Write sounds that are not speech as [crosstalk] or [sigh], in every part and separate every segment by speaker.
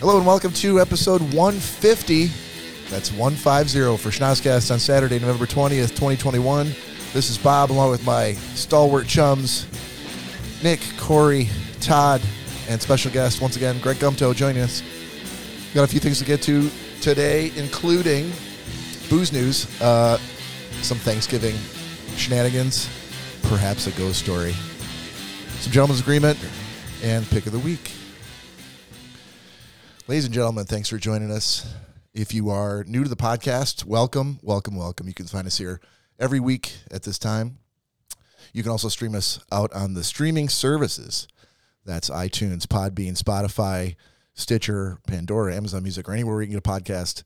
Speaker 1: Hello and welcome to episode 150. That's 150 for Schnozcast on Saturday, November 20th, 2021. This is Bob along with my stalwart chums, Nick, Corey, Todd, and special guest once again, Greg Gumto joining us. Got a few things to get to today, including booze news, uh, some Thanksgiving shenanigans, perhaps a ghost story, some gentleman's agreement, and pick of the week. Ladies and gentlemen, thanks for joining us. If you are new to the podcast, welcome, welcome, welcome. You can find us here every week at this time. You can also stream us out on the streaming services. That's iTunes, Podbean, Spotify, Stitcher, Pandora, Amazon Music, or anywhere where you can get a podcast.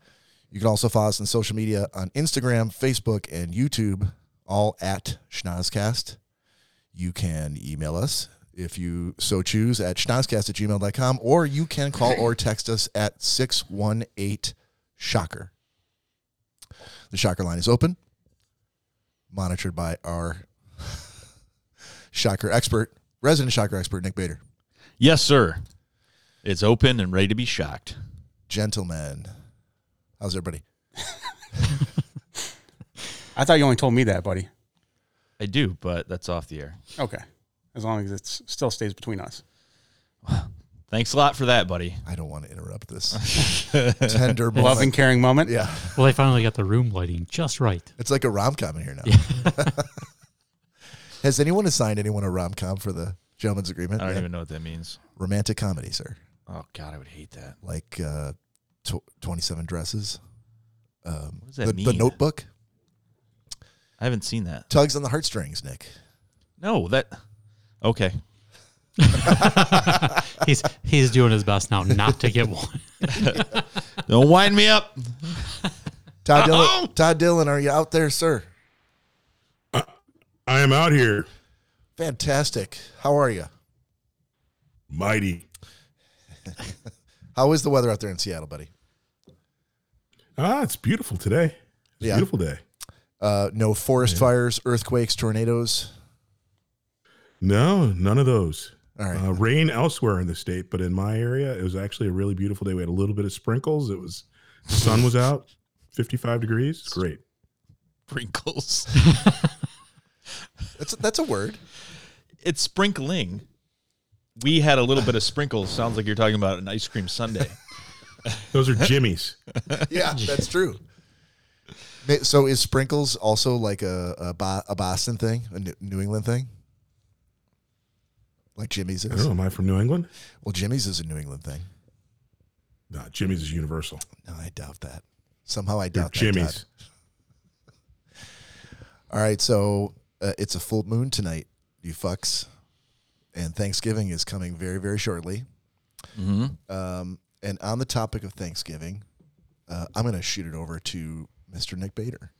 Speaker 1: You can also follow us on social media on Instagram, Facebook, and YouTube, all at Schnozcast. You can email us if you so choose at schnozcast at gmail.com, or you can call or text us at 618 Shocker. The Shocker line is open, monitored by our [laughs] Shocker expert, resident Shocker expert, Nick Bader.
Speaker 2: Yes, sir. It's open and ready to be shocked.
Speaker 1: Gentlemen, how's everybody?
Speaker 3: I thought you only told me that, buddy.
Speaker 2: I do, but that's off the air.
Speaker 3: Okay. As long as it still stays between us.
Speaker 2: Thanks a lot for that, buddy.
Speaker 1: I don't want to interrupt this tender moment.
Speaker 3: Love and caring moment.
Speaker 1: yeah,
Speaker 4: Well, they finally got the room lighting just right.
Speaker 1: it's like a rom com in here now. [laughs] Has anyone assigned anyone a rom com for the gentleman's agreement?
Speaker 2: I don't
Speaker 1: Yeah.
Speaker 2: even know what that means.
Speaker 1: Romantic comedy, sir.
Speaker 2: Oh God, I would hate that.
Speaker 1: like uh, tw- 27 dresses. Um,
Speaker 2: What does that
Speaker 1: the, the
Speaker 2: mean?
Speaker 1: notebook
Speaker 2: I haven't seen that.
Speaker 1: tugs on the heartstrings, Nick.
Speaker 2: No, that. Okay.
Speaker 4: He's he's doing his best now not
Speaker 1: [laughs]
Speaker 4: to get one.
Speaker 2: Don't wind me up.
Speaker 1: Todd Dillon, Todd Dillon, are you out there, sir?
Speaker 5: I am out here,
Speaker 1: Fantastic. How are you?
Speaker 5: mighty.
Speaker 1: How is the weather out there in Seattle, buddy?
Speaker 5: Ah, it's beautiful today. It's
Speaker 1: Yeah.
Speaker 5: a beautiful day.
Speaker 1: Uh, no forest fires, earthquakes, tornadoes.
Speaker 5: No, none of those.
Speaker 1: All right.
Speaker 5: Uh, rain elsewhere in the state, but in my area, it was actually a really beautiful day. We had a little bit of sprinkles. It was sun was out, fifty-five degrees. It's Great.
Speaker 2: [laughs] Sprinkles.
Speaker 1: That's a, that's a word.
Speaker 2: it's sprinkling. We had a little bit of sprinkles. Sounds like you're talking about an ice cream sundae.
Speaker 1: [laughs]
Speaker 5: Those are Jimmy's.
Speaker 1: Yeah, that's true. Ma- So is sprinkles also like a a, Bo- a Boston thing, a New- New England thing? Like Jimmy's
Speaker 5: I
Speaker 1: is.
Speaker 5: don't know. Oh, Am I from New England?
Speaker 1: Well, Jimmy's is a New England thing.
Speaker 5: No, Jimmy's is universal.
Speaker 1: No, I doubt that. Somehow I
Speaker 5: They're
Speaker 1: doubt that. Todd.
Speaker 5: Jimmy's.
Speaker 1: All right, so uh, it's a full moon tonight, you fucks, and Thanksgiving is coming very, very shortly. Um, and on the topic of Thanksgiving, uh, I'm going to shoot it over to Mr. Nick Bader.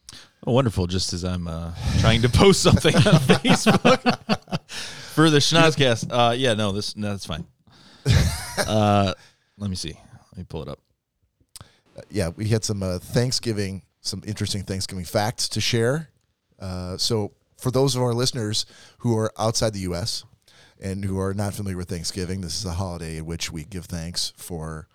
Speaker 2: Oh, wonderful. Just as I'm uh, trying to post something
Speaker 3: [laughs]
Speaker 2: on Facebook for the Schnozcast. Uh, yeah, no, this no, that's fine. Uh, let me see. Let me pull it up.
Speaker 1: Uh, yeah, we had some uh, Thanksgiving, some interesting Thanksgiving facts to share. Uh, so, for those of our listeners who are outside the U.S. and who are not familiar with Thanksgiving, this is a holiday in which we give thanks for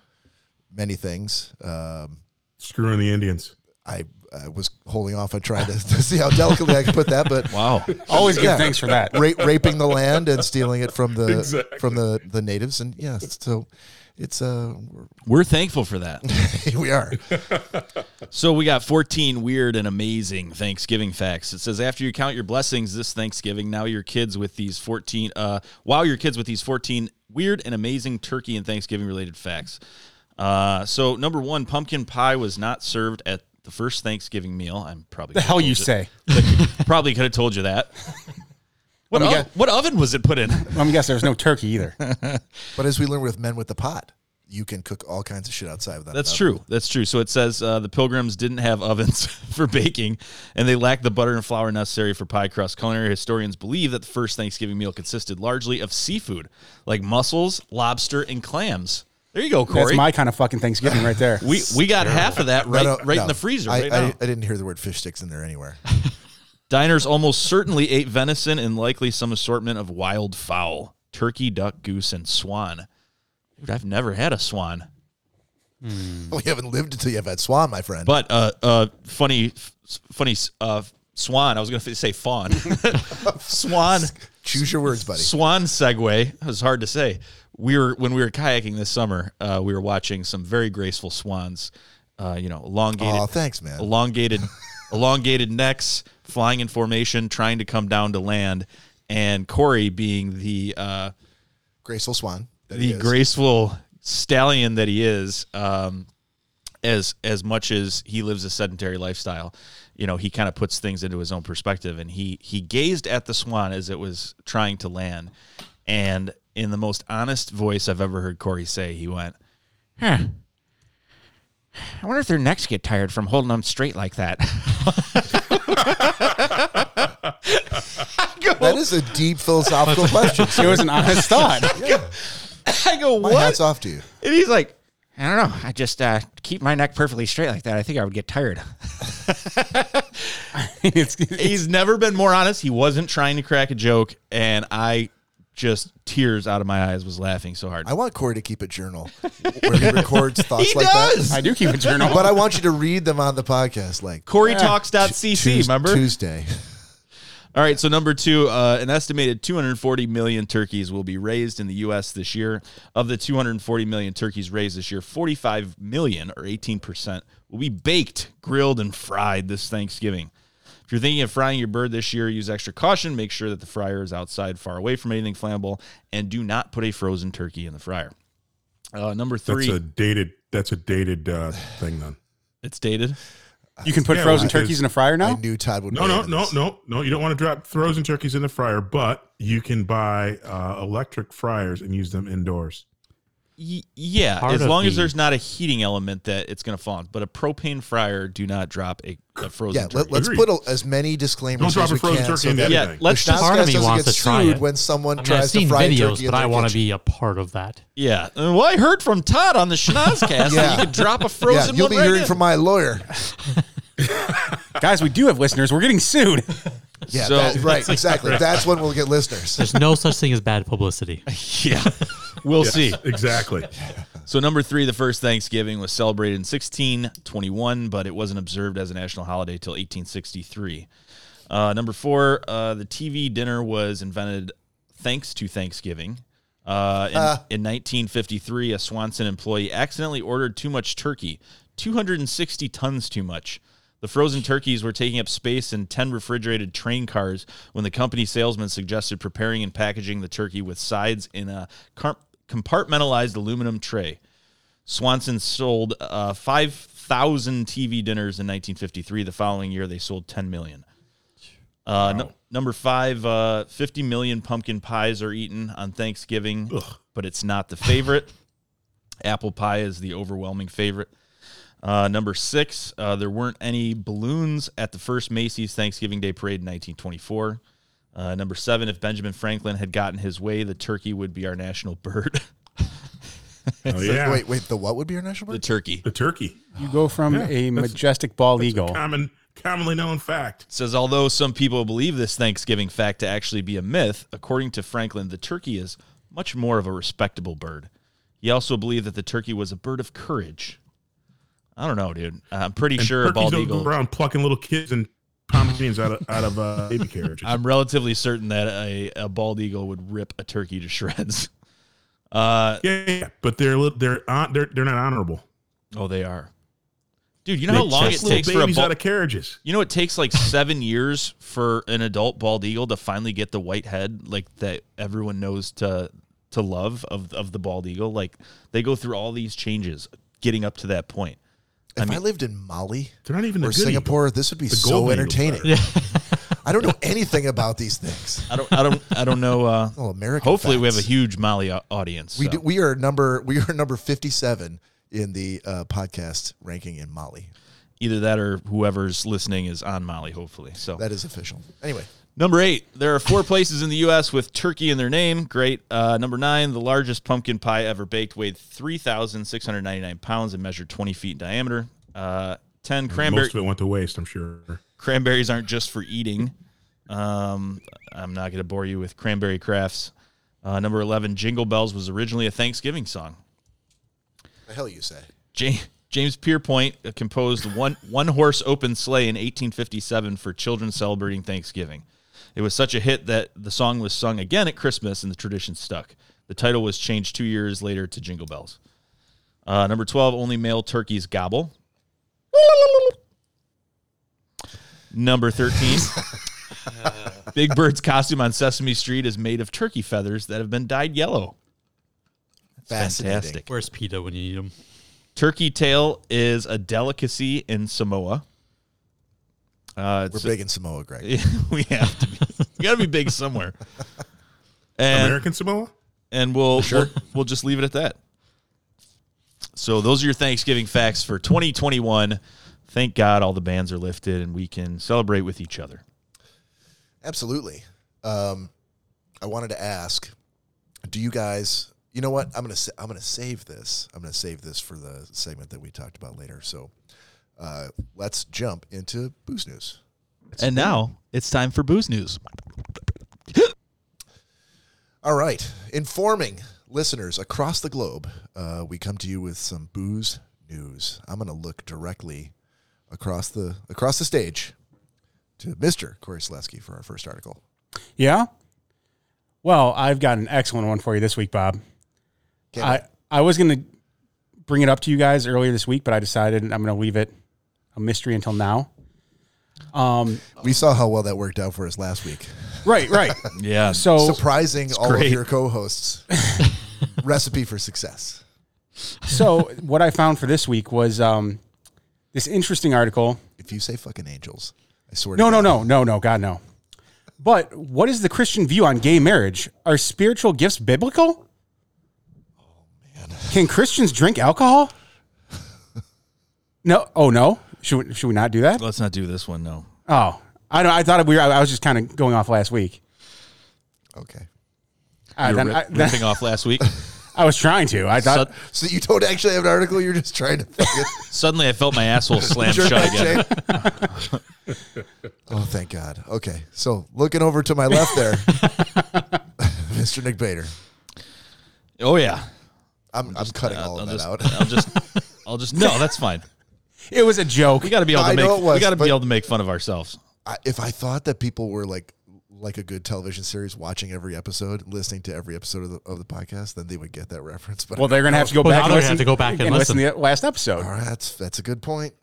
Speaker 1: many things. Um,
Speaker 5: Screwing the Indians.
Speaker 1: I, I was holding off on trying to, to see how delicately I could put that, but
Speaker 2: Wow.
Speaker 3: Always give
Speaker 1: Yeah.
Speaker 3: thanks for that.
Speaker 1: [laughs] ra- raping the land and stealing it from the
Speaker 5: Exactly.
Speaker 1: from the, the natives, and yeah, so it's uh [laughs] we're,
Speaker 2: We're thankful for that.
Speaker 1: we are
Speaker 2: So we got 14 weird and amazing Thanksgiving facts. It says after you count your blessings this Thanksgiving, now your kids with these 14 uh wow your kids with these 14 weird and amazing turkey and Thanksgiving related facts. Uh so number 1, pumpkin pie was not served at the first Thanksgiving meal. I'm probably
Speaker 3: The hell you say?
Speaker 2: [laughs] probably could have told you that. [laughs] What,
Speaker 3: me
Speaker 2: o-
Speaker 3: guess.
Speaker 2: what oven was it put in?
Speaker 3: Let me guess there's no turkey either.
Speaker 1: But as we learned with Men with the Pot, you can cook all kinds of shit outside without.
Speaker 2: That's
Speaker 1: an oven.
Speaker 2: true. That's true. So it says uh, the pilgrims didn't have ovens [laughs] for baking, and they lacked the butter and flour necessary for pie crust. Culinary historians believe that the first Thanksgiving meal consisted largely of seafood, like mussels, lobster, and clams. There you go, Corey.
Speaker 3: That's my kind of fucking Thanksgiving right there.
Speaker 2: we we got half of that
Speaker 1: No,
Speaker 2: right
Speaker 1: no,
Speaker 2: right
Speaker 1: no.
Speaker 2: in the freezer
Speaker 1: I,
Speaker 2: right
Speaker 1: I,
Speaker 2: now.
Speaker 1: I didn't hear the word fish sticks in there
Speaker 2: [laughs]
Speaker 1: anywhere. [laughs]
Speaker 2: Diners almost certainly ate venison and likely some assortment of wild fowl, turkey, duck, goose, and swan. Dude, I've never had a swan.
Speaker 1: We haven't lived until you've had swan, my friend.
Speaker 2: But uh, uh, funny, f- funny uh, swan. I was going to say fawn. swan,
Speaker 1: Choose your words,
Speaker 2: [laughs]
Speaker 1: buddy.
Speaker 2: swan segue. That was hard to say. We were when we were kayaking this summer. Uh, we were watching some very graceful swans. Uh, you know, elongated,
Speaker 1: Oh, thanks, man.
Speaker 2: elongated, [laughs] elongated necks, flying in formation, trying to come down to land. And Corey, being the uh,
Speaker 1: Graceful swan. that he
Speaker 2: the
Speaker 1: is.
Speaker 2: graceful stallion that he is, um, as as much as he lives a sedentary lifestyle, you know, he kind of puts things into his own perspective. And he he gazed at the swan as it was trying to land, and in the most honest voice I've ever heard Corey say, he went, "Huh." I wonder if their necks get tired from holding them straight like that.
Speaker 1: That is a
Speaker 2: [laughs]
Speaker 1: deep philosophical question.
Speaker 3: It was an honest thought.
Speaker 2: I go,
Speaker 1: My
Speaker 2: what?
Speaker 1: hat's off to you.
Speaker 2: and he's like,
Speaker 6: [laughs] I don't know. I just uh, keep my neck perfectly straight like that. I think I would get tired.
Speaker 3: [laughs]
Speaker 6: [laughs]
Speaker 3: It's-
Speaker 2: he's never been more honest. He wasn't trying to crack a joke, and I just tears out of my eyes was laughing so hard.
Speaker 1: I want Corey to keep a
Speaker 2: [laughs]
Speaker 1: journal where he records thoughts
Speaker 2: He
Speaker 1: like
Speaker 2: does!
Speaker 1: that.
Speaker 3: I do keep a journal.
Speaker 1: But I want you to read them on the podcast, like
Speaker 2: CoreyTalks.cc,
Speaker 1: Tues-
Speaker 2: E remember?
Speaker 1: Tuesday.
Speaker 2: All right, so number two, uh, an estimated 240 million turkeys will be raised in the U.S. this year. Of the 240 million turkeys raised this year, 45 million, or 18%, will be baked, grilled, and fried this Thanksgiving. If you're thinking of frying your bird this year, use extra caution. Make sure that the fryer is outside, far away from anything flammable, and do not put a frozen turkey in the fryer. Uh, number
Speaker 5: That's
Speaker 2: three,
Speaker 5: a dated. That's a dated uh, thing then.
Speaker 2: it's dated.
Speaker 3: you can put
Speaker 5: Yeah,
Speaker 3: frozen
Speaker 5: well,
Speaker 3: turkeys in a fryer
Speaker 1: I
Speaker 3: now.
Speaker 1: knew Todd would.
Speaker 5: No,
Speaker 1: weigh
Speaker 5: no,
Speaker 1: in on
Speaker 5: no,
Speaker 1: this.
Speaker 5: no, no. You don't want to drop frozen turkeys in the fryer, but you can buy uh, electric fryers and use them indoors.
Speaker 2: Y- yeah,
Speaker 4: Part
Speaker 2: as
Speaker 4: of
Speaker 2: long as
Speaker 4: the-
Speaker 2: there's not a heating element that it's going to fall on. But a propane fryer, do not drop a, a frozen
Speaker 1: Yeah,
Speaker 2: turkey.
Speaker 1: let, us
Speaker 5: Agreed.
Speaker 1: put a, as many
Speaker 5: Don't
Speaker 1: disclaimers
Speaker 5: drop
Speaker 1: as
Speaker 5: a
Speaker 1: we
Speaker 5: frozen
Speaker 1: can.
Speaker 5: turkey
Speaker 1: so
Speaker 5: in
Speaker 1: that
Speaker 5: there.
Speaker 2: yeah,
Speaker 5: everything.
Speaker 2: let's
Speaker 1: the
Speaker 2: just
Speaker 1: Schnozcast
Speaker 4: Part of me
Speaker 1: doesn't
Speaker 4: wants
Speaker 1: get
Speaker 4: to try
Speaker 1: sued
Speaker 4: it.
Speaker 1: when someone
Speaker 4: I mean, I've
Speaker 1: tries to
Speaker 4: seen
Speaker 1: fry a
Speaker 4: videos,
Speaker 1: turkey.
Speaker 4: but I
Speaker 1: want
Speaker 4: want to be a part of that.
Speaker 2: yeah. Uh, Well, I heard from Todd on
Speaker 1: [laughs]
Speaker 2: the Schnozcast that you
Speaker 1: Yeah.
Speaker 2: could drop a
Speaker 1: Yeah,
Speaker 2: frozen
Speaker 1: you'll
Speaker 2: one
Speaker 1: be
Speaker 2: right
Speaker 1: hearing
Speaker 2: in.
Speaker 1: from my lawyer.
Speaker 3: Guys, we do have listeners. We're getting sued.
Speaker 1: [laughs] Yeah,
Speaker 2: So-
Speaker 1: that- [laughs] right, exactly. That's when we'll get listeners.
Speaker 4: There's no such thing as bad [laughs] publicity.
Speaker 2: [laughs] yeah, we'll see. [laughs]
Speaker 5: Exactly.
Speaker 2: So number three, the first Thanksgiving was celebrated in 1621, but it wasn't observed as a national holiday till 1863. Uh, number four, uh, the TV dinner was invented thanks to Thanksgiving. Uh, in, in 1953, a Swanson employee accidentally ordered too much turkey, 260 tons too much. The frozen turkeys were taking up space in 10 refrigerated train cars when the company salesman suggested preparing and packaging the turkey with sides in a car- compartmentalized aluminum tray. Swanson sold uh, 5,000 TV dinners in 1953. The following year, they sold 10 million. Uh, nu- number five, uh, 50 million pumpkin pies are eaten on Thanksgiving, but it's not the favorite. [laughs] Apple pie is the overwhelming favorite. Uh, number six, uh, there weren't any balloons at the first Macy's Thanksgiving Day Parade in 1924. Uh, number seven, if Benjamin Franklin had gotten his way, the turkey would be our national [laughs] bird.
Speaker 5: Oh, [laughs] yeah.
Speaker 1: Wait, wait. The what would be your national
Speaker 2: the
Speaker 1: bird?
Speaker 2: turkey.
Speaker 5: The turkey.
Speaker 3: You go from a majestic bald eagle.
Speaker 5: Common, commonly known fact.
Speaker 2: says although some people believe this Thanksgiving fact to actually be a myth, according to Franklin, the turkey is much more of a respectable bird. He also believed that the turkey was a bird of courage. I don't know, dude. I'm pretty sure a
Speaker 5: turkeys
Speaker 2: bald
Speaker 5: don't
Speaker 2: eagle.
Speaker 5: go around plucking little kids and
Speaker 2: [laughs]
Speaker 5: pounding beans out of out of uh, baby carriages.
Speaker 2: I'm relatively certain that a, a bald eagle would rip a turkey to shreds. Uh,
Speaker 5: yeah, yeah, yeah, but they're li- they're on, they're they're not honorable.
Speaker 2: oh, they are, dude. You know how long it
Speaker 5: Little
Speaker 2: takes for a
Speaker 5: babies
Speaker 2: bald.
Speaker 5: out of carriages.
Speaker 2: You know, it
Speaker 1: [laughs]
Speaker 2: takes like seven years for an adult bald eagle to finally get the white head, like that everyone knows to to love of of the bald eagle. Like they go through all these changes getting up to that point.
Speaker 1: If I, lived in Mali
Speaker 5: They're not even a
Speaker 1: or
Speaker 5: good
Speaker 1: Singapore, this would be
Speaker 5: The
Speaker 1: so
Speaker 5: golden
Speaker 1: entertaining.
Speaker 5: eagles
Speaker 1: [laughs] I don't know anything about these things.
Speaker 2: I don't, I don't, I don't know.
Speaker 1: [laughs]
Speaker 2: Uh,
Speaker 1: All American.
Speaker 2: hopefully, we have
Speaker 1: facts.
Speaker 2: a huge Mali au- audience.
Speaker 1: We
Speaker 2: so.
Speaker 1: do, we are number we are number fifty seven in the uh, podcast ranking in Mali.
Speaker 2: Either that or whoever's listening is on Mali. Hopefully, so
Speaker 1: That is official. Anyway,
Speaker 2: Number eight, there are four places in the U.S. with turkey in their name. Great. Uh, number nine, the largest pumpkin pie ever baked weighed 3,699 pounds and measured 20 feet in diameter. Uh, 10, cranberry,
Speaker 5: Most of it went to waste, I'm sure.
Speaker 2: cranberries aren't just for eating. Um, I'm not going to bore you with cranberry crafts. Uh, number 11, Jingle Bells was originally a Thanksgiving song.
Speaker 1: the hell you say?
Speaker 2: James, James Pierpoint composed one one horse open sleigh in 1857 for children celebrating Thanksgiving. It was such a hit that the song was sung again at Christmas, and the tradition stuck. The title was changed two years later to Jingle Bells. Uh, number 12, only male turkeys gobble. Number 13, Big Bird's costume on Sesame Street is made of turkey feathers that have been dyed yellow.
Speaker 1: Fascinating.
Speaker 2: Fantastic.
Speaker 4: Where's PETA when you need him?
Speaker 2: Turkey tail is a delicacy in Samoa. Uh,
Speaker 1: We're
Speaker 2: it's-
Speaker 1: big in Samoa, Greg.
Speaker 2: [laughs] we have to be. we gotta be big somewhere. And
Speaker 5: American Samoa?
Speaker 2: and we'll, we'll we'll just leave it at that. So those are your Thanksgiving facts for 2021. Thank God all the bans are lifted and we can celebrate with each other.
Speaker 1: Absolutely. Um, I wanted to ask, do you guys? You know what? I'm gonna sa- I'm gonna save this. I'm gonna save this for the segment that we talked about later. So, uh, let's jump into booze news.
Speaker 2: and now it's time for booze news.
Speaker 1: All right, informing listeners across the globe, uh, we come to you with some booze news. I'm gonna look directly across the across the stage to Mr. Corey Selesky for our first article.
Speaker 3: Yeah. Well, I've got an excellent one for you this week, Bob.
Speaker 1: Can't
Speaker 3: I, I was going to bring it up to you guys earlier this week, but I decided I'm going to leave it a mystery until now. Um,
Speaker 1: wait. we saw how well that worked out for us last week.
Speaker 3: right, right.
Speaker 2: Yeah.
Speaker 3: So
Speaker 1: surprising all
Speaker 2: Oh, great.
Speaker 1: of your
Speaker 2: [laughs]
Speaker 1: co-hosts recipe for success
Speaker 3: so what I found for this week was um, this interesting article.
Speaker 1: if you say fucking angels i swear
Speaker 3: No,
Speaker 1: to
Speaker 3: no,
Speaker 1: God.
Speaker 3: no, no, no, God, no. But what is the Christian view on gay marriage? Are spiritual gifts biblical? Can Christians drink alcohol? No. Oh no. Should we, should we not do that?
Speaker 2: Let's not do this one, no.
Speaker 3: Oh, I don't. I thought we were. I was just kind of going off last week.
Speaker 1: okay
Speaker 3: Uh,
Speaker 2: You're
Speaker 3: then
Speaker 2: ri-
Speaker 3: I, then
Speaker 2: ripping off last week.
Speaker 3: I was trying to. I thought.
Speaker 2: Sud-
Speaker 1: so you don't actually have an article you're just trying
Speaker 2: [laughs]
Speaker 1: to fucking
Speaker 2: suddenly I felt my asshole slammed
Speaker 1: jerk
Speaker 2: shut
Speaker 1: that
Speaker 2: again.
Speaker 1: chain. oh thank god okay so looking over to my left
Speaker 2: [laughs]
Speaker 1: there mr nick bader
Speaker 2: Oh yeah.
Speaker 1: i'm, I'm cutting all
Speaker 2: I'll
Speaker 1: of that
Speaker 2: just,
Speaker 1: out
Speaker 2: I'll just I'll just [laughs] No, that's fine.
Speaker 3: it was a joke.
Speaker 2: We gotta be
Speaker 1: No,
Speaker 2: able
Speaker 1: [laughs]
Speaker 2: to
Speaker 1: I
Speaker 2: make
Speaker 1: know it was,
Speaker 2: we gotta
Speaker 1: but-
Speaker 2: be able to make fun of ourselves.
Speaker 1: I, if i thought that people were like like a good television series watching every episode listening to every episode of the, of the podcast then they would get that reference but
Speaker 3: Well, they're gonna have to go
Speaker 4: Well,
Speaker 3: back.
Speaker 4: now
Speaker 3: and
Speaker 4: they're gonna
Speaker 3: listen,
Speaker 4: have to go back and
Speaker 3: listen to the last episode.
Speaker 1: all right that's that's a good point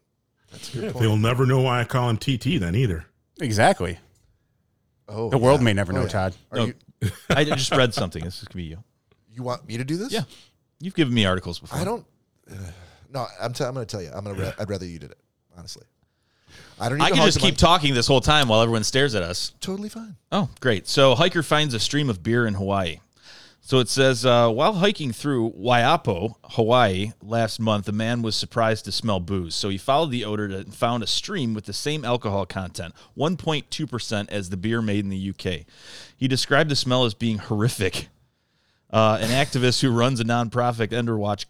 Speaker 1: that's a good point
Speaker 5: They'll never know why I call him TT then either.
Speaker 3: Exactly.
Speaker 1: Oh,
Speaker 3: The world may never know,
Speaker 1: yeah.
Speaker 3: Todd.
Speaker 1: Are
Speaker 2: No.
Speaker 1: you,
Speaker 2: I just read something. This is gonna be you.
Speaker 1: you want me to do this?
Speaker 2: Yeah. You've given me articles before.
Speaker 1: I don't. uh, no, I'm. T- I'm going to tell you. I'm going to. Re- I'd rather you did it. Honestly, I don't. Need
Speaker 2: I
Speaker 1: to
Speaker 2: can
Speaker 1: hog
Speaker 2: just
Speaker 1: the
Speaker 2: keep
Speaker 1: mic.
Speaker 2: talking this whole time while everyone stares at us.
Speaker 1: totally fine.
Speaker 2: Oh, great. So, hiker finds a stream of beer in Hawaii. So it says, uh, while hiking through Waiapo, Hawaii, last month, a man was surprised to smell booze. So he followed the odor and found a stream with the same alcohol content, 1.2% as the beer made in the UK. He described the smell as being horrific. Uh, an activist who runs a nonprofit, Enderwatch,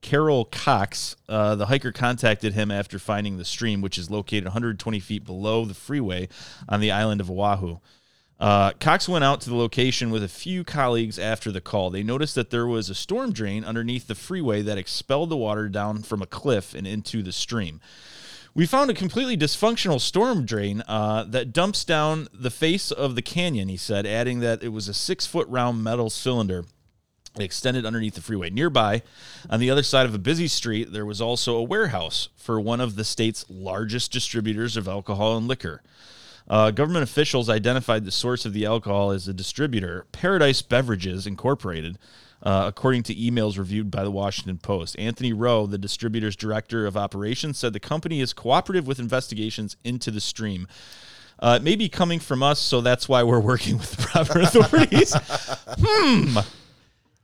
Speaker 2: Carol Cox, uh, the hiker contacted him after finding the stream, which is located 120 feet below the freeway on the island of Oahu. Uh, Cox went out to the location with a few colleagues after the call. They noticed that there was a storm drain underneath the freeway that expelled the water down from a cliff and into the stream. We found a completely dysfunctional storm drain uh, that dumps down the face of the canyon, he said, adding that it was a six foot round metal cylinder it extended underneath the freeway. Nearby, on the other side of a busy street, there was also a warehouse for one of the state's largest distributors of alcohol and liquor. Uh, government officials identified the source of the alcohol as a distributor, Paradise Beverages Incorporated, uh, according to emails reviewed by the Washington Post. Anthony Rowe, the distributor's director of operations, said the company is cooperative with investigations into the stream. Uh, it may be coming from us, so that's why we're working with the proper authorities.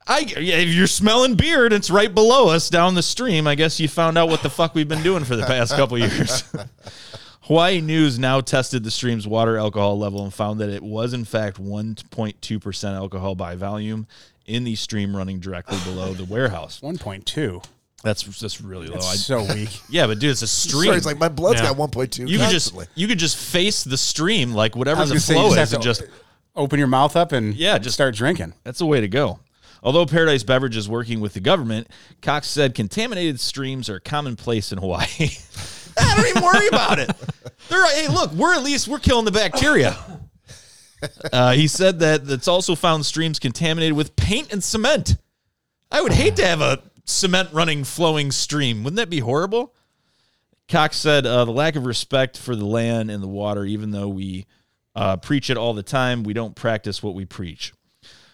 Speaker 2: I yeah, if you're smelling beer and it's right below us down the stream, I guess you found out what the fuck we've been doing for the past couple years. [laughs] Hawaii News now tested the stream's water alcohol level and found that it was in fact 1.2% alcohol by volume in the stream running directly below the warehouse.
Speaker 3: One point two.
Speaker 2: That's that's really low. I,
Speaker 3: So weak.
Speaker 2: yeah, but dude, it's a
Speaker 1: Sorry,
Speaker 2: stream.
Speaker 1: it's like my blood's
Speaker 4: Yeah.
Speaker 1: got 1.2.
Speaker 2: you could just
Speaker 1: constantly.
Speaker 2: you could just face the stream like
Speaker 3: I
Speaker 2: whatever
Speaker 3: was
Speaker 2: the
Speaker 3: gonna say, you
Speaker 2: flow
Speaker 3: just
Speaker 2: is
Speaker 3: have
Speaker 2: and
Speaker 3: to
Speaker 2: just
Speaker 3: open your mouth up and
Speaker 2: Yeah, just-
Speaker 3: start drinking.
Speaker 2: That's the way to go. Although Paradise Beverage is working with the government, Cox said contaminated streams are commonplace in Hawaii. [laughs] I don't even worry about it. They're, hey, look, we're at least we're killing the bacteria. Uh, he said that it's also found streams contaminated with paint and cement. I would hate to have a cement running flowing stream. Wouldn't that be horrible? Cox said uh, the lack of respect for the land and the water, even though we uh, preach it all the time, we don't practice what we preach.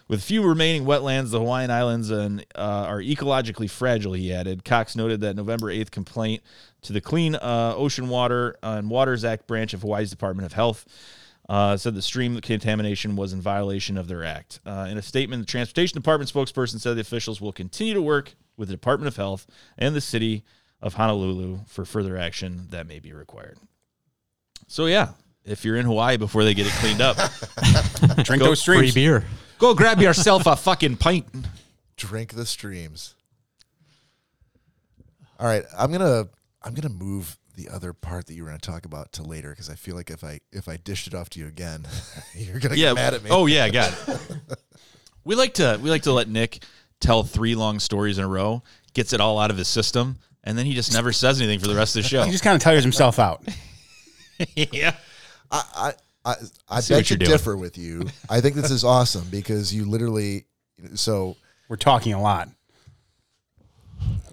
Speaker 2: With few remaining wetlands, the Hawaiian Islands and, uh, are ecologically fragile, he added. Cox noted that November 8th complaint to the Clean uh, Ocean Water and Waters Act branch of Hawaii's Department of Health uh, said the stream contamination was in violation of their act. Uh, in a statement, the Transportation Department spokesperson said the officials will continue to work with the Department of Health and the city of Honolulu for further action that may be required. So, yeah, if you're in Hawaii before they get it cleaned up,
Speaker 3: [laughs] Drink
Speaker 2: Go
Speaker 3: those
Speaker 4: Free
Speaker 3: streams.
Speaker 4: beer.
Speaker 2: go grab yourself a fucking pint.
Speaker 1: drink the streams. All right, I'm gonna I'm gonna move the other part that you were gonna talk about to later because I feel like if I if I dished it off to you again, [laughs] you're gonna
Speaker 2: yeah.
Speaker 1: get mad at me.
Speaker 2: Oh yeah, got it. we like to we like to let Nick tell three long stories in a row, gets it all out of his system, and then he just never says anything for the rest of the show.
Speaker 3: He just kind of tires himself out.
Speaker 2: [laughs] yeah.
Speaker 1: I I I, I
Speaker 2: see
Speaker 1: beg
Speaker 2: what
Speaker 1: to
Speaker 2: you're doing.
Speaker 1: differ with you. I think this is awesome because you literally. So
Speaker 3: We're talking a lot.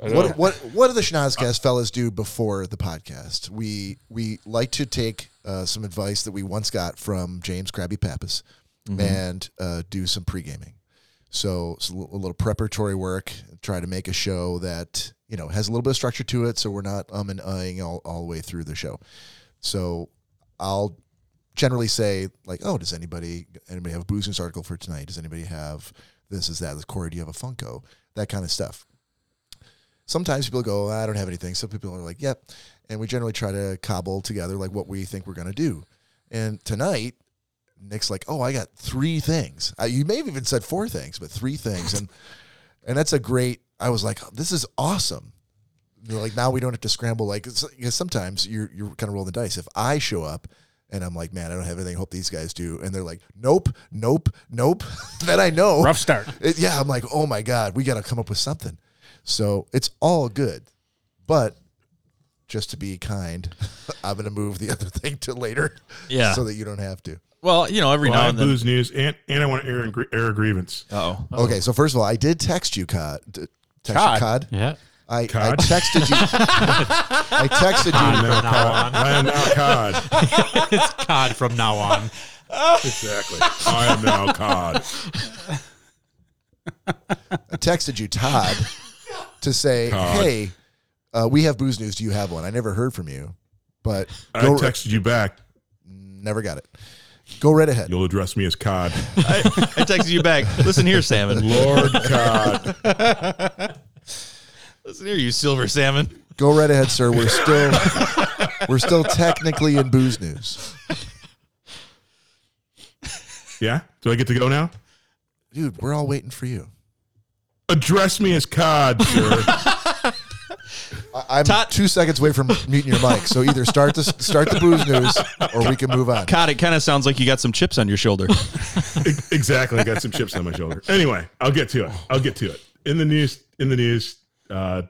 Speaker 1: what what what do the Schnozcast fellas do before the podcast? We we like to take uh, some advice that we once got from James Krabby Pappas and uh, do some pre gaming. So, so a little preparatory work, try to make a show that you know has a little bit of structure to it, so we're not um and uhing all, all the way through the show. So I'll generally say like, oh, does anybody anybody have a booze news article for tonight? Does anybody have this? Is that? Does Corey? Do you have a Funko? That kind of stuff sometimes people go, I don't have anything. Some people are like, yep. And we generally try to cobble together like what we think we're going to do. And tonight, Nick's like, oh, I got three things. Uh, you may have even said four things, but three things. And and that's a great, I was like, this is awesome. You know, like now we don't have to scramble. Like it's- because sometimes you're, you're kind of rolling the dice. If I show up and I'm like, man, I don't have anything. Hope these guys do. And they're like, nope, nope, nope. [laughs] then I know.
Speaker 3: Rough start.
Speaker 1: It- yeah, I'm like, oh my god, we got to come up with something. So it's all good, but just to be kind, [laughs] I'm gonna move the [laughs] other thing to later.
Speaker 2: Yeah.
Speaker 1: so that you don't have to.
Speaker 2: Well, you know, every now
Speaker 5: Live
Speaker 2: and then.
Speaker 5: booze news, and, and I want to air, a gr- air a
Speaker 4: [laughs]
Speaker 5: grievance.
Speaker 2: Oh,
Speaker 1: Okay, so first of all, I did text you, Cod. d- Text
Speaker 3: Cod?
Speaker 1: You, Cod.
Speaker 4: Yeah.
Speaker 1: I, I
Speaker 5: Cod?
Speaker 1: texted
Speaker 5: [laughs]
Speaker 1: you. I texted you.
Speaker 5: No, Cod. I am now cod.
Speaker 4: [laughs] it's cod from now on.
Speaker 5: [laughs] exactly. I am now cod.
Speaker 1: I texted you, Todd, to say,
Speaker 5: Cod.
Speaker 1: hey, uh, we have booze news. Do you have one? I never heard from you, but
Speaker 5: I
Speaker 1: go
Speaker 5: texted you back.
Speaker 1: never got it. Go right ahead.
Speaker 5: You'll address me as cod.
Speaker 2: I, I texted you back. Listen here, salmon.
Speaker 5: Lord cod.
Speaker 2: Listen here, you silver salmon.
Speaker 1: Go right ahead, sir. We're still we're still technically in booze news.
Speaker 5: Yeah? Do I get to go now?
Speaker 1: Dude, we're all waiting for you.
Speaker 5: Address me as cod, [laughs] sir.
Speaker 1: I, I'm
Speaker 2: Tot-
Speaker 1: two seconds away from muting your mic, so either start the start the booze news or we can move on.
Speaker 2: God, it kind of sounds like you got some chips on your shoulder.
Speaker 5: Ex- exactly. I got some chips on my shoulder. Anyway, I'll get to it. I'll get to it. In the news, in the news, uh,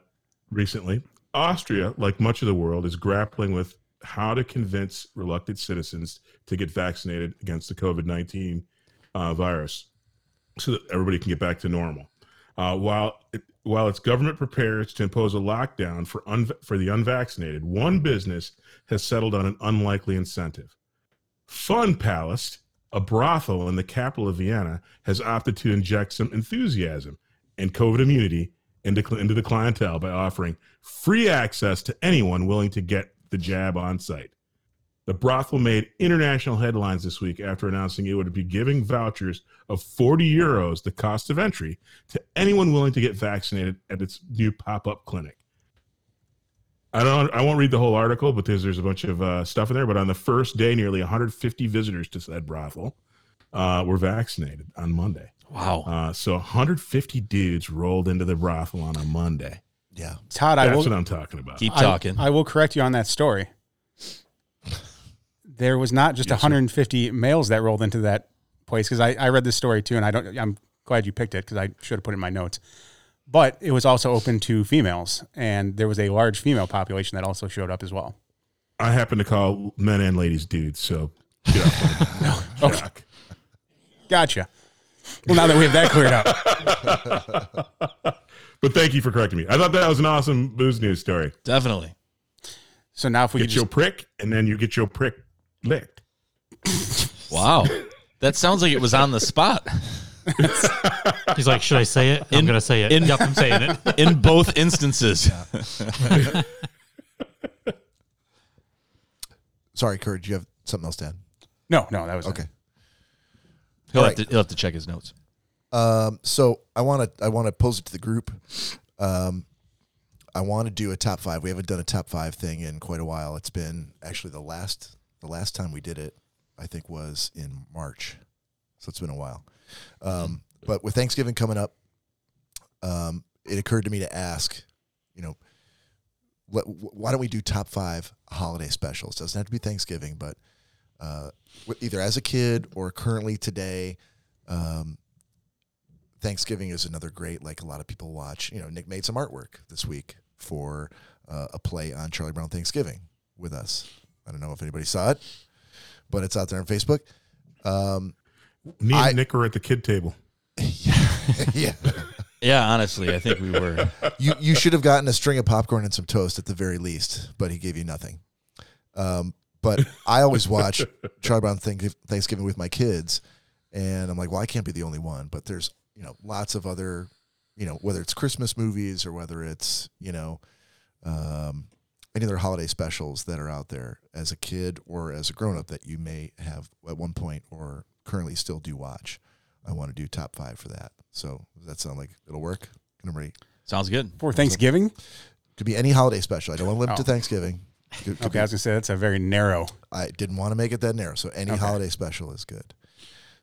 Speaker 5: recently, Austria, like much of the world, is grappling with how to convince reluctant citizens to get vaccinated against the COVID nineteen uh, virus, so that everybody can get back to normal. Uh, while it, while its government prepares to impose a lockdown for un, for the unvaccinated, one business has settled on an unlikely incentive. Fun Palace, a brothel in the capital of Vienna, has opted to inject some enthusiasm and COVID immunity into, cl- into the clientele by offering free access to anyone willing to get the jab on site. The brothel made international headlines this week after announcing it would be giving vouchers of 40 euros, the cost of entry, to anyone willing to get vaccinated at its new pop up clinic. I don't. I won't read the whole article, but there's there's a bunch of uh, stuff in there. But on the first day, nearly 150 visitors to said brothel uh, were vaccinated on Monday.
Speaker 2: Wow.
Speaker 5: Uh, so 150 dudes rolled into the brothel on a Monday.
Speaker 1: Yeah.
Speaker 3: Todd, I
Speaker 5: That's
Speaker 3: will
Speaker 5: what I'm talking about.
Speaker 2: Keep
Speaker 3: I-
Speaker 2: talking.
Speaker 3: I, will correct you on that story. There was not just
Speaker 5: Yes, sir.
Speaker 3: 150 males that rolled into that place because I, I read this story too, and I don't. I'm glad you picked it because I should have put it in my notes. But it was also open to females, and there was a large female population that also showed up as well.
Speaker 5: I happen to call men and ladies dudes, so get off my back.
Speaker 3: Gotcha. Well, now that we have that cleared up,
Speaker 5: But thank you for correcting me. I thought that was an awesome booze news story.
Speaker 2: Definitely.
Speaker 3: so now if we could
Speaker 5: Get your
Speaker 3: just,
Speaker 5: prick, and then you get your prick licked.
Speaker 2: Wow. That sounds like it was on the spot
Speaker 4: He's like, should I say it? I'm
Speaker 2: In-
Speaker 4: going to say it.
Speaker 2: in-
Speaker 4: yep, I'm saying it. [laughs]
Speaker 2: in both instances.
Speaker 1: Sorry, Kurt, you have something else to add?
Speaker 3: no, no, that was
Speaker 1: Okay.
Speaker 2: He'll,
Speaker 1: All
Speaker 2: have to, he'll have to check his notes.
Speaker 1: Um, so I want to I want to pose it to the group. Um, I want to do a top five. We haven't done a top five thing in quite a while. It's been actually the last the last time we did it, I think, was in March. So it's been a while. Um, but with Thanksgiving coming up, um, it occurred to me to ask, you know, let, why don't we do top five holiday specials? Doesn't have to be Thanksgiving, but uh, w- either as a kid or currently today. Um, Thanksgiving is another great, like a lot of people watch. You know, Nick made some artwork this week for uh, a play on Charlie Brown Thanksgiving with us. I don't know if anybody saw it, but it's out there on Facebook. [laughs] Um,
Speaker 5: Me and
Speaker 1: I-
Speaker 5: Nick were at the kid table.
Speaker 1: yeah,
Speaker 2: Yeah, honestly, I think we were.
Speaker 1: you you should have gotten a string of popcorn and some toast at the very least, but he gave you nothing. Um, but I always watch Charlie Brown Thank- Thanksgiving with my kids, and I'm like, well, I can't be the only one. But there's you know lots of other, you know, whether it's Christmas movies or whether it's you know, um, any other holiday specials that are out there as a kid or as a grown up that you may have at one point or currently still do watch. I want to do top five for that. So does that sound like it'll work? Can everybody
Speaker 2: Sounds good.
Speaker 3: for Thanksgiving.
Speaker 1: could be any holiday special. I don't want to limit it to
Speaker 3: Oh.
Speaker 1: Thanksgiving. Could- could
Speaker 3: Okay, I was gonna say that's a very narrow.
Speaker 1: be- I didn't want to make it that narrow. So any holiday special is good.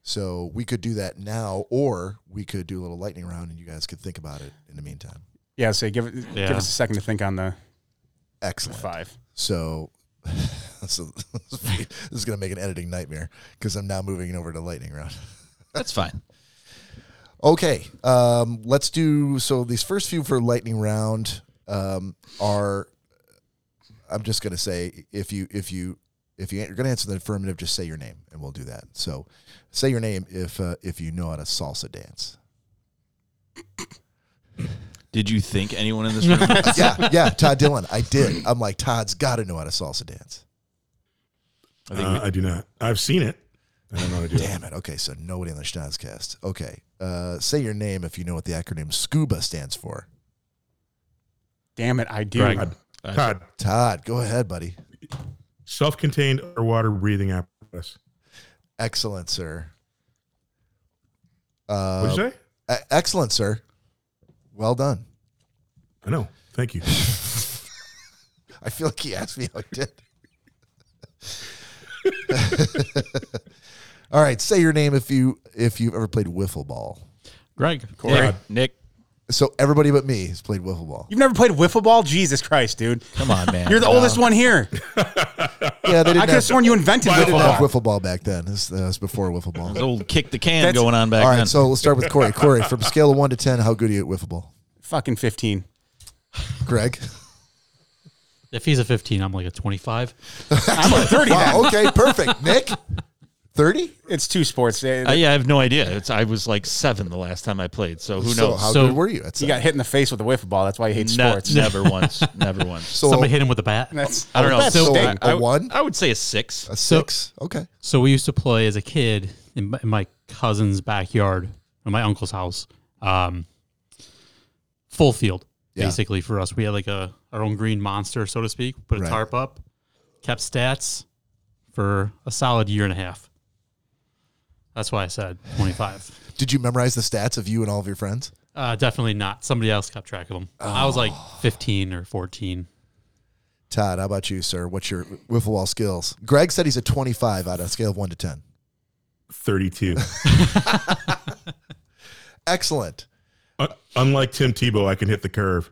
Speaker 1: So we could do that now, or we could do a little lightning round, and you guys could think about it in the meantime.
Speaker 3: Yeah, so give it,
Speaker 4: Yeah.
Speaker 3: give us a second to think on the
Speaker 1: Excellent.
Speaker 3: five.
Speaker 1: So, [laughs] so [laughs] this is going to make an editing nightmare because I'm now moving over to lightning round.
Speaker 2: That's fine.
Speaker 1: Okay, um, let's do. So these first few for lightning round um, are. I'm just gonna say if you if you if you, you're gonna answer the affirmative, just say your name and we'll do that. So, say your name if uh, if you know how to salsa dance.
Speaker 2: Did you think anyone in this
Speaker 7: [laughs]
Speaker 2: room?
Speaker 1: yeah, yeah, Todd Dillon. I did. I'm like Todd's got to know how to salsa dance.
Speaker 5: I, uh, I do not. I've seen it. I don't know how to do it.
Speaker 1: Damn it. Okay, so nobody on the Schnozcast. Okay, uh, say your name if you know what the acronym SCUBA stands for.
Speaker 3: Damn it, I do.
Speaker 4: Greg.
Speaker 5: Todd,
Speaker 1: Todd, go ahead, buddy.
Speaker 5: self-contained underwater breathing apparatus.
Speaker 1: Excellent, sir. Uh,
Speaker 5: What'd you say?
Speaker 1: E- excellent, sir. Well done.
Speaker 5: I know. Thank you.
Speaker 1: I feel like he asked me how I did. [laughs] All right, say your name if you if you've ever played wiffle ball.
Speaker 4: Greg.
Speaker 2: Nick, Nick,
Speaker 1: So everybody but me has played wiffle ball.
Speaker 3: You've never played wiffle ball? Jesus Christ, dude.
Speaker 2: come on, man.
Speaker 3: You're the oldest one here.
Speaker 1: Yeah, they
Speaker 3: I
Speaker 1: didn't,
Speaker 3: could have
Speaker 1: have,
Speaker 3: sworn you invented
Speaker 1: they
Speaker 3: wiffle
Speaker 1: didn't have
Speaker 3: ball.
Speaker 1: wiffle ball back then. This uh, was before wiffle ball.
Speaker 2: There's old kick the can
Speaker 3: That's-
Speaker 2: going on back
Speaker 1: All
Speaker 2: then.
Speaker 1: right, so let's start with Corey. Corey, from scale of one to ten, how good are you at wiffle ball?
Speaker 3: Fucking 15.
Speaker 1: Greg.
Speaker 4: If he's a 15, I'm like a 25.
Speaker 3: I'm a 30 now.
Speaker 1: Wow. Okay. Perfect. Nick. Thirty.
Speaker 3: It's two sports. They-
Speaker 7: I, Uh, yeah, I have no idea. It's, I was like seven the last time I played, so who
Speaker 1: So
Speaker 7: knows?
Speaker 1: how
Speaker 4: So-
Speaker 1: good were you? At
Speaker 3: You got hit in the face with a wiffle ball. That's why you hate
Speaker 7: Ne- [laughs]
Speaker 3: sports.
Speaker 7: never once. Never once.
Speaker 1: so
Speaker 4: Somebody hit him with a bat.
Speaker 3: [laughs] That's
Speaker 7: I don't know.
Speaker 1: that's
Speaker 7: So
Speaker 1: so
Speaker 7: I- I-
Speaker 1: a one?
Speaker 7: I would say a six.
Speaker 1: a six. okay.
Speaker 4: So we used to play as a kid in my, in my cousin's backyard, in my uncle's house, um, full field
Speaker 1: Yeah.
Speaker 4: basically for us. We had like a our own green monster, so to speak. Put a
Speaker 1: Right.
Speaker 4: tarp up, kept stats for a solid year and a half. That's why I said twenty five.
Speaker 1: Did you memorize the stats of you and all of your friends?
Speaker 4: uh, definitely not. Somebody else kept track of them. I was like
Speaker 1: Oh.
Speaker 4: fifteen or fourteen.
Speaker 1: Todd, how about you, sir? What's your wiffle ball skills? Greg said he's a 25 out of a scale of 1 to 10.
Speaker 5: Thirty-two. [laughs]
Speaker 1: Excellent.
Speaker 5: Un- Unlike Tim Tebow, I can hit the curve.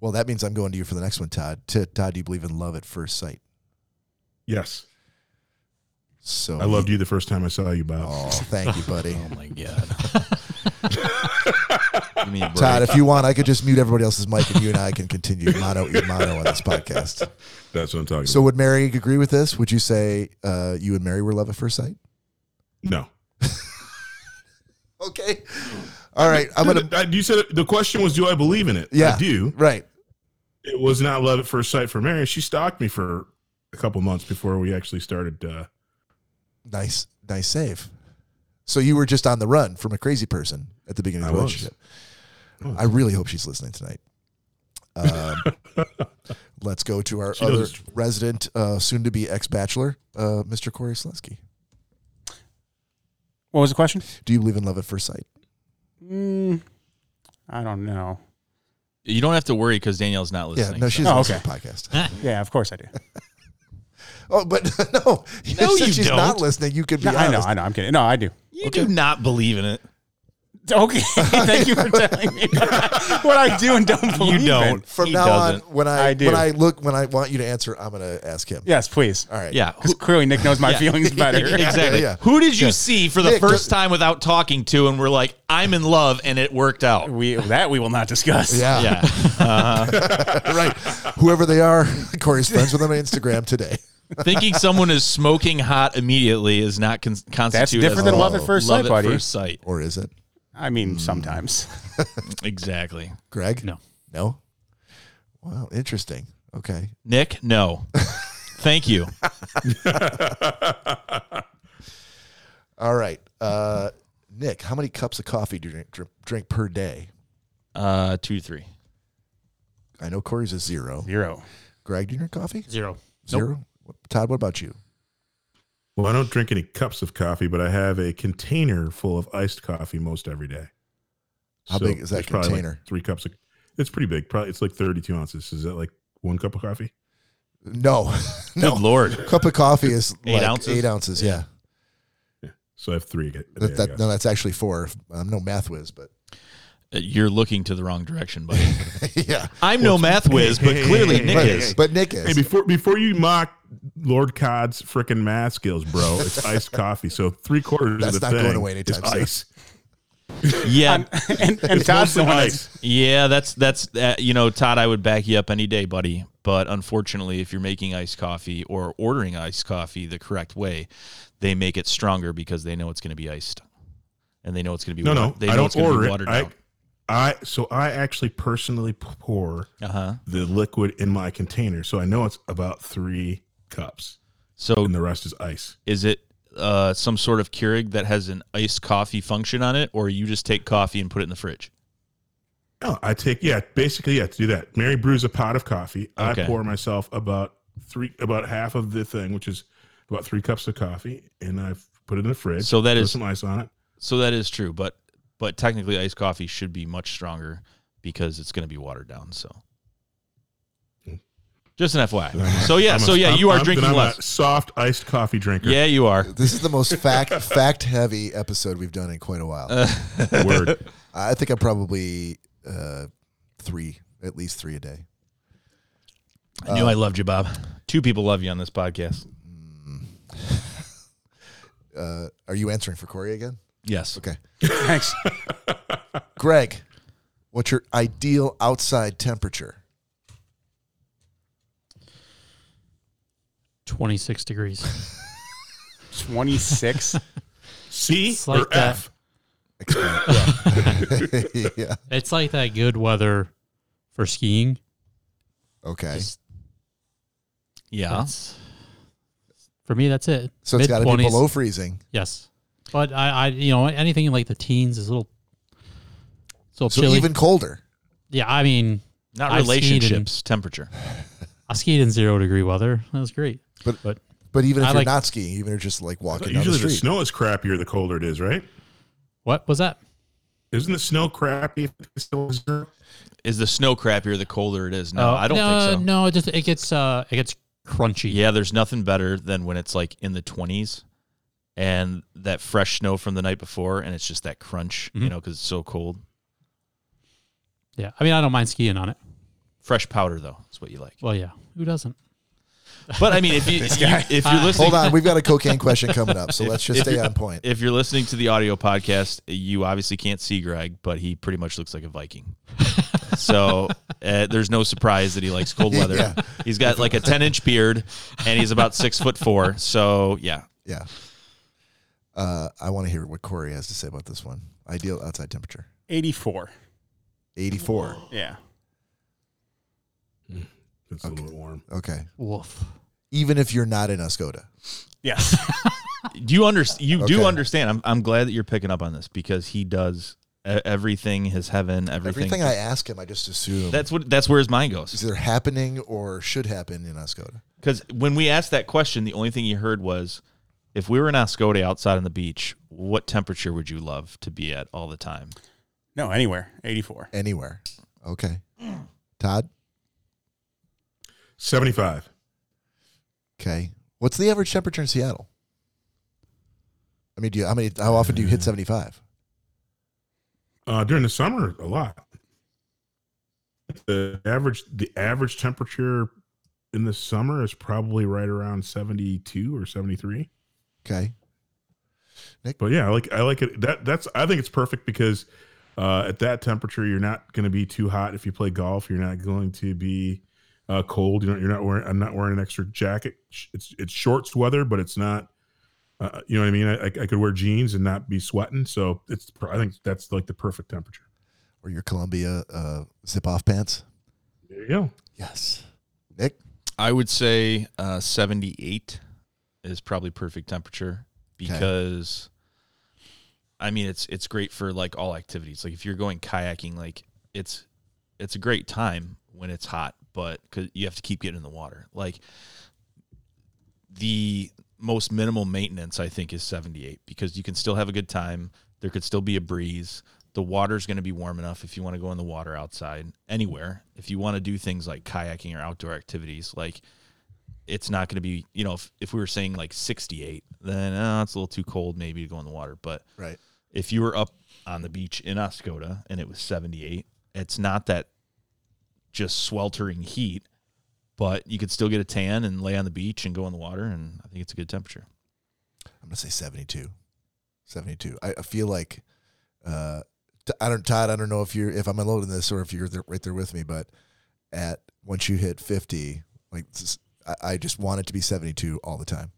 Speaker 1: Well, that means I'm going to you for the next one, Todd. T- Todd, do you believe in love at first sight?
Speaker 5: Yes.
Speaker 1: So
Speaker 5: I loved you the first time I saw you, Bob.
Speaker 1: Oh, thank you, buddy.
Speaker 8: Oh my
Speaker 7: [laughs]
Speaker 8: god. Give me a break.
Speaker 1: Todd, if you want, I could just mute everybody else's mic, and you and I can continue mono e mono on this podcast.
Speaker 5: That's what I'm talking
Speaker 1: So, would Mary agree with this? Would you say uh, you and Mary were love at first sight?
Speaker 5: about.
Speaker 1: Okay. All right. I'm
Speaker 5: No. [laughs]
Speaker 1: gonna.
Speaker 5: I- you said the question was, do I believe in it?
Speaker 1: Yeah.
Speaker 5: I do.
Speaker 1: Right.
Speaker 5: It was not love at first sight for Mary. She stalked me for a couple months before we actually started. Uh,
Speaker 1: Nice. Nice save. So you were just on the run from a crazy person at the beginning of
Speaker 5: I
Speaker 1: the
Speaker 5: was.
Speaker 1: relationship.
Speaker 5: I was.
Speaker 1: I really hope she's listening tonight.
Speaker 5: [laughs]
Speaker 1: Um, let's go to our
Speaker 5: She
Speaker 1: other
Speaker 5: knows.
Speaker 1: resident, uh, soon-to-be ex-bachelor, uh, Mr. Corey Selesky.
Speaker 3: What was the question?
Speaker 1: Do you believe in love at first sight?
Speaker 3: Mm, I don't know.
Speaker 8: you don't have to worry because Danielle's not
Speaker 1: Yeah,
Speaker 8: listening.
Speaker 1: no, she
Speaker 8: so-
Speaker 1: doesn't
Speaker 3: Oh,
Speaker 1: listen to the podcast.
Speaker 3: Yeah, of course I do.
Speaker 1: Oh, but [laughs] no,
Speaker 2: No,
Speaker 1: since
Speaker 2: you
Speaker 1: she's not
Speaker 2: don't.
Speaker 1: listening, you could be
Speaker 3: No, I know,
Speaker 1: honest.
Speaker 3: I know. I'm kidding. No, I do.
Speaker 2: You do not believe in it.
Speaker 3: Okay, [laughs] thank you for telling me [laughs] what I, what I do and don't believe. in.
Speaker 2: don't.
Speaker 1: From
Speaker 2: He
Speaker 1: now
Speaker 2: doesn't.
Speaker 1: on, when I,
Speaker 3: I do.
Speaker 1: when I look when I want you to answer, I'm gonna ask him.
Speaker 3: Yes, please.
Speaker 1: All right.
Speaker 2: Yeah. Who-
Speaker 3: Because clearly Nick knows my
Speaker 2: Yeah.
Speaker 3: feelings better.
Speaker 2: exactly.
Speaker 1: yeah.
Speaker 2: Who did you see for the
Speaker 1: Nick,
Speaker 2: first
Speaker 1: just-
Speaker 2: time without talking to and we're like, I'm in love and it worked out?
Speaker 3: We that we will not discuss.
Speaker 1: Yeah. [laughs]
Speaker 2: Yeah.
Speaker 1: right. Whoever they are, [laughs] Corey's friends with them on Instagram today.
Speaker 2: [laughs] Thinking someone is smoking hot immediately is not con-
Speaker 3: that's
Speaker 2: constitute
Speaker 3: different
Speaker 2: as
Speaker 3: than love at first
Speaker 2: love
Speaker 3: sight, buddy.
Speaker 2: at first sight.
Speaker 1: Or is it?
Speaker 3: I mean, sometimes.
Speaker 2: Exactly.
Speaker 1: Greg?
Speaker 4: No.
Speaker 1: No? Wow, interesting. Okay.
Speaker 2: Nick,
Speaker 3: [laughs]
Speaker 2: no. Thank you.
Speaker 1: All right. Uh, Nick, how many cups of coffee do you drink, drink, drink per day?
Speaker 2: Uh, two, three.
Speaker 1: I know Corey's a zero.
Speaker 3: Zero.
Speaker 1: Greg, do you drink coffee?
Speaker 4: Zero.
Speaker 1: Zero. What Todd, what about you?
Speaker 5: well, I don't drink any cups of coffee, but I have a container full of iced coffee most every day.
Speaker 1: How big is that
Speaker 5: it's probably like
Speaker 1: container?
Speaker 5: three cups. Of, it's pretty big. Probably it's like 32 ounces. Is that like one cup of coffee?
Speaker 1: No. [laughs]
Speaker 2: Good
Speaker 1: no.
Speaker 2: lord.
Speaker 1: Cup of coffee is
Speaker 2: Eight
Speaker 1: like
Speaker 2: ounces?
Speaker 1: Eight ounces, yeah.
Speaker 5: So I have three. a day, I
Speaker 1: That, that,
Speaker 5: guess.
Speaker 1: no, that's actually four. I'm no math whiz, but [laughs]
Speaker 2: You're looking to the wrong direction,
Speaker 3: [laughs]
Speaker 2: buddy.
Speaker 1: yeah.
Speaker 2: I'm no math whiz, but clearly Nick
Speaker 1: But-
Speaker 2: is.
Speaker 1: But Nick is.
Speaker 5: Hey, before before you mock Lord Cod's freaking math
Speaker 1: [laughs]
Speaker 5: skills, bro, it's iced coffee. So three quarters
Speaker 1: That's
Speaker 5: of the
Speaker 1: not
Speaker 5: thing
Speaker 1: going away
Speaker 5: is
Speaker 1: anytime soon. [laughs]
Speaker 5: ice.
Speaker 2: Yeah,
Speaker 3: [laughs] And, and Todd's the
Speaker 5: Mostly
Speaker 3: one that's,
Speaker 5: ice.
Speaker 2: yeah. That's that's uh, you know, Todd. I would back you up any day, buddy. But unfortunately, if you're making iced coffee or ordering iced coffee the correct way, they make it stronger because they know it's going to be iced, and they know it's going to be
Speaker 5: No,
Speaker 2: wa-
Speaker 5: no,
Speaker 2: They
Speaker 5: I
Speaker 2: know it's
Speaker 5: don't
Speaker 2: gonna
Speaker 5: order
Speaker 2: be
Speaker 5: it.
Speaker 2: watered
Speaker 5: I,
Speaker 2: down.
Speaker 5: I so I actually personally pour
Speaker 2: Uh huh.
Speaker 5: the liquid in my container, so I know it's about three cups,
Speaker 2: So
Speaker 5: and the rest is ice.
Speaker 2: is it uh, some sort of Keurig that has an iced coffee function on it, or you just take coffee and put it in the fridge?
Speaker 5: Oh, I take yeah, basically yeah, to do that. Mary brews a pot of coffee.
Speaker 2: Okay.
Speaker 5: I pour myself about three, about half of the thing, which is about three cups of coffee, and I put it in the fridge.
Speaker 2: So that
Speaker 5: put
Speaker 2: is-
Speaker 5: some ice on it.
Speaker 2: So that is true, but but technically, iced coffee should be much stronger because it's going to be watered down. So, just an
Speaker 5: [laughs]
Speaker 2: FYI. So yeah,
Speaker 5: I'm a-
Speaker 2: Uh, so yeah, you are
Speaker 5: I'm- then
Speaker 2: drinking
Speaker 5: I'm a
Speaker 2: less.
Speaker 5: soft iced coffee drinker.
Speaker 2: Yeah, you are.
Speaker 1: [laughs] This is the most fact fact heavy episode we've done in quite a while.
Speaker 2: Uh.
Speaker 5: Word.
Speaker 1: I think I'm probably uh, three, at least three a day.
Speaker 2: I knew I loved you, Bob. Two people love you on this podcast.
Speaker 1: Uh, are you answering for Corey again?
Speaker 2: Yes.
Speaker 1: Okay,
Speaker 3: thanks.
Speaker 1: Greg, what's your ideal outside temperature?
Speaker 4: 26 degrees.
Speaker 3: 26.
Speaker 5: C
Speaker 4: It's
Speaker 5: or
Speaker 4: like that.
Speaker 5: F.
Speaker 1: Explain. [laughs] yeah.
Speaker 4: it's like that good weather for skiing.
Speaker 1: Okay.
Speaker 4: Just-
Speaker 2: Yeah.
Speaker 4: That's, for me, that's it.
Speaker 1: Oh. So it's got to be
Speaker 4: Mid-twenties.
Speaker 1: below freezing.
Speaker 4: Yes. But I, I, you know, anything in like the teens is a little, it's a little
Speaker 1: So
Speaker 4: chilly.
Speaker 1: even colder.
Speaker 4: yeah, I mean,
Speaker 2: Not
Speaker 4: I've skied in-
Speaker 2: relationships, temperature.
Speaker 4: I skied in zero degree weather. That was great.
Speaker 1: But-
Speaker 4: but
Speaker 1: But even if
Speaker 4: I
Speaker 1: you're
Speaker 4: like-
Speaker 1: not skiing, even if you're just like walking down
Speaker 5: Usually
Speaker 1: the
Speaker 5: the
Speaker 1: street.
Speaker 5: snow is crappier the colder it is, right?
Speaker 4: what was that?
Speaker 5: Isn't the snow crappy if it's still zero?
Speaker 2: Is the snow crappier the colder it is? No,
Speaker 4: Uh,
Speaker 2: I don't
Speaker 4: no,
Speaker 2: think so.
Speaker 4: No, it just it gets uh it gets crunchy.
Speaker 2: Yeah, there's nothing better than when it's like in the 20s and that fresh snow from the night before and it's just that crunch, you
Speaker 5: Mm-hmm.
Speaker 4: Mhm.
Speaker 2: know, because it's so cold.
Speaker 4: Yeah. I mean, I don't mind skiing on it.
Speaker 2: Fresh powder, though, is what you like.
Speaker 4: Well, yeah. Who doesn't?
Speaker 2: But I mean, if you, you if you're listening,
Speaker 1: Hold on, we've got a cocaine question coming up, so let's just stay on point.
Speaker 2: if you're listening to the audio podcast, you obviously can't see Greg, but he pretty much looks like
Speaker 1: [laughs]
Speaker 2: a Viking. so uh, there's no surprise that he likes cold weather.
Speaker 1: Yeah.
Speaker 2: He's got like a 10 inch beard, and he's about six foot four. So [laughs] yeah,
Speaker 1: Yeah. Uh, I want to hear what Corey has to say about this one. Ideal outside temperature,
Speaker 3: 84.
Speaker 1: 84.
Speaker 3: Yeah.
Speaker 5: It's a little warm.
Speaker 1: Okay. [laughs]
Speaker 4: Woof.
Speaker 1: Even if you're not in Escoda.
Speaker 3: Yes.
Speaker 2: do you understand? You do
Speaker 1: Okay.
Speaker 2: understand? I'm I'm glad that you're picking up on this because he does e- everything. His heaven, everything.
Speaker 1: Everything I ask him, I just assume
Speaker 2: that's what. That's where his mind goes.
Speaker 1: is either happening or should happen in Escoda.
Speaker 2: Because when we asked that question, the only thing you heard was, if we were in Ascode outside on the beach, what temperature would you love to be at all the time?
Speaker 3: no, anywhere. 84.
Speaker 1: Anywhere. Okay. Todd?
Speaker 5: 75.
Speaker 1: Okay. What's the average temperature in Seattle? I mean, do you, how many? How often do you hit seventy-five?
Speaker 5: Uh, during the summer, a lot. The average the average temperature in the summer is probably right around 72 or 73.
Speaker 1: Okay.
Speaker 5: But yeah, I like I like it. That that's I think it's perfect because uh, at that temperature, you're not going to be too hot. If you play golf, you're not going to be uh, cold. You know, you're not wearing. I'm not wearing an extra jacket. Sh- It's it's shorts weather, but it's not. Uh, you know what I mean? I, I could wear jeans and not be sweating. So it's. pr- I think that's like the perfect temperature.
Speaker 1: Or your Columbia uh, zip-off pants?
Speaker 5: There you go.
Speaker 1: Yes. Nick,
Speaker 2: I would say uh, 78 is probably perfect temperature because I mean it's it's great for like all activities. Like if you're going kayaking, like it's it's a great time when it's hot, but cause you have to keep getting in the water. Like the most minimal maintenance I think is 78 because you can still have a good time. There could still be a breeze. The water's going to be warm enough if you want to go in the water outside anywhere. If you want to do things like kayaking or outdoor activities, like it's not going to be, you know, if, if we were saying like 68, then uh, it's a little too cold maybe to go in the water. But
Speaker 1: Right.
Speaker 2: if you were up on the beach in Oscoda and it was 78, it's not that just sweltering heat, but you could still get a tan and lay on the beach and go in the water. And I think it's a good temperature.
Speaker 1: I'm gonna say seventy-two. Seventy-two. I, I feel like uh, t- I don't, Todd. I don't know if you're if I'm alone in this or if you're there, right there with me, but at once you hit fifty, like this is- I, I just want it to be seventy-two all the time.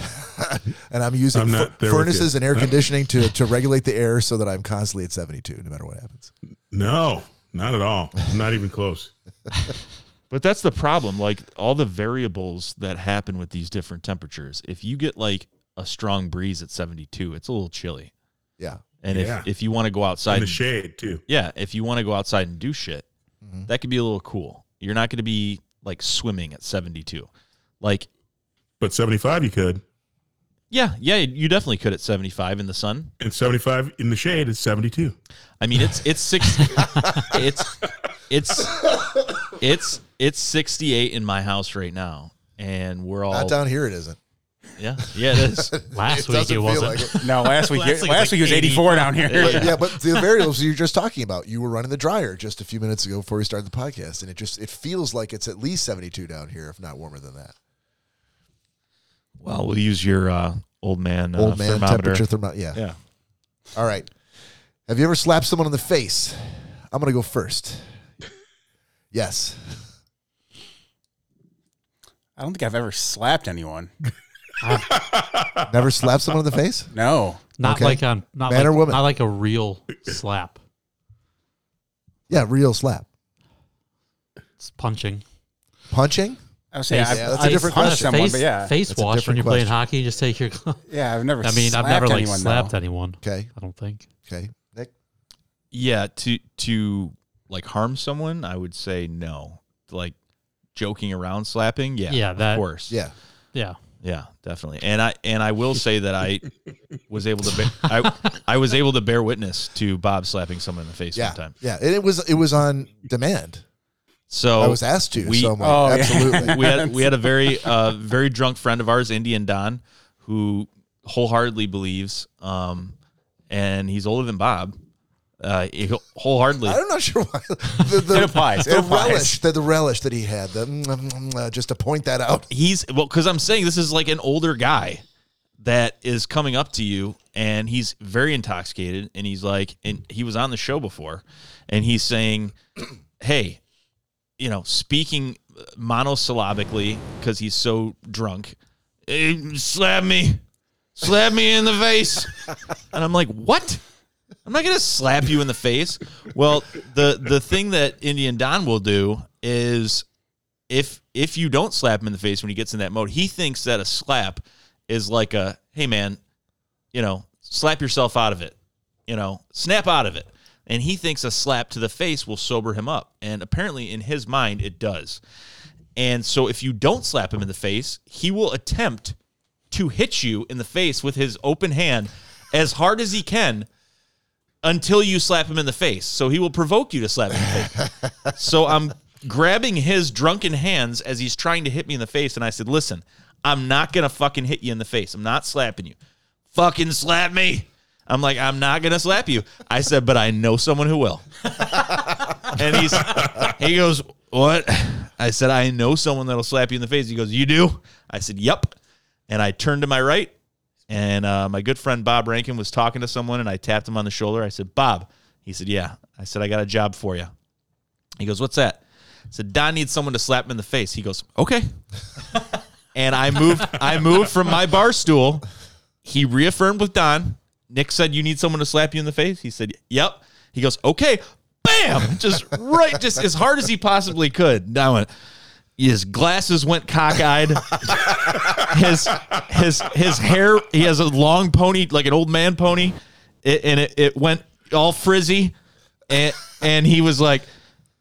Speaker 1: [laughs] and I'm using
Speaker 5: I'm not
Speaker 1: fu-
Speaker 5: there with
Speaker 1: furnaces
Speaker 5: you.
Speaker 1: and air conditioning to, to regulate the air so that I'm constantly at 72, no matter what happens.
Speaker 5: No, not at all. Not even close.
Speaker 2: But that's the problem. Like all the variables that happen with these different temperatures. If you get like a strong breeze at 72, it's a little chilly.
Speaker 1: Yeah.
Speaker 2: And
Speaker 5: Yeah.
Speaker 2: if, if you want to go outside
Speaker 5: In the
Speaker 2: and
Speaker 5: shade too.
Speaker 2: yeah, if you want to go outside and do shit,
Speaker 5: Mm-hmm.
Speaker 2: that could be a little cool. You're not going to be like swimming at 72. Like,
Speaker 5: But 75 you could.
Speaker 2: yeah, yeah, you definitely could at 75 in the sun.
Speaker 5: And 75 in the shade is 72.
Speaker 2: I mean, it's it's [laughs] six, it's it's it's it's 68 in my house right now, and we're all
Speaker 1: Not down here, it isn't.
Speaker 2: yeah, yeah, it
Speaker 1: [laughs]
Speaker 2: is.
Speaker 4: Last week it wasn't.
Speaker 1: like it.
Speaker 3: No, last week,
Speaker 2: Last
Speaker 3: last,
Speaker 2: week was
Speaker 3: week,
Speaker 2: like
Speaker 3: it was 84 down here.
Speaker 1: But, yeah, but the variables you were just talking about, you were running the dryer just a few minutes ago before we started the podcast, and it just it feels like it's at least 72 down here, if not warmer than that.
Speaker 2: Well, we'll use your uh, old man uh,
Speaker 1: Old man
Speaker 2: thermometer.
Speaker 1: temperature thermometer. Yeah.
Speaker 2: Yeah.
Speaker 1: All right. Have you ever slapped someone in the face? I'm gonna go first. Yes.
Speaker 3: I don't think I've ever slapped anyone.
Speaker 1: Never slapped someone in the face?
Speaker 3: No.
Speaker 4: Not
Speaker 1: Okay.
Speaker 4: like a not
Speaker 1: Man
Speaker 4: like,
Speaker 1: or woman?
Speaker 4: Not like a real slap.
Speaker 1: Yeah, real slap.
Speaker 4: It's punching.
Speaker 1: Punching?
Speaker 3: I was saying,
Speaker 4: Face-
Speaker 3: I've,
Speaker 1: Yeah, that's a
Speaker 3: I've
Speaker 1: different
Speaker 3: punched
Speaker 1: question.
Speaker 3: someone,
Speaker 4: face
Speaker 3: but yeah.
Speaker 4: face
Speaker 1: That's a
Speaker 4: wash
Speaker 1: different
Speaker 4: when you're playing
Speaker 1: question.
Speaker 4: hockey. You just take your. [laughs] glove.
Speaker 3: yeah, I've never
Speaker 4: I mean, I've never like
Speaker 3: anyone,
Speaker 4: slapped
Speaker 3: though.
Speaker 4: anyone.
Speaker 1: Okay.
Speaker 4: I don't think.
Speaker 1: Okay. Nick?
Speaker 2: Yeah, to to like harm someone, I would say no. Like joking around, slapping, yeah,
Speaker 4: Yeah, that-
Speaker 2: of course,
Speaker 1: Yeah.
Speaker 4: Yeah.
Speaker 2: Yeah, definitely. And I and I will say that I was able to bear, I I was able to bear witness to Bob slapping someone in the face
Speaker 1: Yeah.
Speaker 2: one time.
Speaker 1: Yeah. And it was it was on demand.
Speaker 2: So
Speaker 1: I was asked to,
Speaker 2: Oh, we- uh,
Speaker 1: so I'm like,
Speaker 3: Oh, yeah.
Speaker 1: absolutely.
Speaker 2: we had we had a very uh very drunk friend of ours, Indian Don, who wholeheartedly believes um and he's older than Bob uh, wholeheartedly.
Speaker 1: I'm not sure why the, the,
Speaker 3: It applies.
Speaker 1: the
Speaker 3: It applies.
Speaker 1: relish that the relish that he had. The, mm, mm, mm, uh, just to point that out.
Speaker 2: he's well because i'm saying this is like an older guy that is coming up to you and he's very intoxicated and he's like and he was on the show before and he's saying [clears throat] hey you know speaking monosyllabically because he's so drunk "Eh, slap me slap me in the face and i'm like what i'm not gonna slap you in the face well the the thing that indian don will do is if if you don't slap him in the face when he gets in that mode, he thinks that a slap is like a hey man, you know, slap yourself out of it, you know, snap out of it. And he thinks a slap to the face will sober him up. And apparently in his mind it does. And so if you don't slap him in the face, he will attempt to hit you in the face with his open hand as hard as he can until you slap him in the face. So he will provoke you to slap him in the face. So I'm grabbing his drunken hands as he's trying to hit me in the face. And I said, Listen, I'm not going to fucking hit you in the face. I'm not slapping you. Fucking slap me. I'm like, I'm not going to slap you. I said, But I know someone who will. and he's, he goes, What? I said, I know someone that'll slap you in the face. He goes, You do? I said, Yep. And I turned to my right. And uh, my good friend Bob Rankin was talking to someone, and I tapped him on the shoulder. I said, Bob. He said, Yeah. I said, I got a job for you. He goes, "What's that?" I said, "Don needs someone to slap him in the face." He goes, "Okay." and I moved. I moved from my bar stool. He reaffirmed with Don. Nick said, "You need someone to slap you in the face." He said, "Yep." He goes, "Okay." Bam! Just right, just as hard as he possibly could. And I went. His glasses went cockeyed. his his his hair. He has a long pony, like an old man pony, it, and it, it went all frizzy. And and he was like,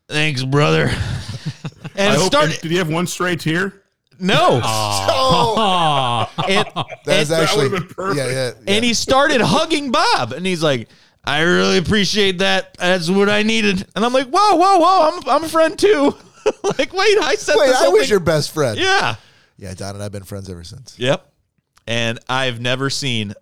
Speaker 2: thanks, brother.
Speaker 5: I
Speaker 2: And
Speaker 5: hope,
Speaker 2: started
Speaker 5: did you have one straight tear?
Speaker 2: [laughs] no,
Speaker 1: Oh, [laughs]
Speaker 2: and,
Speaker 1: that is
Speaker 2: and-
Speaker 1: actually
Speaker 5: would've been perfect.
Speaker 1: yeah, yeah, yeah.
Speaker 2: and he started hugging Bob, and he's like, "I really appreciate that. That's what I needed." And I'm like, "Whoa, whoa, whoa! I'm I'm a friend too." [laughs] like, wait, I said
Speaker 1: Wait,
Speaker 2: this.
Speaker 1: I
Speaker 2: whole
Speaker 1: was
Speaker 2: thing-
Speaker 1: your best friend.
Speaker 2: yeah,
Speaker 1: yeah, Don and I've been friends ever since.
Speaker 2: yep. And I've never seen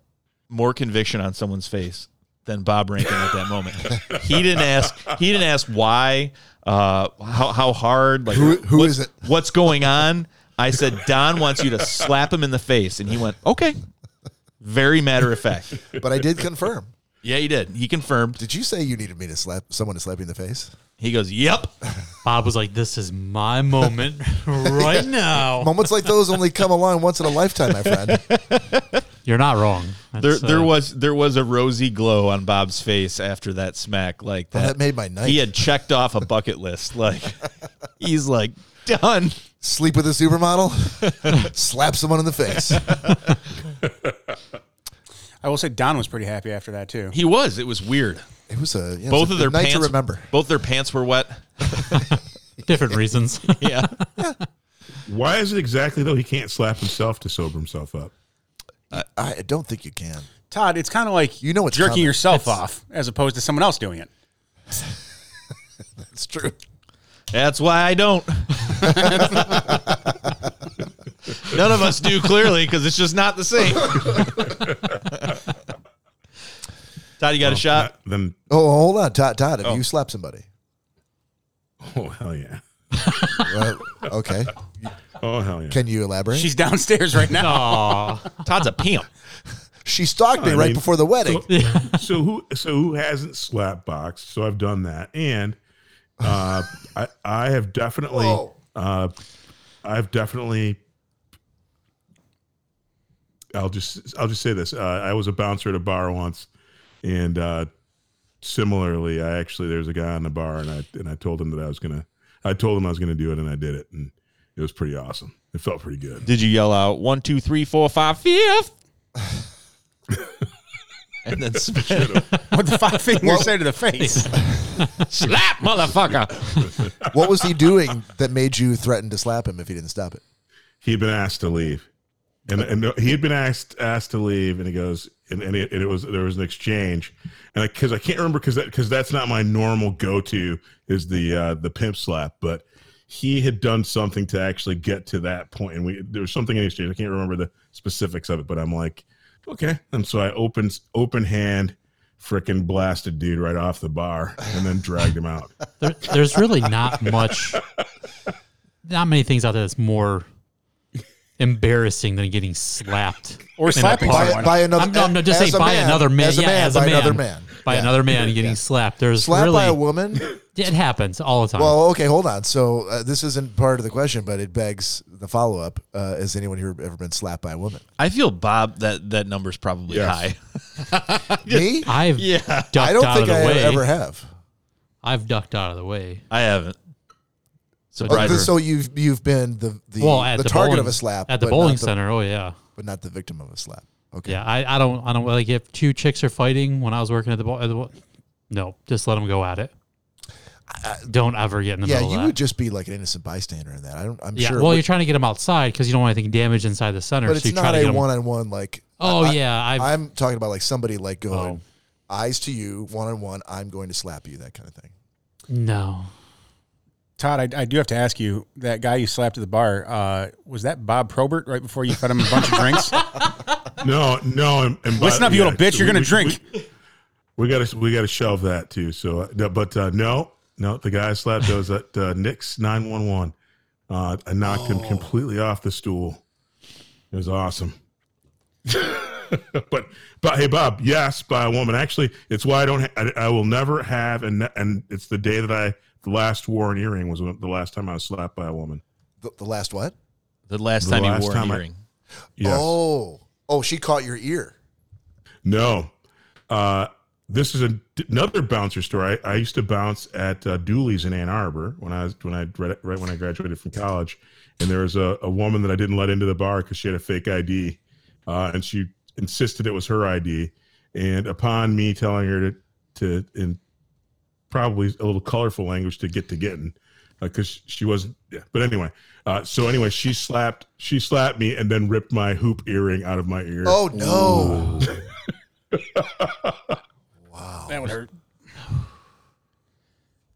Speaker 2: more conviction on someone's face than Bob Rankin at
Speaker 1: [laughs]
Speaker 2: that moment. he didn't ask. He didn't ask why. Uh, how how hard? Like
Speaker 1: Who who
Speaker 2: what-
Speaker 1: is it?
Speaker 2: what's going on? I said, Don wants you to slap him in the face. And he went, okay. Very matter of fact.
Speaker 1: But I did confirm.
Speaker 2: Yeah, he did. He confirmed.
Speaker 1: Did you say you needed me to slap someone to slap you in the face?
Speaker 2: He goes, yep.
Speaker 4: Bob was like, "This is
Speaker 1: [laughs]
Speaker 4: my moment right now."
Speaker 1: Moments like those only come along once in a lifetime, my friend.
Speaker 4: You're not wrong.
Speaker 2: There,
Speaker 4: That's,
Speaker 2: there
Speaker 4: uh,
Speaker 2: was there was a rosy glow on Bob's face after that smack. Like that,
Speaker 1: that made my night.
Speaker 2: He had checked off a bucket list. Like he's like done.
Speaker 1: Sleep with a supermodel, slap someone in the face.
Speaker 3: I will say Don was pretty happy after that too.
Speaker 2: He was. It was weird.
Speaker 1: It was a you know, it's
Speaker 2: Both
Speaker 1: a
Speaker 2: of their
Speaker 1: good night
Speaker 2: pants.
Speaker 1: to remember.
Speaker 2: Both their pants were wet.
Speaker 1: [laughs]
Speaker 4: different reasons.
Speaker 2: Yeah. [laughs]
Speaker 5: Why is it exactly though he can't slap himself to sober himself up?
Speaker 1: I don't think you can.
Speaker 3: Todd, it's kind of like
Speaker 1: You know it's
Speaker 3: jerking
Speaker 1: coming.
Speaker 3: yourself off as opposed to someone else doing it.
Speaker 1: It's true.
Speaker 2: That's why I [laughs] don't. None of us do clearly because it's just not the [laughs] same. Todd, you got a shot?
Speaker 5: Then
Speaker 1: Oh, hold on, Todd. Todd, if you slap somebody,
Speaker 5: oh hell yeah.
Speaker 1: well, Uh, okay.
Speaker 5: Oh hell yeah.
Speaker 1: Can you elaborate? She,
Speaker 3: She's downstairs right now.
Speaker 2: Todd's a pimp.
Speaker 1: stalked me
Speaker 5: I
Speaker 1: right
Speaker 5: mean,
Speaker 1: before the wedding.
Speaker 5: so who so who hasn't slap boxed? So I've done that, and uh, I I have definitely
Speaker 1: Whoa.
Speaker 5: uh, I've definitely. I'll just I'll just say this. Uh, I was a bouncer at a bar once, and uh, similarly, I actually there's a guy in the bar, and I and I told him that I was gonna I told him I was gonna do it, and I did it, and it was pretty awesome. It felt pretty good.
Speaker 2: Did you yell out one, two, three, four, five, fifth? and then spit.
Speaker 3: What the five [laughs] fingers say to the face?
Speaker 2: slap, motherfucker.
Speaker 1: what was he doing that made you threaten to slap him if he didn't stop it?
Speaker 5: he had been asked to leave and, and he had been asked asked to leave and he goes and, and, it, and it was there was an exchange and because I, can't remember because that because that's not my normal go-to is the uh the pimp slap but he had done something to actually get to that point and we there was something in exchange i can't remember the specifics of it but i'm like okay and so i opened open hand frickin' blasted dude right off the bar and then dragged him out.
Speaker 4: There, there's really not much, not many things out there that's more embarrassing than getting slapped
Speaker 3: Or
Speaker 4: in a
Speaker 3: slapping
Speaker 4: park.
Speaker 3: someone.
Speaker 1: By, by another,
Speaker 4: I'm, no, I'm not just
Speaker 1: as
Speaker 4: saying
Speaker 1: a
Speaker 4: by another man.
Speaker 1: As a
Speaker 4: yeah,
Speaker 1: man,
Speaker 4: as a
Speaker 1: by
Speaker 4: man.
Speaker 1: another man.
Speaker 4: By
Speaker 1: Yeah.
Speaker 4: another man getting slapped. There's
Speaker 1: Slapped
Speaker 4: really Um,
Speaker 1: by a
Speaker 4: [laughs]
Speaker 1: woman?
Speaker 4: it happens all the time.
Speaker 1: Well, okay, hold on. So uh, this isn't part of the question, but it begs the follow up. Uh, has anyone here ever been slapped by a woman?
Speaker 2: I feel Bob that that number's probably
Speaker 5: Yes.
Speaker 2: high.
Speaker 1: Me?
Speaker 4: I've ducked
Speaker 1: I don't
Speaker 4: out
Speaker 1: think
Speaker 4: of the
Speaker 1: I
Speaker 4: way.
Speaker 1: ever have.
Speaker 4: I've ducked out of the way.
Speaker 2: I haven't.
Speaker 1: Oh,
Speaker 2: Surprise.
Speaker 1: th- so you've you've been the the,
Speaker 4: Well, at
Speaker 1: the,
Speaker 4: the,
Speaker 1: target
Speaker 4: bowling,
Speaker 1: of a slap
Speaker 4: at the
Speaker 1: but
Speaker 4: bowling
Speaker 1: not
Speaker 4: center. Oh yeah,
Speaker 1: but not the victim of a slap. Okay.
Speaker 4: yeah. I, I don't I don't like if two chicks are fighting when I was working at the, bo- at the bo- No, just let them go at it. don't ever get in the
Speaker 1: Yeah,
Speaker 4: middle
Speaker 1: you
Speaker 4: of that.
Speaker 1: would just be like an innocent bystander in that. I don't. I'm
Speaker 4: yeah.
Speaker 1: sure.
Speaker 4: well,
Speaker 1: but-
Speaker 4: you're trying to get them outside because you don't want anything damage inside the center.
Speaker 1: but
Speaker 4: so
Speaker 1: it's
Speaker 4: you try
Speaker 1: not
Speaker 4: to get
Speaker 1: a
Speaker 4: 'em-
Speaker 1: one on one like.
Speaker 4: Oh
Speaker 1: I-
Speaker 4: yeah, I've
Speaker 1: I'm talking about like somebody like going
Speaker 4: Oh.
Speaker 1: eyes to you, one on one. I'm going to slap you, that kind of thing.
Speaker 4: no.
Speaker 3: Todd, I, I do have to ask you that guy you slapped at the bar, uh, was that Bob Probert right before you fed him a bunch of drinks?
Speaker 5: No, no. And, and
Speaker 3: Listen
Speaker 5: but-
Speaker 3: up, you little
Speaker 5: yeah,
Speaker 3: bitch. You're
Speaker 5: we-
Speaker 3: going to
Speaker 5: we-
Speaker 3: drink.
Speaker 5: We got to we got to shelve that too. So, uh, no, but uh, no, no, the guy I slapped those at uh, Nick's nine one one. Uh, I knocked
Speaker 3: Oh.
Speaker 5: him completely off the stool. It was awesome. [laughs] but but hey, Bob, yes, by a woman. Actually, it's why I don't. Ha- I, I will never have, and and it's the day that I the last wore an earring was when, the last time I was slapped by a woman.
Speaker 1: The, the last what?
Speaker 2: the last
Speaker 5: The
Speaker 2: time he
Speaker 5: last
Speaker 2: wore
Speaker 5: time
Speaker 2: an
Speaker 5: I-
Speaker 2: earring.
Speaker 5: Yes.
Speaker 1: Oh, oh, she caught your ear.
Speaker 5: No. Uh, this is a, another bouncer story. I, I used to bounce at uh, Dooley's in Ann Arbor when I was when I right, right when I graduated from college, and there was a, a woman that I didn't let into the bar because she had a fake ID, uh, and she insisted it was her ID. And upon me telling her to to in probably a little colorful language to get to getting, because she wasn't. Yeah. But anyway, uh, so anyway, she slapped she slapped me and then ripped my hoop earring out of my ear.
Speaker 1: Oh no!
Speaker 3: That would hurt.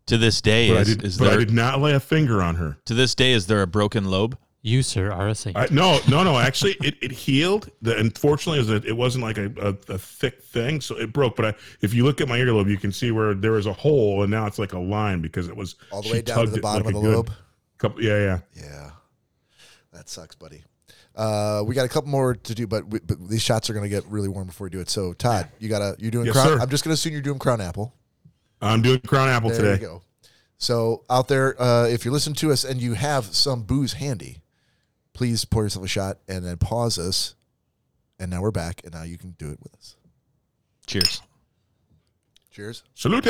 Speaker 2: To this day,
Speaker 5: But, I
Speaker 2: is,
Speaker 5: did,
Speaker 2: is
Speaker 5: but I
Speaker 2: there
Speaker 5: did not lay a finger on her.
Speaker 2: to this day is there a broken lobe?
Speaker 4: You sir are a saint.
Speaker 5: I, no, no, no. Actually, it, it healed. The, unfortunately, is that it wasn't like a, a, a thick thing, so it broke. But I, if you look at my earlobe, you can see where there was a hole, and now it's like a line because it was
Speaker 1: All the
Speaker 5: she
Speaker 1: way down to
Speaker 5: tugged
Speaker 1: the
Speaker 5: it
Speaker 1: bottom
Speaker 5: like
Speaker 1: of
Speaker 5: a
Speaker 1: the
Speaker 5: good
Speaker 1: lobe.
Speaker 5: Couple, yeah, yeah.
Speaker 1: Yeah, that sucks, buddy. Uh, we got a couple more to do, but, we, but these shots are gonna get really warm before we do it. So, Todd, you gotta you doing
Speaker 5: Yes,
Speaker 1: crown?
Speaker 5: sir.
Speaker 1: I'm just gonna assume you're doing crown apple.
Speaker 5: I'm doing crown apple
Speaker 1: There
Speaker 5: today.
Speaker 1: you go. So out there, uh, if you're listening to us and you have some booze handy, please pour yourself a shot and then pause us. And now we're back, and now you can do it with us.
Speaker 2: Cheers.
Speaker 1: Cheers.
Speaker 5: Salute.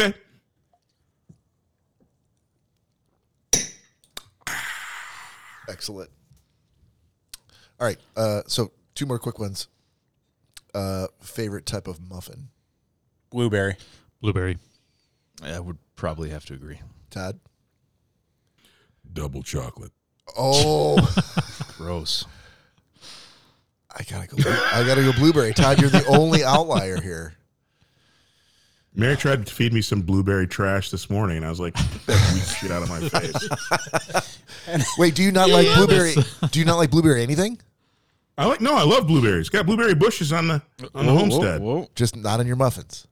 Speaker 1: Excellent. All right. Uh, so two more quick ones. Uh, favorite type of muffin,
Speaker 3: Blueberry.
Speaker 4: Blueberry.
Speaker 2: I would probably have to agree.
Speaker 1: Todd?
Speaker 5: Double chocolate.
Speaker 1: Oh,
Speaker 2: Gross.
Speaker 1: [laughs] I gotta go. I gotta go blueberry. Todd, you're the only outlier here.
Speaker 5: Mary tried to feed me some blueberry trash this morning, and I was like, [laughs] "Get that weak shit out of my face."
Speaker 1: Wait, do you not like blueberry? Do you not like blueberry anything?
Speaker 5: I like. No, I love blueberries. Got blueberry bushes on the on the homestead.
Speaker 1: Just not in your muffins.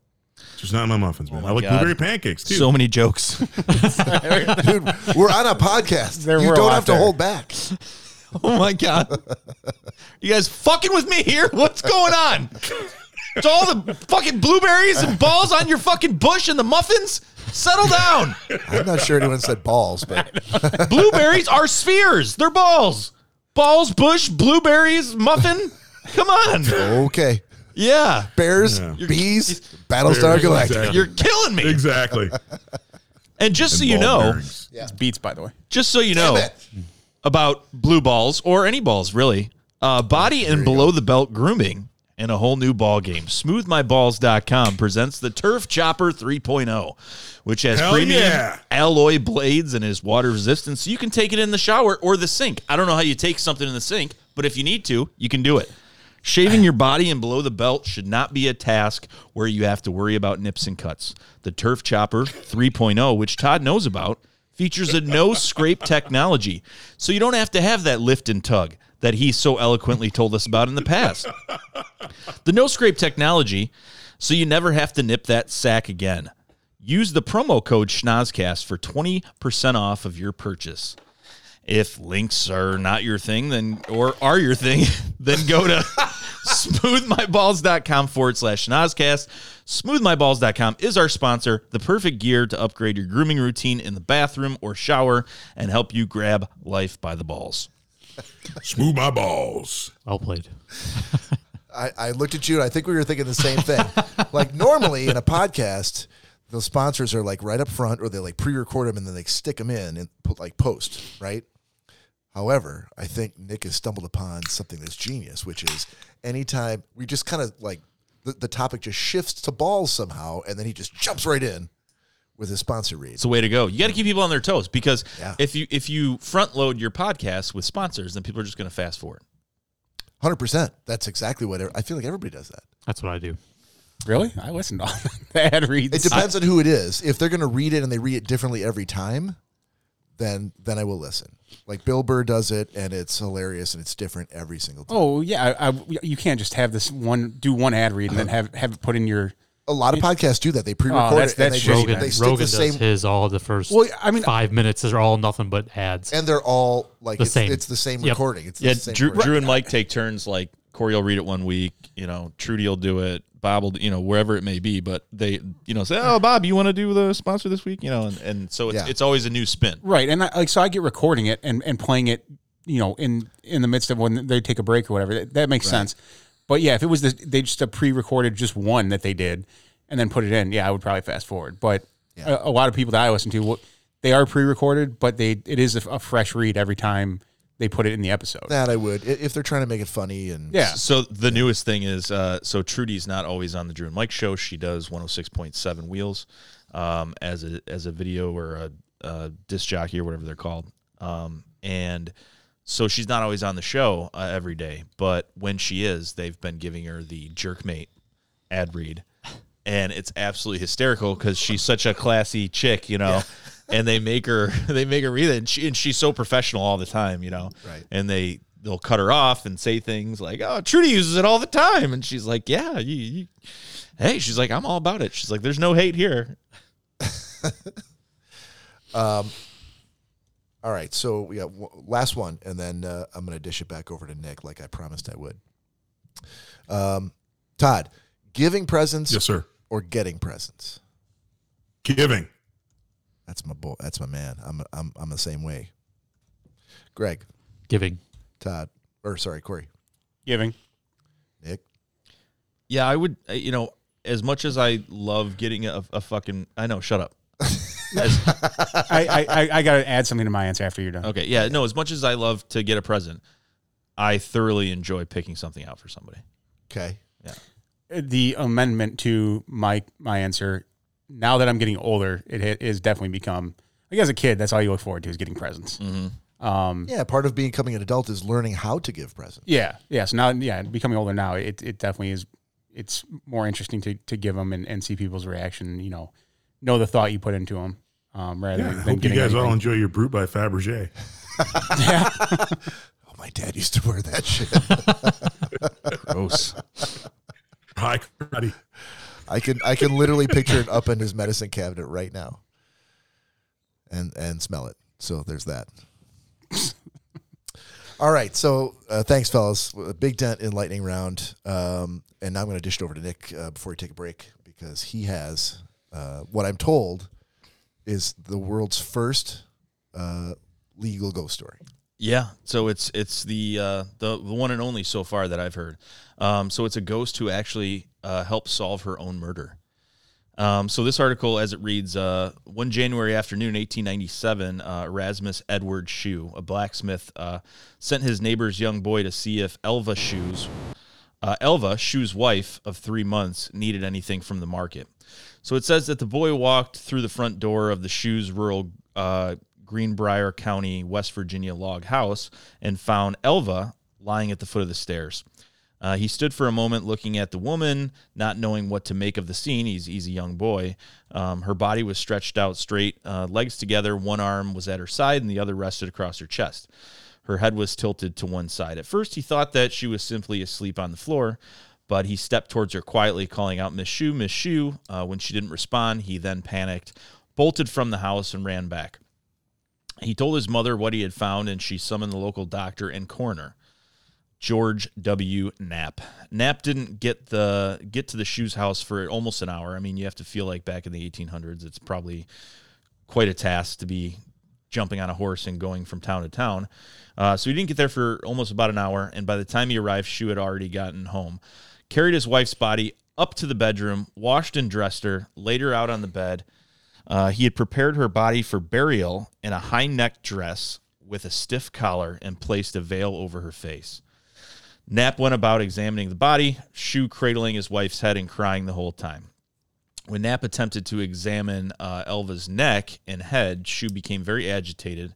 Speaker 5: Just not in Oh my muffins, man.
Speaker 2: my
Speaker 5: I like
Speaker 2: God.
Speaker 5: blueberry pancakes too.
Speaker 2: So many jokes.
Speaker 3: [laughs]
Speaker 1: Dude, we're on a podcast.
Speaker 3: There
Speaker 1: you
Speaker 3: were a
Speaker 1: don't
Speaker 3: lot
Speaker 1: have to
Speaker 3: there.
Speaker 1: hold back.
Speaker 2: [laughs] Oh my god. You guys fucking with me here? What's going on? It's all the fucking blueberries and balls on your fucking bush and the muffins. Settle down.
Speaker 1: I'm not sure anyone said balls,
Speaker 3: [laughs]
Speaker 1: but
Speaker 2: Blueberries are spheres. They're balls. Balls, bush, blueberries, muffin. Come on.
Speaker 1: okay.
Speaker 2: Yeah.
Speaker 1: Bears,
Speaker 5: Yeah.
Speaker 1: bees, Battlestar
Speaker 5: Bears,
Speaker 1: Galactica.
Speaker 2: You're killing me.
Speaker 5: exactly.
Speaker 2: And just so you know,
Speaker 3: It's beats, by the way.
Speaker 2: just so you know about blue balls or any balls really uh, body and below the belt grooming and a whole new ball game smoothmyballs.com presents the turf chopper 3.0 which has
Speaker 5: Hell
Speaker 2: premium
Speaker 5: yeah.
Speaker 2: alloy blades and is water resistant so you can take it in the shower or the sink i don't know how you take something in the sink but if you need to you can do it Shaving your body and below the belt should not be a task where you have to worry about nips and cuts. The Turf Chopper 3.0, which Todd knows about, features a no scrape technology. So you don't have to have that lift and tug that he so eloquently told us about in the past. The no scrape technology so you never have to nip that sack again. Use the promo code Schnozcast for 20% off of your purchase. If links are not your thing, then or are your thing, [laughs] then go to smoothmyballs.com forward slash Schnozcast. Smoothmyballs.com is our sponsor, the perfect gear to upgrade your grooming routine in the bathroom or shower and help you grab life by the balls.
Speaker 5: Smooth my balls.
Speaker 4: Well played.
Speaker 1: I, I looked at you and I think we were thinking the same thing. like normally in a podcast, the sponsors are like right up front or they like pre-record them and then they stick them in and put like post, right? However, I think Nick has stumbled upon something that's genius, which is anytime we just kind of like the, the topic just shifts to balls somehow and then he just jumps right in with his sponsor read.
Speaker 2: It's the way to go. You got to keep people on their toes because
Speaker 1: Yeah.
Speaker 2: if you if you front load your podcast with sponsors, then people are just going to fast forward.
Speaker 1: 100%. That's exactly what e, I feel like everybody does that.
Speaker 4: That's what I do.
Speaker 3: Really? I listened to all [laughs] the ad reads.
Speaker 1: It depends on who it is. If they're going to read it and they read it differently every time, then then I will listen. Like Bill Burr does it, and it's hilarious and it's different every single time.
Speaker 3: Oh yeah, I, I, you can't just have this one do one ad read and then have have it put in your.
Speaker 1: A lot of
Speaker 4: Oh.
Speaker 1: podcasts do that. They pre-record
Speaker 3: that's-
Speaker 1: it and
Speaker 3: that's
Speaker 1: they,
Speaker 3: shitty,
Speaker 1: just,
Speaker 4: Rogan,
Speaker 1: they stick
Speaker 4: Rogan
Speaker 1: the
Speaker 4: does
Speaker 1: same,
Speaker 4: his all the first
Speaker 3: Well, I mean,
Speaker 4: five minutes. They're all nothing but ads.
Speaker 1: and they're all like
Speaker 4: The
Speaker 1: it's,
Speaker 4: same.
Speaker 1: it's the same
Speaker 4: Yep.
Speaker 1: recording. It's the
Speaker 2: Yeah,
Speaker 1: same
Speaker 2: Drew,
Speaker 1: recording.
Speaker 2: Drew and Mike take turns. Like Corey will read it one week, you know, Trudy will do it, Bob will, you know, wherever it may be. But they, you know, say, "Oh, Bob, you want to do the sponsor this week?" You know, and, and so it's,
Speaker 1: Yeah.
Speaker 2: it's always a new spin.
Speaker 3: Right, and I, like so, I get recording it and, and playing it, you know, in in the midst of when they take a break or whatever. That, that makes sense. But yeah, if it was the, they just a pre-recorded just one that they did and then put it in, yeah, I would probably fast forward. But a, a lot of people that I listen to, well, they are pre-recorded, but they it is a, a fresh read every time they put it in the episode.
Speaker 1: That I would I- if they're trying to make it funny and
Speaker 3: yeah,
Speaker 2: So the newest thing is, uh, so Trudy's not always on the Drew and Mike show. She does 106.7 Wheels um, as a as a video or a, a disc jockey or whatever they're called. Um, and so she's not always on the show uh, every day, but when she is, they've been giving her the jerkmate ad read, and it's absolutely hysterical because she's such a classy chick, you know. And they make her, [laughs] they make her read it, and, she, and she's so professional all the time, you know.
Speaker 1: Right.
Speaker 2: And they they'll cut her off and say things like, "Oh, Trudy uses it all the time," and she's like, "Yeah, you, you. hey," she's like, "I'm all about it." She's like, "There's no hate here."
Speaker 1: All right, so we got w- last one, and then uh, I'm going to dish it back over to Nick, like I promised I would. Um, Todd, giving presents
Speaker 5: Yes, sir.
Speaker 1: or getting presents?
Speaker 5: Giving.
Speaker 1: That's my boy. That's my man. I'm I'm I'm the same way. Greg,
Speaker 4: Giving.
Speaker 1: Todd, or sorry, Corey,
Speaker 3: giving.
Speaker 1: Nick.
Speaker 2: Yeah, I would. uh, You know, as much as I love getting a, a fucking, I know. Shut up. As-
Speaker 3: I, I- I I gotta add something to my answer after you're done.
Speaker 2: okay, yeah, no. As much as I love to get a present, I thoroughly enjoy picking something out for somebody.
Speaker 1: Okay.
Speaker 3: the amendment to my my answer now that I'm getting older, it ha- is definitely become like as a kid, that's all you look forward to is getting presents. Um,
Speaker 1: Yeah, part of becoming an adult is learning how to give presents.
Speaker 3: yeah, yeah. So now, yeah, becoming older now, it, it definitely is. It's more interesting to, to give them and, and see people's reaction. You know, know the thought you put into them. Um, rather
Speaker 5: Yeah, I
Speaker 3: than
Speaker 5: hope you
Speaker 3: getting
Speaker 5: guys all
Speaker 3: anything.
Speaker 5: enjoy your brute by Fabergé.
Speaker 1: Oh, my dad used to wear that [laughs] shit.
Speaker 2: Gross.
Speaker 5: Hi, karate.
Speaker 1: I can I can literally picture it up in his medicine cabinet right now. And and smell it. So there's that. [laughs] All right, so uh, thanks, fellas. A big dent in lightning round, um, and now I'm going to dish it over to Nick uh, before we take a break because he has uh, what I'm told is the world's first uh, legal ghost story.
Speaker 2: Yeah, so it's it's the uh, the the one and only so far that I've heard. Um, so it's a ghost who actually uh, helped solve her own murder. Um, so this article, as it reads, uh, one January afternoon, 1897, uh, Erasmus Edward Shoe, a blacksmith, uh, sent his neighbor's young boy to see if Elva Shoes, uh, Elva Shoe's wife of three months, needed anything from the market. So it says that the boy walked through the front door of the Shoes rural uh, Greenbrier County, West Virginia log house and found Elva lying at the foot of the stairs. Uh, he stood for a moment looking at the woman, not knowing what to make of the scene. He's, he's a young boy. Um, her body was stretched out straight, uh, legs together. One arm was at her side, and the other rested across her chest. Her head was tilted to one side. At first, he thought that she was simply asleep on the floor, but he stepped towards her quietly, calling out, Miss Shu, Miss Shu. Uh, when she didn't respond, he then panicked, bolted from the house, and ran back. He told his mother what he had found, and she summoned the local doctor and coroner, George W. Knapp. Knapp didn't get the get to the shoes house for almost an hour. I mean, you have to feel like back in the 1800s, it's probably quite a task to be jumping on a horse and going from town to town. Uh, so he didn't get there for almost about an hour, and by the time he arrived, Shu had already gotten home. Carried his wife's body up to the bedroom, washed and dressed her, laid her out on the bed. Uh, he had prepared her body for burial in a high necked dress with a stiff collar and placed a veil over her face. Knapp went about examining the body, Shu cradling his wife's head and crying the whole time. When Knapp attempted to examine uh, Elva's neck and head, Shu became very agitated.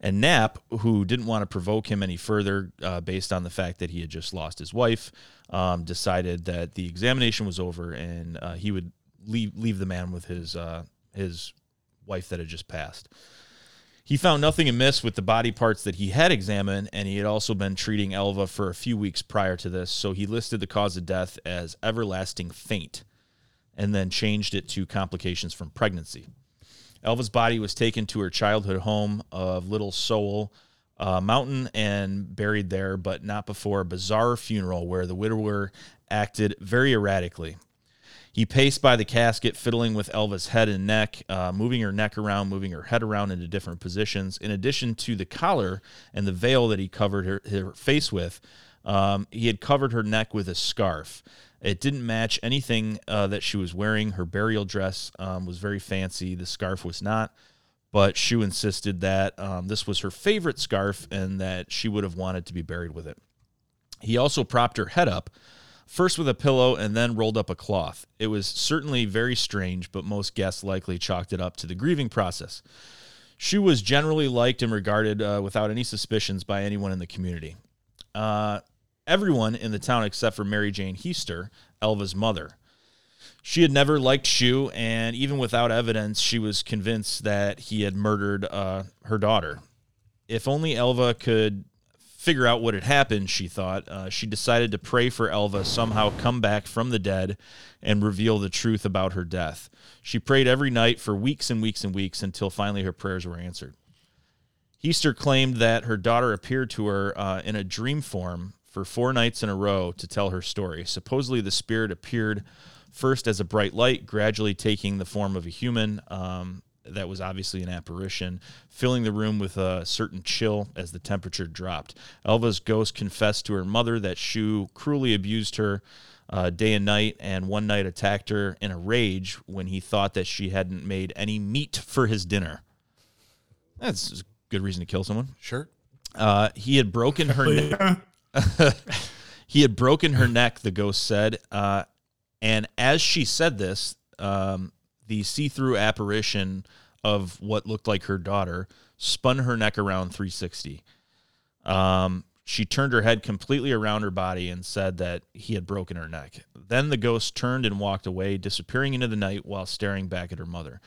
Speaker 2: And Knapp, who didn't want to provoke him any further uh, based on the fact that he had just lost his wife, um, decided that the examination was over and uh, he would leave, leave the man with his, uh, his wife that had just passed. He found nothing amiss with the body parts that he had examined, and he had also been treating Elva for a few weeks prior to this, so he listed the cause of death as everlasting faint and then changed it to complications from pregnancy. Elva's body was taken to her childhood home of Little Soul uh, Mountain and buried there, but not before a bizarre funeral where the widower acted very erratically. He paced by the casket, fiddling with Elva's head and neck, uh, moving her neck around, moving her head around into different positions. In addition to the collar and the veil that he covered her, her face with, um, he had covered her neck with a scarf. It didn't match anything uh, that she was wearing. Her burial dress um, was very fancy, the scarf was not. But Shu insisted that um, this was her favorite scarf and that she would have wanted to be buried with it. He also propped her head up, first with a pillow and then rolled up a cloth. It was certainly very strange, but most guests likely chalked it up to the grieving process. Shu was generally liked and regarded uh, without any suspicions by anyone in the community. Uh, everyone in the town except for Mary Jane Heaster, Elva's mother. She had never liked Shu, and even without evidence, she was convinced that he had murdered uh, her daughter. If only Elva could figure out what had happened, she thought. Uh, she decided to pray for Elva somehow come back from the dead and reveal the truth about her death. She prayed every night for weeks and weeks and weeks until finally her prayers were answered. Heaster claimed that her daughter appeared to her uh, in a dream form for four nights in a row to tell her story. Supposedly, the spirit appeared first as a bright light, gradually taking the form of a human. Um, that was obviously an apparition, filling the room with a certain chill as the temperature dropped. Elva's ghost confessed to her mother that Shu cruelly abused her uh, day and night, and one night attacked her in a rage when he thought that she hadn't made any meat for his dinner. That's a good reason to kill someone.
Speaker 1: Sure.
Speaker 2: Uh, he had broken her neck. [laughs] he had broken her neck, the ghost said. Uh, and as she said this, um, the see through apparition of what looked like her daughter spun her neck around 360. Um, she turned her head completely around her body and said that he had broken her neck. Then the ghost turned and walked away, disappearing into the night while staring back at her mother.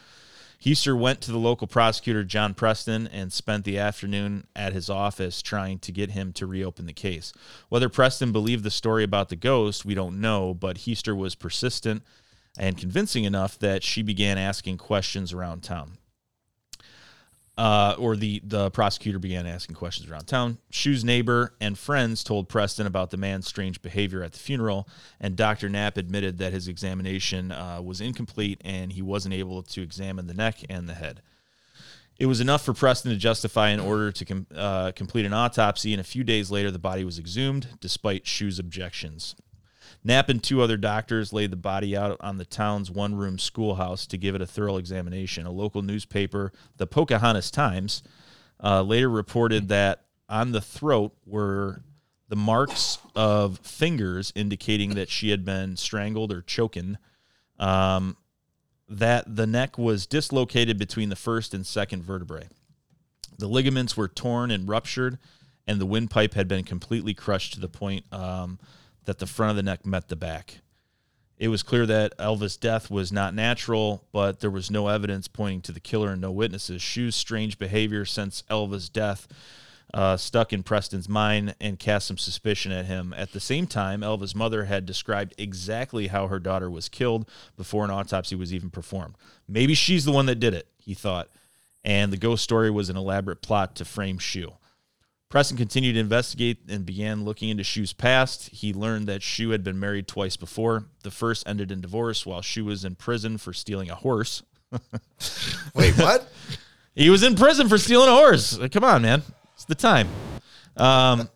Speaker 2: Heister went to the local prosecutor, John Preston, and spent the afternoon at his office trying to get him to reopen the case. Whether Preston believed the story about the ghost, we don't know, but Heister was persistent and convincing enough that she began asking questions around town. Uh, or the, the prosecutor began asking questions around town. Shu's neighbor and friends told Preston about the man's strange behavior at the funeral, and Dr. Knapp admitted that his examination uh, was incomplete and he wasn't able to examine the neck and the head. It was enough for Preston to justify an order to com- uh, complete an autopsy, and a few days later, the body was exhumed, despite Shu's objections. Knapp and two other doctors laid the body out on the town's one room schoolhouse to give it a thorough examination. A local newspaper, the Pocahontas Times, uh, later reported that on the throat were the marks of fingers indicating that she had been strangled or choken. Um, that the neck was dislocated between the first and second vertebrae. The ligaments were torn and ruptured, and the windpipe had been completely crushed to the point um, that the front of the neck met the back. It was clear that Elvis' death was not natural, but there was no evidence pointing to the killer and no witnesses. Shu's strange behavior since Elvis' death uh, stuck in Preston's mind and cast some suspicion at him. At the same time, Elva's mother had described exactly how her daughter was killed before an autopsy was even performed. Maybe she's the one that did it, he thought. And the ghost story was an elaborate plot to frame Shu. Preston continued to investigate and began looking into Shu's past. He learned that Shu had been married twice before. The first ended in divorce while Shu was in prison for stealing a horse.
Speaker 1: Wait, what?
Speaker 2: He was in prison for stealing a horse. Like, Come on, man. It's the time. Um,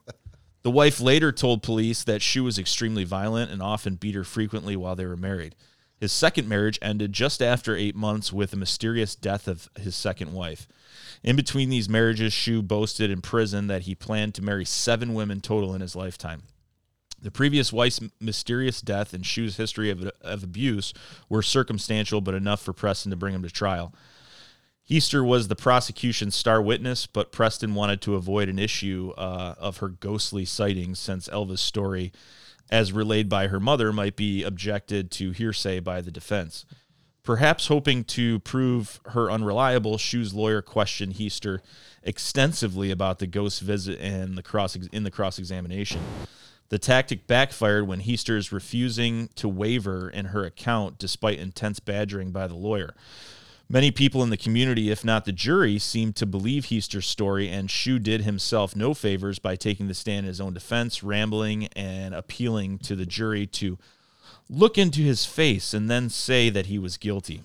Speaker 2: the wife later told police that Shu was extremely violent and often beat her frequently while they were married. His second marriage ended just after eight months with the mysterious death of his second wife. In between these marriages, Shu boasted in prison that he planned to marry seven women total in his lifetime. The previous wife's mysterious death and Shu's history of, of abuse were circumstantial but enough for Preston to bring him to trial. Heaster was the prosecution's star witness, but Preston wanted to avoid an issue uh, of her ghostly sightings since Elva's story, as relayed by her mother, might be objected to hearsay by the defense. Perhaps hoping to prove her unreliable, Shu's lawyer questioned Heaster extensively about the ghost visit and the cross in the cross examination. The tactic backfired when Heaster's refusing to waver in her account despite intense badgering by the lawyer. Many people in the community, if not the jury, seemed to believe Heaster's story, and Shu did himself no favors by taking the stand in his own defense, rambling and appealing to the jury to look into his face and then say that he was guilty,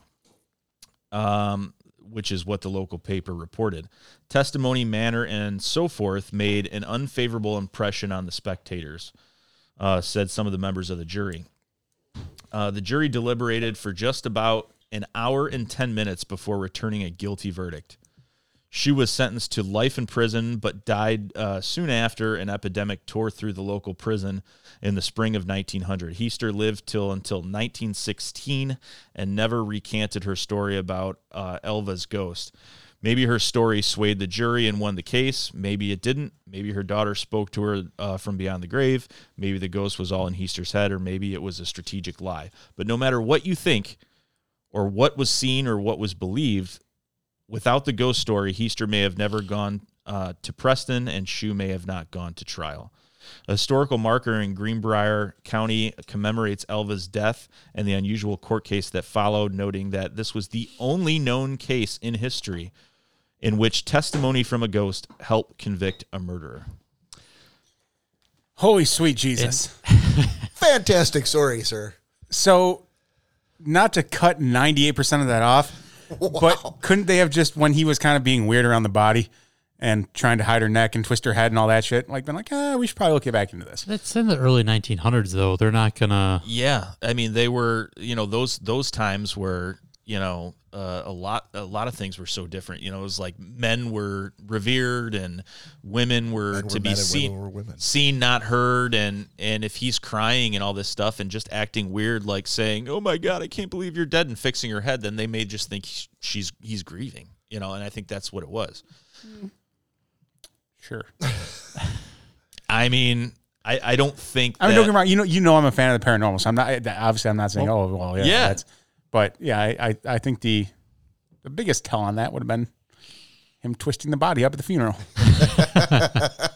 Speaker 2: um, which is what the local paper reported. Testimony, manner, and so forth made an unfavorable impression on the spectators, uh, said some of the members of the jury. Uh, the jury deliberated for just about an hour and 10 minutes before returning a guilty verdict. She was sentenced to life in prison, but died uh, soon after an epidemic tore through the local prison in the spring of 1900. Heaster lived till until 1916 and never recanted her story about uh, Elva's ghost. Maybe her story swayed the jury and won the case. Maybe it didn't. Maybe her daughter spoke to her uh, from beyond the grave. Maybe the ghost was all in Heaster's head, or maybe it was a strategic lie. But no matter what you think, or what was seen or what was believed, without the ghost story, Heaster may have never gone uh, to Preston and Shu may have not gone to trial. A historical marker in Greenbrier County commemorates Elva's death and the unusual court case that followed, noting that this was the only known case in history in which testimony from a ghost helped convict a murderer.
Speaker 3: Holy sweet Jesus.
Speaker 1: Fantastic story, sir.
Speaker 3: So, not to cut 98% of that off,
Speaker 5: [laughs]
Speaker 3: but couldn't they have just, when he was kind of being weird around the body and trying to hide her neck and twist her head and all that shit, like, been like, ah, we should probably look back into this.
Speaker 4: That's in the early 1900s, though. They're not gonna.
Speaker 2: Yeah, I mean they were, you know, those those times were, you know, uh, a lot a lot of things were so different. You know, it was like men were revered and women were
Speaker 1: were
Speaker 2: to be
Speaker 1: men and
Speaker 2: seen
Speaker 1: women were women.
Speaker 2: seen not heard and and if he's crying and all this stuff and just acting weird like saying, "Oh my god, I can't believe you're dead" and fixing her head, then they may just think sh- she's he's grieving, you know, and I think that's what it was.
Speaker 3: Sure.
Speaker 2: I mean, I I don't think
Speaker 3: I mean,
Speaker 2: that-
Speaker 3: don't get me wrong. You know, you know, I'm a fan of the paranormal, so I'm not. I- Obviously, I'm not saying, oh, well, yeah.
Speaker 2: yeah.
Speaker 3: That's, but yeah, I, I, I think the the biggest tell on that would have been him twisting the body up at the funeral.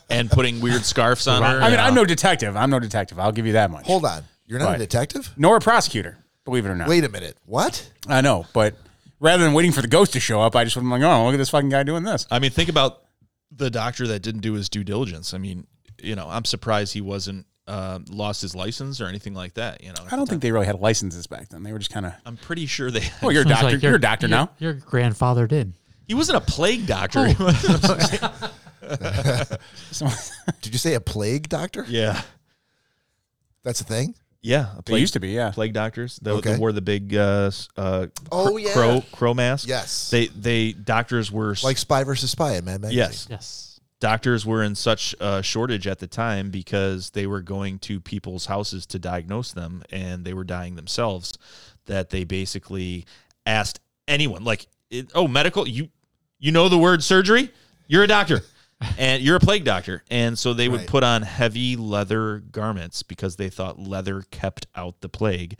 Speaker 2: and putting weird
Speaker 3: [laughs]
Speaker 2: scarves on her.
Speaker 3: I mean, I'm no detective. I'm no detective. I'll give you that much.
Speaker 1: Hold on. You're not a
Speaker 3: Right.
Speaker 1: detective?
Speaker 3: Nor a prosecutor, believe it or not.
Speaker 1: Wait a minute. What?
Speaker 3: I know, but rather than waiting for the ghost to show up, I just would have been like, oh, look at this fucking guy doing this.
Speaker 2: I mean, think about the doctor that didn't do his due diligence. I mean, you know, I'm surprised he wasn't uh, lost his license or anything like that. You know,
Speaker 3: I don't think Oh, they really had licenses back then. They were just kind of,
Speaker 2: I'm pretty sure they.
Speaker 3: well, you're a
Speaker 4: Sounds
Speaker 3: doctor.
Speaker 4: like
Speaker 3: you're, a doctor
Speaker 4: your-
Speaker 3: now.
Speaker 4: Your grandfather did.
Speaker 2: He wasn't a plague doctor. He
Speaker 3: oh.
Speaker 2: [laughs] was-
Speaker 3: So,
Speaker 1: Did you say a plague doctor?
Speaker 2: yeah,
Speaker 1: That's a thing?
Speaker 2: yeah. A
Speaker 3: they
Speaker 2: plague,
Speaker 3: used to be, yeah.
Speaker 2: plague doctors. They,
Speaker 1: Okay.
Speaker 2: they wore the big uh, s- uh,
Speaker 1: Oh,
Speaker 2: cr-
Speaker 1: yeah.
Speaker 2: crow crow mask.
Speaker 1: Yes.
Speaker 2: They they doctors were s-
Speaker 1: Like Spy versus Spy in Mad Magazine.
Speaker 2: yes.
Speaker 4: Yes.
Speaker 2: doctors were in such a shortage at the time because they were going to people's houses to diagnose them and they were dying themselves that they basically asked anyone like it- oh medical you you know the word surgery you're a doctor and you're a plague doctor and so they would
Speaker 1: Right.
Speaker 2: put on heavy leather garments because they thought leather kept out the plague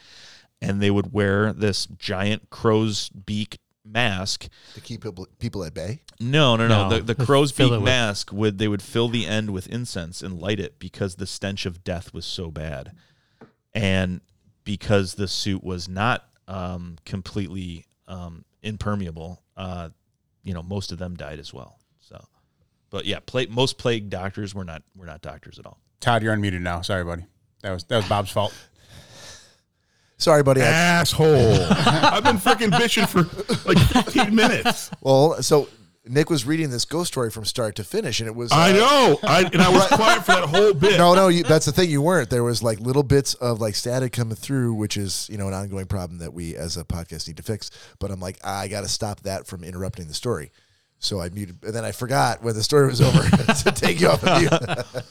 Speaker 2: and they would wear this giant crow's beak mask.
Speaker 1: to keep people, people at bay.
Speaker 2: No, no, no.
Speaker 4: No,
Speaker 2: The, the
Speaker 4: like
Speaker 2: crow's
Speaker 4: fill
Speaker 2: beak
Speaker 4: it with-
Speaker 2: mask would they would fill the end with incense and light it because the stench of death was so bad, and because the suit was not um, completely um, impermeable, uh, you know, most of them died as well. So, but yeah, pla most plague doctors were not were not doctors at all.
Speaker 3: Todd, you're unmuted now. Sorry, buddy. That was that was Bob's fault.
Speaker 1: Sorry, buddy.
Speaker 3: [laughs]
Speaker 1: I-
Speaker 5: Asshole. I've been freaking bitching for like 15 minutes.
Speaker 1: well, so Nick was reading this ghost story from start to finish, and it was.
Speaker 5: I
Speaker 1: uh,
Speaker 5: know. I, and I was quiet for that whole bit.
Speaker 1: No, no, you, that's the thing. You weren't. There was like little bits of like static coming through, which is you know an ongoing problem that we as a podcast need to fix. But I'm like, I got to stop that from interrupting the story. So I muted, and then I forgot when the story was over [laughs] to take you off of
Speaker 3: [laughs]
Speaker 1: mute.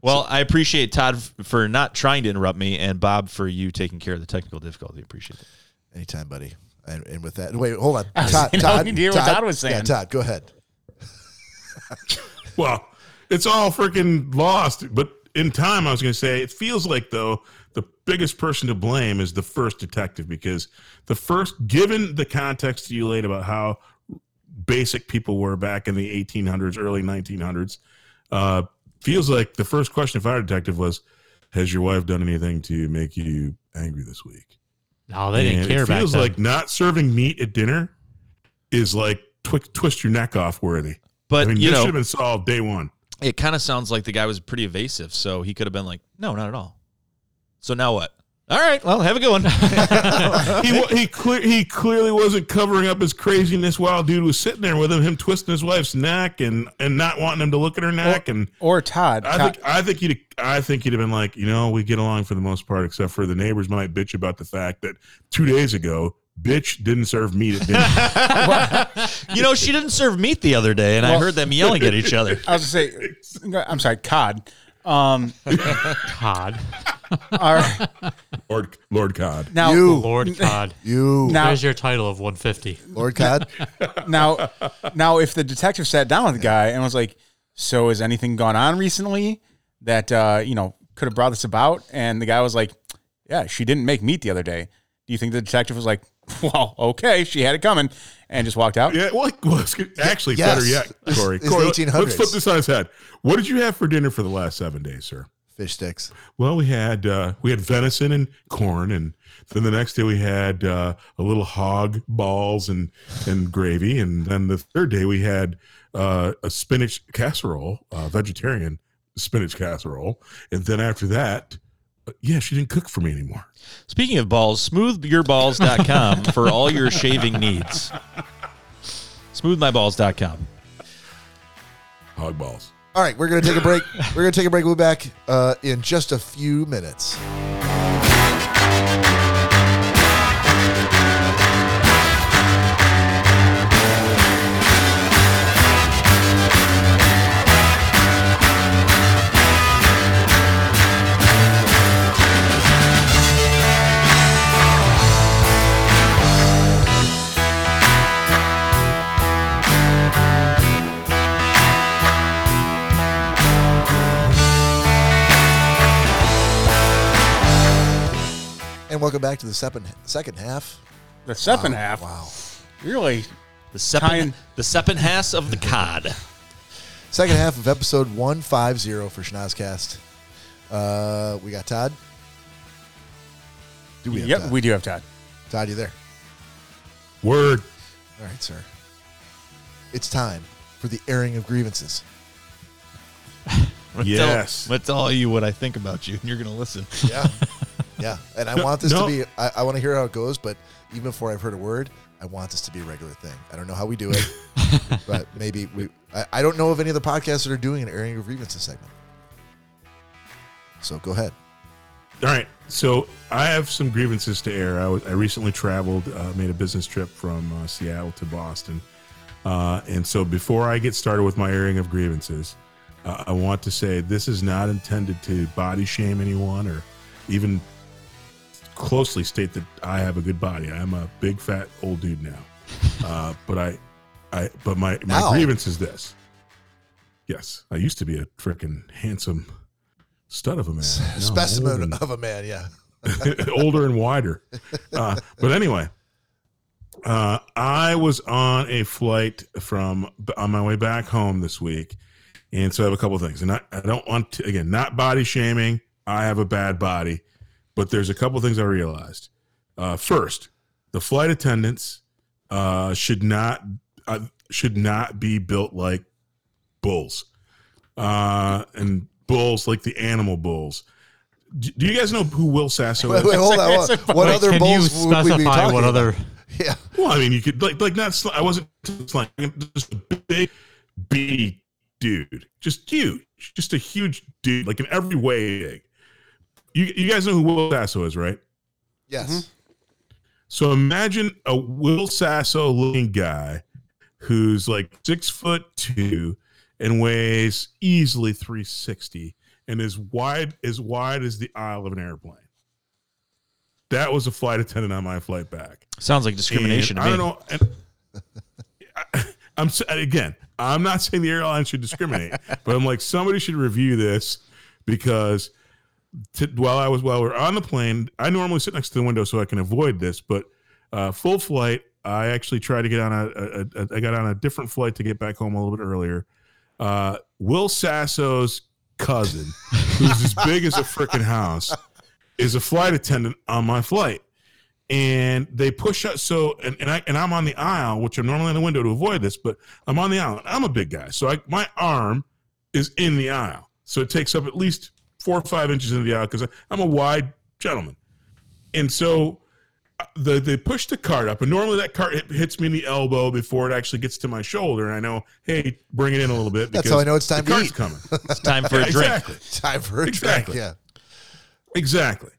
Speaker 2: Well, I appreciate Todd f- for not trying to interrupt me, and Bob for you taking care of the technical difficulty. Appreciate it.
Speaker 1: Anytime, buddy. And, and with that, wait, hold on.
Speaker 3: was
Speaker 1: Todd,
Speaker 3: saying, I
Speaker 1: Todd,
Speaker 3: wanted to hear what Todd was saying.
Speaker 1: Yeah, Todd, go ahead.
Speaker 5: Well, it's all freaking lost. But in time, I was going to say it feels like though the biggest person to blame is the first detective because the first, given the context you laid about how basic people were back in the 1800s, early 1900s, uh, feels like the first question of fire detective was, "Has your wife done anything to make you angry this week?"
Speaker 4: No, Oh, they didn't
Speaker 5: And
Speaker 4: care
Speaker 5: It
Speaker 4: back
Speaker 5: feels
Speaker 4: then.
Speaker 5: like not serving meat at dinner is like twi- twist your neck off worthy.
Speaker 2: But
Speaker 5: I mean,
Speaker 2: you
Speaker 5: this should
Speaker 2: know,
Speaker 5: have been solved day one.
Speaker 2: it kind of sounds like the guy was pretty evasive, so he could have been like, "No, not at all." So now what? All right, well, have a good one.
Speaker 5: he wa- he clear, he clearly wasn't covering up his craziness while dude was sitting there with him, him twisting his wife's neck and and not wanting him to look at her neck. And
Speaker 3: Or Todd.
Speaker 5: I
Speaker 3: Todd-
Speaker 5: think I think he'd I think he'd have been like, you know, we get along for the most part, except for the neighbors might bitch about the fact that two days ago, bitch didn't serve meat at
Speaker 2: [laughs]
Speaker 5: dinner. [laughs]
Speaker 2: you know, she didn't serve meat the other day, and I
Speaker 3: Well-
Speaker 2: heard them yelling at
Speaker 7: [laughs]
Speaker 2: each other.
Speaker 3: I was going to say, I'm sorry, Cod. Um,
Speaker 4: Todd.
Speaker 3: all right.
Speaker 5: Lord Lord Cod.
Speaker 3: Now,
Speaker 1: You.
Speaker 4: [laughs] Lord Todd.
Speaker 1: You,
Speaker 3: Now-
Speaker 4: There's your title of 150.
Speaker 1: Lord God.
Speaker 3: [laughs] now, now, if the detective sat down with the guy and was like, "So has anything gone on recently that uh, you know could have brought this about?" and the guy was like, "Yeah, she didn't make meat the other day." Do you think the detective was like, "Well, okay, she had it coming," and just walked out?
Speaker 5: Yeah, well, well it's good- actually
Speaker 1: Yes.
Speaker 5: better yet,
Speaker 1: This
Speaker 5: Corey.
Speaker 1: is the
Speaker 5: Corey let's
Speaker 1: 1800s.
Speaker 5: flip this on its head. What did you have for dinner for the last seven days, sir?
Speaker 1: Fish sticks.
Speaker 5: Well, we had uh, we had venison and corn, and then the next day we had uh, a little hog balls and and gravy, and then the third day we had uh, a spinach casserole, uh, vegetarian spinach casserole, and then after that, uh, yeah, she didn't cook for me anymore.
Speaker 2: Speaking of balls, smoothyourballs.com for all your shaving needs. Smoothmyballs.com.
Speaker 5: Hog balls.
Speaker 1: All right, we're gonna take a break. we're gonna take a break. We'll be back uh, in just a few minutes. And welcome back to the second second half. Oh,
Speaker 3: The second half,
Speaker 1: Wow.
Speaker 3: really.
Speaker 2: The seppen,
Speaker 3: Tying-
Speaker 2: the seppenhass of
Speaker 7: [laughs]
Speaker 2: the cod.
Speaker 1: Second half of episode 150 for Schnozcast. Uh, we got Todd. Do we have
Speaker 3: yep,
Speaker 1: Todd?
Speaker 3: we do have Todd.
Speaker 1: Todd, you there?
Speaker 5: Word.
Speaker 1: All right, sir. It's time for the airing of grievances.
Speaker 5: Yes.
Speaker 2: Tell, I'm gonna tell you what I think about you, and you're going to listen.
Speaker 1: Yeah.
Speaker 4: [laughs]
Speaker 1: yeah. And I want this
Speaker 5: No.
Speaker 1: to be, I, I want to hear how it goes, but even before I've heard a word, I want this to be a regular thing. I don't know how we do
Speaker 4: [laughs]
Speaker 1: it, but maybe we, I, I don't know of any other podcasts that are doing an airing of grievances segment. So go ahead.
Speaker 5: All right. So I have some grievances to air. I, was, I recently traveled, uh, made a business trip from uh, Seattle to Boston. Uh, and so before I get started with my airing of grievances, uh, I want to say this is not intended to body shame anyone or even closely state that I have a good body. I am a big, fat, old dude now. Uh, but I, I, but my, my
Speaker 1: Now?
Speaker 5: grievance is this. Yes, I used to be a freaking handsome stud of a man. Now I'm old
Speaker 1: Specimen
Speaker 4: [laughs]
Speaker 5: and- [laughs]
Speaker 1: of a man. Yeah.
Speaker 5: older and wider. Uh, but anyway, Uh, I was on a flight from on my way back home this week, and so I have a couple of things. And I, I don't want to again not body shaming. I have a bad body, but there's a couple of things I realized. Uh, first, the flight attendants uh, should not uh, should not be built like bulls, uh, and bulls like the animal bulls. Do do you guys know who
Speaker 1: [laughs]
Speaker 5: Will Sasso
Speaker 1: Wait,
Speaker 5: is?
Speaker 1: wait, hold on.
Speaker 3: That's a-
Speaker 1: What, what
Speaker 4: Wait,
Speaker 1: other
Speaker 4: can you
Speaker 1: bulls would we be
Speaker 4: specify
Speaker 1: talking about? [laughs]
Speaker 4: what other?
Speaker 1: Yeah.
Speaker 5: Well, I mean, you could like like not. Sl- I wasn't slang. Just a big, beady dude. Just huge. Just a huge dude. Like in every way big. You you guys know who Will Sasso is, right?
Speaker 1: Yes.
Speaker 4: Mm-hmm.
Speaker 5: So imagine a Will Sasso looking guy who's like six foot two and weighs easily three sixty and is wide as wide as the aisle of an airplane. That was a flight attendant on my flight back.
Speaker 7: Sounds like discrimination
Speaker 5: And
Speaker 7: to me.
Speaker 5: I don't know. And I, [laughs] I'm s- and again. I'm not saying the airline should discriminate, [laughs] but I'm like somebody should review this because t- while I was while we are on the plane, I normally sit next to the window so I can avoid this. But uh, full flight, I actually tried to get on a, a, a I got on a different flight to get back home a little bit earlier. Uh, Will Sasso's cousin, who's as big as a freaking house, is a flight attendant on my flight and they push us. So, and, and I and I'm on the aisle, which I'm normally in the window to avoid this, but I'm on the aisle. I'm a big guy, so I, my arm is in the aisle, so it takes up at least four or five inches into the aisle because I'm a wide gentleman, and so uh, the they push the cart up, and normally that cart hit, hits me in the elbow before it actually gets to my shoulder, and I know, hey, bring it in a little bit.
Speaker 1: That's
Speaker 5: because
Speaker 1: how I know it's time to
Speaker 5: the cart's
Speaker 1: eat.
Speaker 5: coming.
Speaker 1: [laughs]
Speaker 7: It's time
Speaker 2: [laughs]
Speaker 7: for a drink.
Speaker 5: exactly.
Speaker 1: Time for a drink,
Speaker 5: Exactly.
Speaker 1: Yeah.
Speaker 5: Exactly.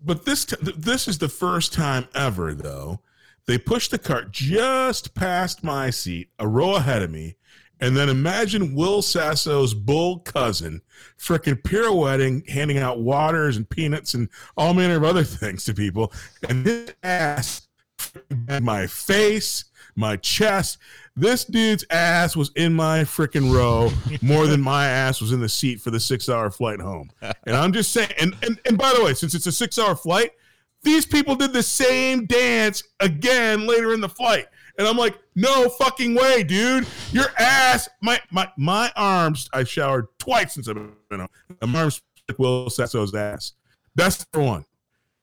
Speaker 5: But this t- th- this is the first time ever though they pushed the cart just past my seat, a row ahead of me, and then imagine Will Sasso's bull cousin freaking pirouetting, handing out waters and peanuts and all manner of other [laughs] things to people, and his ass had my face, my chest. This dude's ass was in my freaking row more than my ass was in the seat for the six hour flight home. And I'm just saying, and, and, and by the way, since it's a six hour flight, these people did the same dance again later in the flight. And I'm like, no fucking way, dude. Your ass, my my my arms, I showered twice since I've been home. And My arms like Will Sasso's ass. That's number one.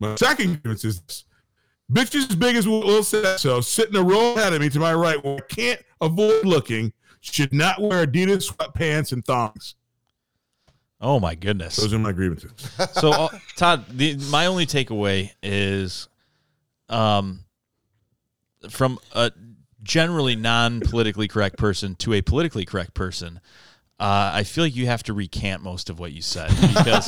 Speaker 5: My second difference is this. Bitch as big as Will Sasso sitting a row ahead of me to my right where I can't avoid looking should not wear Adidas sweatpants and thongs.
Speaker 7: Oh my goodness.
Speaker 5: Those are
Speaker 4: [laughs]
Speaker 5: my grievances.
Speaker 7: so uh, Todd, the, my only takeaway is, um, from a generally non-politically correct person to a politically correct person. Uh, I feel like you have to recant most of what you said because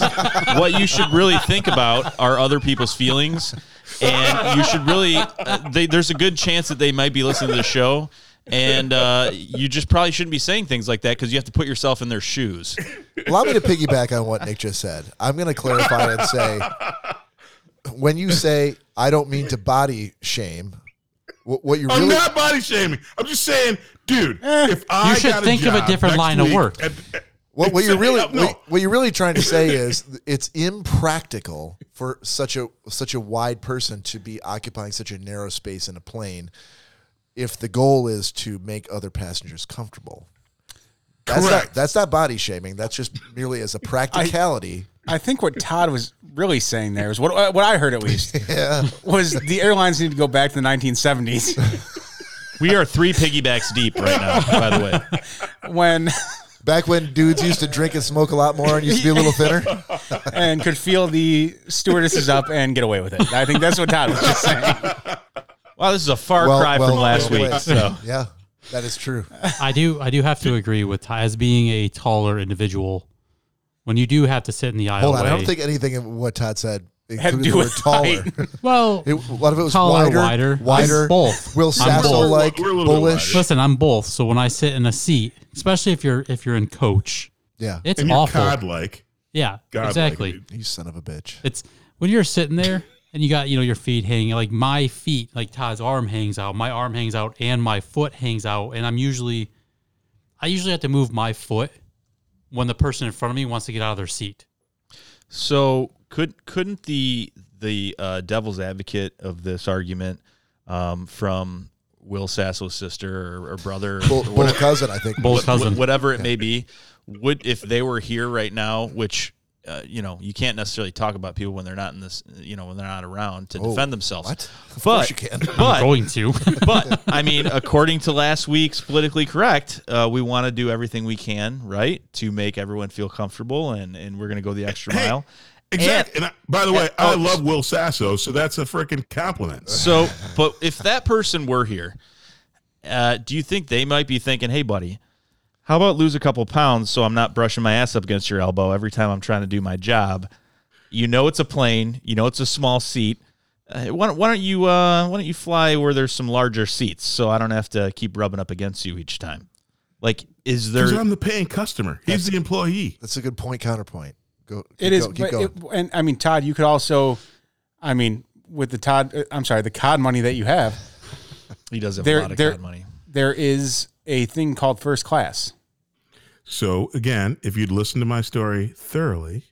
Speaker 7: what you should really think about are other people's feelings, and you should really. Uh, they, there's a good chance that they might be listening to the show, and uh, you just probably shouldn't be saying things like that because you have to put yourself in their shoes.
Speaker 1: Allow me to piggyback on what Nick just said. I'm going to clarify and say when you say, I don't mean to body shame, what, what you're
Speaker 5: I'm
Speaker 1: really.
Speaker 5: not body shaming. I'm just saying, dude, if I
Speaker 4: Eh. should
Speaker 5: got
Speaker 4: think of a
Speaker 5: job
Speaker 4: different
Speaker 5: next
Speaker 4: line of
Speaker 5: week
Speaker 4: work.
Speaker 5: at- at-
Speaker 1: What, what you're
Speaker 5: Except-
Speaker 1: really
Speaker 5: uh, no.
Speaker 1: what, what you're really trying to say is th- it's impractical for such a such a wide person to be occupying such a narrow space in a plane if the goal is to make other passengers comfortable. That's
Speaker 5: Correct.
Speaker 1: not that's not body shaming. That's just merely as a practicality.
Speaker 3: I think what Todd was really saying there is what what I heard
Speaker 1: [laughs]
Speaker 3: at least was the airlines need to go back to
Speaker 1: [laughs]
Speaker 3: the 1970s
Speaker 7: We are three piggybacks deep right now, by the way.
Speaker 3: when
Speaker 1: Back when dudes used to drink and smoke a lot more and used to be a little
Speaker 5: [laughs]
Speaker 1: thinner.
Speaker 3: and could feel the stewardesses up and get away with it. I think that's what Todd was just saying.
Speaker 1: [laughs]
Speaker 7: Wow, this is a far cry from last
Speaker 1: well
Speaker 7: week.
Speaker 1: played.
Speaker 7: So
Speaker 1: [laughs] Yeah, that is true.
Speaker 4: [laughs] I do. I do have to agree with Ty as being a taller individual. When you do have to sit in the aisle,
Speaker 1: Hold on, I don't think anything of what Todd said
Speaker 3: Had to
Speaker 1: included
Speaker 3: do
Speaker 1: the word
Speaker 3: with
Speaker 1: taller.
Speaker 3: height.
Speaker 4: Well,
Speaker 1: [laughs] It, a lot of it was
Speaker 4: Taller,
Speaker 1: wider,
Speaker 4: wider. I'm
Speaker 1: wider.
Speaker 4: both.
Speaker 1: Will
Speaker 4: I'm both.
Speaker 1: Sasso like
Speaker 5: We're a little bit
Speaker 1: bullish.
Speaker 5: wider.
Speaker 4: listen, I'm both. So when I sit in a seat, especially if you're if you're in coach,
Speaker 1: Yeah,
Speaker 4: it's
Speaker 5: and you're
Speaker 4: awful.
Speaker 5: cod like.
Speaker 4: yeah,
Speaker 5: God-like,
Speaker 4: exactly.
Speaker 5: dude.
Speaker 1: you son of a bitch.
Speaker 4: It's when you're sitting there and you got you know your feet hanging. Like my feet, like Todd's arm hangs out, my arm hangs out, and my foot hangs out, and I'm usually, I usually have to move my foot when the person in front of me wants to get out of their seat.
Speaker 7: so could couldn't the the uh, devil's advocate of this argument
Speaker 2: um, from Will Sasso's sister or, or brother,
Speaker 1: Bull,
Speaker 2: or
Speaker 1: bull cousin, I think.
Speaker 4: Bull's
Speaker 2: wh-
Speaker 4: cousin.
Speaker 2: wh- whatever it may be, would if they were here right now, which uh, you know you can't necessarily talk about people when they're not in this, you know, when they're not around to
Speaker 1: Oh,
Speaker 2: defend themselves.
Speaker 1: What? Of
Speaker 2: But
Speaker 1: course you can.
Speaker 2: but
Speaker 4: going to. [laughs]
Speaker 2: but I mean, according to last week's politically correct, uh, we want to do everything we can, right, to make everyone feel comfortable, and and we're going to go the extra
Speaker 5: Hey.
Speaker 2: mile.
Speaker 5: Exactly. And, I, by the way, I
Speaker 2: oh,
Speaker 5: love Will Sasso, so that's a freaking
Speaker 4: Eh.
Speaker 5: compliment.
Speaker 2: So, but if that person were here, uh, do you think they might be thinking, "Hey, buddy, how about lose a couple pounds so I'm not brushing my ass up against your elbow every time I'm trying to do my job? You know, it's a plane. You know, it's a small seat." Uh, why, don't, why don't you uh, why don't you fly where there's some larger seats so I don't have to keep rubbing up against you each time? Like, is there
Speaker 5: Because I'm the paying customer. He's the employee.
Speaker 1: That's a good point counterpoint. Go. Keep
Speaker 3: It is,
Speaker 1: go- keep
Speaker 3: but
Speaker 1: going.
Speaker 3: it- and I mean, Todd, you could also, I mean, with the Todd, uh, I'm sorry, the COD money that you have,
Speaker 2: he does have
Speaker 3: There-
Speaker 2: a lot of
Speaker 3: there-
Speaker 2: God money?
Speaker 3: there is a thing called first class.
Speaker 5: So again, if you'd listened to my story thoroughly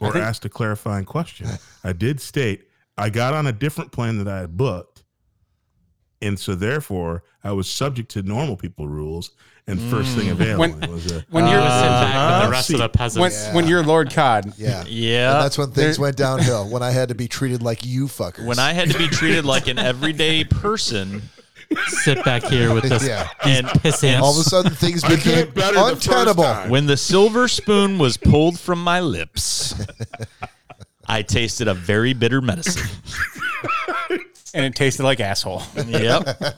Speaker 5: or
Speaker 3: think-
Speaker 5: asked a clarifying question, I did state I got on a different plane that I had booked. And so therefore I was subject to normal people rules and first
Speaker 1: Mm.
Speaker 5: thing available
Speaker 3: When-
Speaker 5: was a
Speaker 3: When you're
Speaker 4: sit back with
Speaker 5: Uh,
Speaker 4: the rest
Speaker 5: see,
Speaker 4: of the peasants.
Speaker 3: when, when you're Lord Cod,
Speaker 1: yeah.
Speaker 2: Yeah,
Speaker 1: that's when things
Speaker 3: There-
Speaker 1: went downhill. When I had to be treated like you fuckers.
Speaker 2: when I had to be treated like an everyday person.
Speaker 4: sit back here with this
Speaker 1: Yeah.
Speaker 2: And
Speaker 4: piss ants.
Speaker 1: all of a sudden things
Speaker 5: I did
Speaker 1: became
Speaker 5: it better the first
Speaker 1: untenable.
Speaker 5: time.
Speaker 2: When the silver spoon was pulled from my lips, I tasted a very bitter medicine.
Speaker 3: and it tasted like asshole.
Speaker 2: Yep.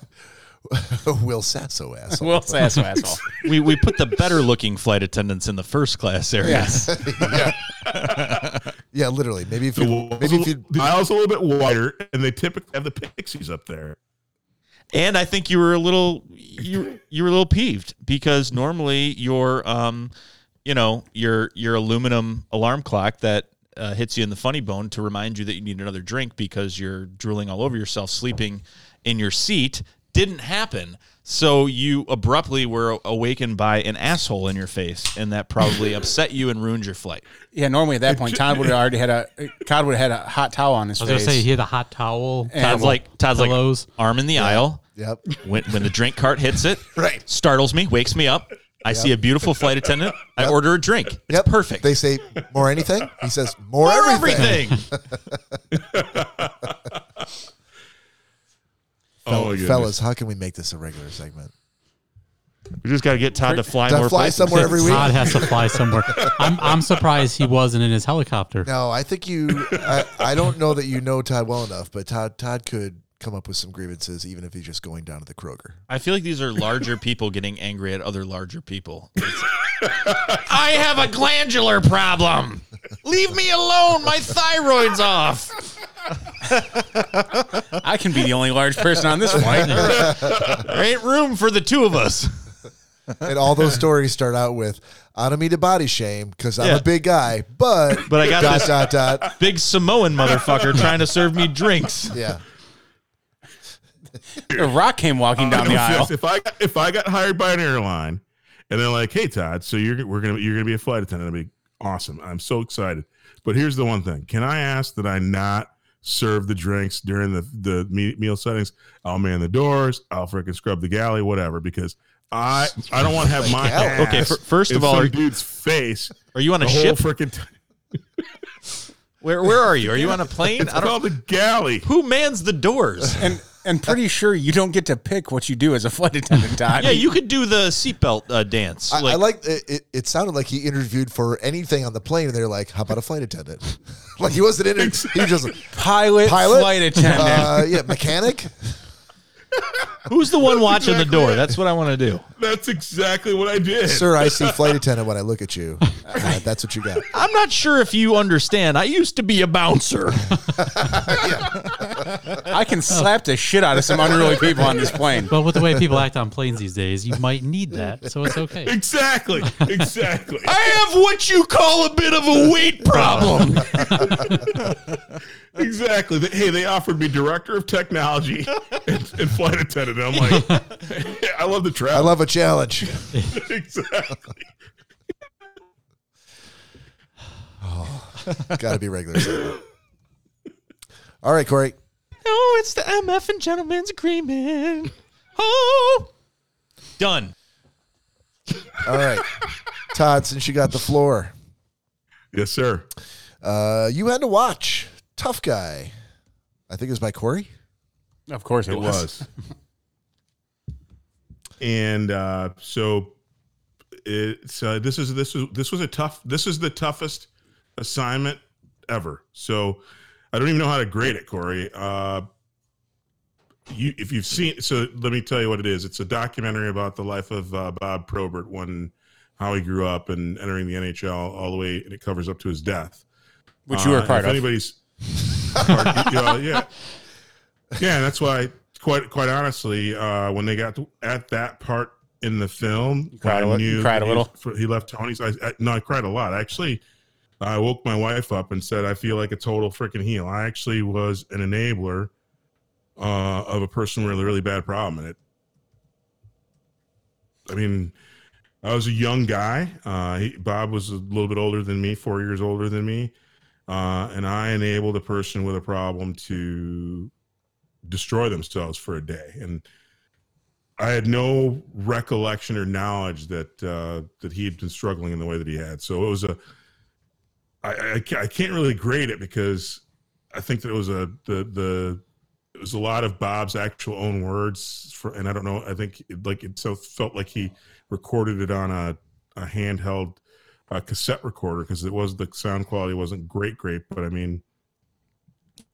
Speaker 1: [laughs] Will Sasso asshole.
Speaker 3: Will Sasso asshole.
Speaker 2: We, we put the better looking flight attendants in the first class area.
Speaker 3: Yes.
Speaker 1: Yeah, literally. [laughs] Maybe if
Speaker 5: the
Speaker 1: you,
Speaker 5: walls
Speaker 1: maybe
Speaker 5: a
Speaker 1: if you
Speaker 5: little- the aisle's a little bit wider and they typically have the pixies up there.
Speaker 2: And I think you were a little you you were a little peeved because normally your um you know your your aluminum alarm clock that uh, hits you in the funny bone to remind you that you need another drink because you're drooling all over yourself sleeping in your seat didn't happen. So you abruptly were awakened by an asshole in your face, and that probably upset you and ruined your flight.
Speaker 3: Yeah, normally at that point, Todd would have already had a Todd would have had a hot towel on his
Speaker 4: I was
Speaker 3: face.
Speaker 4: gonna say he had a hot towel.
Speaker 3: And-
Speaker 2: Todd's like Todd's
Speaker 4: Pillows.
Speaker 2: like arm in the aisle.
Speaker 1: Yep.
Speaker 2: When when the drink cart hits it,
Speaker 1: [laughs] Right.
Speaker 2: startles me, wakes me up. I see a beautiful flight attendant. I order a drink. It's
Speaker 1: Yep.
Speaker 2: perfect.
Speaker 1: They say more anything? He says more,
Speaker 2: Order
Speaker 1: everything.
Speaker 2: everything.
Speaker 1: [laughs]
Speaker 5: Oh, my goodness.
Speaker 1: Fellas, how can we make this a regular segment?
Speaker 2: we just got to get Todd to fly
Speaker 1: Do I fly somewhere
Speaker 2: [laughs]
Speaker 1: every week?
Speaker 4: Todd has to fly somewhere. I'm, I'm surprised he wasn't in his helicopter.
Speaker 1: No, I think you. I, I don't know that you know Todd well enough, but Todd Todd could come up with some grievances, even if he's just going down to the Kroger.
Speaker 2: I feel like these are larger people getting angry at other larger people.
Speaker 1: [laughs]
Speaker 2: I have a glandular problem. Leave me alone. My thyroid's off.
Speaker 3: I can be the only large person on this flight.
Speaker 2: There ain't room for the two of us.
Speaker 1: And all
Speaker 2: [laughs]
Speaker 1: those stories start out with "I don't mean to body shame because I'm
Speaker 2: Yeah.
Speaker 1: a big guy, but
Speaker 2: But I got
Speaker 1: dot
Speaker 2: this-
Speaker 1: dot
Speaker 2: [laughs]
Speaker 1: dot."
Speaker 2: Big Samoan motherfucker trying to serve me drinks.
Speaker 1: Yeah,
Speaker 3: The Rock came walking down
Speaker 5: I
Speaker 3: the
Speaker 5: don't feel-
Speaker 3: aisle.
Speaker 5: [laughs] If I got- if I got hired by an airline, and they're like, "Hey Todd, so you're we're gonna you're gonna be a flight attendant," I'd be awesome. I'm so excited. But here's the one thing: Can I ask that I not serve the drinks during the the me- meal settings? I'll man the doors. I'll freaking scrub the galley, whatever, because. I, I don't want to have my
Speaker 1: galley.
Speaker 5: ass
Speaker 2: Okay, fir- first
Speaker 5: in
Speaker 2: of all,
Speaker 5: some
Speaker 2: are-
Speaker 5: dude's face
Speaker 2: Are you on
Speaker 5: the
Speaker 2: a
Speaker 5: whole
Speaker 2: ship?
Speaker 5: freaking time.
Speaker 2: Where where are you?
Speaker 1: [laughs]
Speaker 2: Are you on a plane?
Speaker 5: It's
Speaker 2: I don't
Speaker 5: called the galley.
Speaker 2: Who mans the doors?
Speaker 3: And and pretty sure you don't get to pick what you do as a flight attendant, Todd.
Speaker 2: Yeah, you could do the seatbelt uh, dance.
Speaker 1: I, I like it, it. It sounded like he interviewed for anything on the plane, and they're like, "How about a flight attendant?" [laughs] like he wasn't in. it. He was
Speaker 2: [laughs]
Speaker 1: just like,
Speaker 3: pilot,
Speaker 1: pilot,
Speaker 3: flight attendant.
Speaker 1: uh, yeah, mechanic.
Speaker 2: Who's
Speaker 1: [laughs]
Speaker 2: the one watching the
Speaker 5: exactly
Speaker 2: door?
Speaker 5: it.
Speaker 2: That's what I want to do.
Speaker 5: That's exactly what I
Speaker 1: [laughs]
Speaker 5: did.
Speaker 1: Sir, I see flight attendant when I look at you. Uh, that's what you got.
Speaker 2: I'm not sure if you understand. I used to be a [laughs] bouncer.
Speaker 3: I can slap the shit out of some unruly people on this plane.
Speaker 4: But with the way people act on planes these days, you might need that, so it's okay.
Speaker 5: Exactly. Exactly.
Speaker 2: [laughs] I have what you call a bit of a weight [laughs] problem.
Speaker 5: Exactly. They- Hey, they offered me director of technology and, and flight attendant. I'm like, [laughs] I love the
Speaker 1: I
Speaker 5: travel.
Speaker 1: love a challenge.
Speaker 5: [laughs] exactly.
Speaker 1: Got to be regular. segment. All right, Corey.
Speaker 2: no,
Speaker 7: it's the MF and Gentleman's Agreement. Oh, done.
Speaker 1: All right, Todd, since you got the floor,
Speaker 5: Yes, sir.
Speaker 1: uh, you had to watch Tough Guy. I think it was by Corey.
Speaker 3: Of course it,
Speaker 5: It
Speaker 3: was.
Speaker 5: was. and uh, so it's uh, this is this is this was a tough this is the toughest assignment ever. So I don't even know how to grade it, Corey. Uh, you if you've seen so let me tell you what it is. It's a documentary about the life of uh, Bob Probert when how he grew up and entering the NHL all the way and it covers up to his death.
Speaker 3: Which you were a
Speaker 5: Uh,
Speaker 3: part
Speaker 5: if
Speaker 3: of.
Speaker 5: Anybody's, [laughs] part- you know, yeah, yeah. That's why, quite quite honestly, uh, when they got to, at that part in the film,
Speaker 3: You cried a
Speaker 5: I
Speaker 3: lit- you
Speaker 5: knew
Speaker 3: cried a
Speaker 5: he-
Speaker 3: little?
Speaker 5: He left Tony's. I, I, no, I cried a lot. Actually, I woke my wife up and said, "I feel like a total freaking heel." I actually was an enabler uh, of a person with a really bad problem, and it. I mean, I was a young guy. Uh, he, Bob was a little bit older than me, four years older than me, uh, and I enabled a person with a problem to destroy themselves for a day. And I had no recollection or knowledge that uh, that he had been struggling in the way that he had. So it was a. I, I, ca- I can't really grade it because I think that it was a the the it was a lot of Bob's actual own words for, and I don't know. I think it, like it so felt like he recorded it on a, a handheld uh, cassette recorder because it was the sound quality wasn't great, great, but I mean,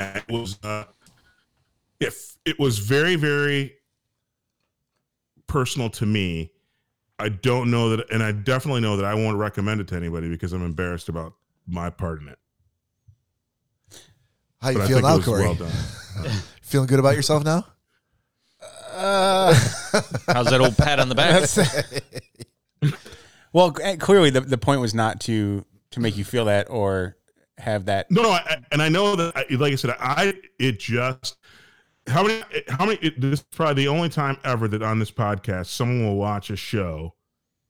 Speaker 5: it was uh, if it was very, very personal to me. I don't know that, and I definitely know that I won't recommend it to anybody because I'm embarrassed about my part in it.
Speaker 1: How you
Speaker 5: But I
Speaker 1: feel
Speaker 5: think
Speaker 1: now,
Speaker 5: it was
Speaker 1: Corey?
Speaker 5: well done.
Speaker 1: Feeling good about yourself now?
Speaker 7: How's that old pat on the back?
Speaker 3: Well, c- clearly the, the point was not to to make you feel that or have that.
Speaker 5: No, no, I, I- and I know that, I, like I said, I it just how many how many it, this is probably the only time ever that on this podcast someone will watch a show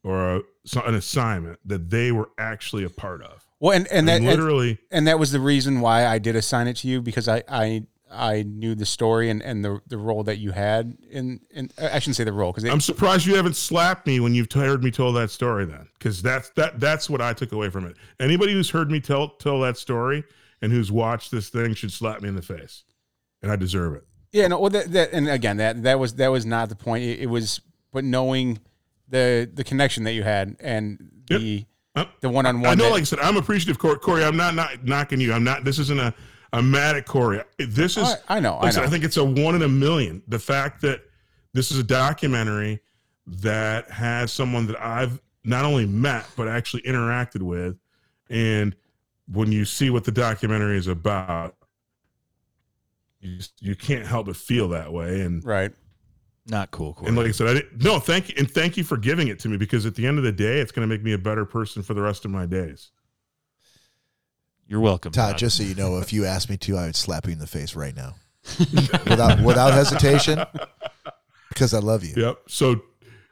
Speaker 5: or a, so- an assignment that they were actually a part of.
Speaker 3: Well, and and
Speaker 5: And
Speaker 3: that and,
Speaker 5: literally,
Speaker 3: and that was the reason why I did assign it to you because I I I knew the story and and the the role that you had in in I shouldn't say the role because
Speaker 5: I'm surprised you haven't slapped me when you've t- heard me tell that story. Then, because that's that that's what I took away from it. Anybody who's heard me tell tell that story and who's watched this thing should slap me in the face, and I deserve it.
Speaker 3: Yeah, no, well, that, that and again, that that was that was not the point. It, it was, but knowing the the connection that you had and the
Speaker 5: Yep.
Speaker 3: the one on
Speaker 5: I
Speaker 3: one.
Speaker 5: know, like I said, I'm appreciative, Cor- Corey. I'm not, not knocking you. I'm not. This isn't a. I'm mad at Corey. This is.
Speaker 3: I, I know,
Speaker 5: like I,
Speaker 3: I
Speaker 5: said,
Speaker 3: know.
Speaker 5: I think it's a one in a million. The fact that this is a documentary that has someone that I've not only met but actually interacted with, and when you see what the documentary is about, you just, you can't help but feel that way. And
Speaker 3: right.
Speaker 7: Not cool, Corey.
Speaker 5: and like I said, I didn't. No, thank you, and thank you for giving it to me because at the end of the day, it's going to make me a better person for the rest of my days.
Speaker 7: You're welcome,
Speaker 1: Todd,
Speaker 7: Todd.
Speaker 1: just so you know, if you asked me to, I would slap you in the face right now, without without hesitation, because I love you.
Speaker 5: Yep. So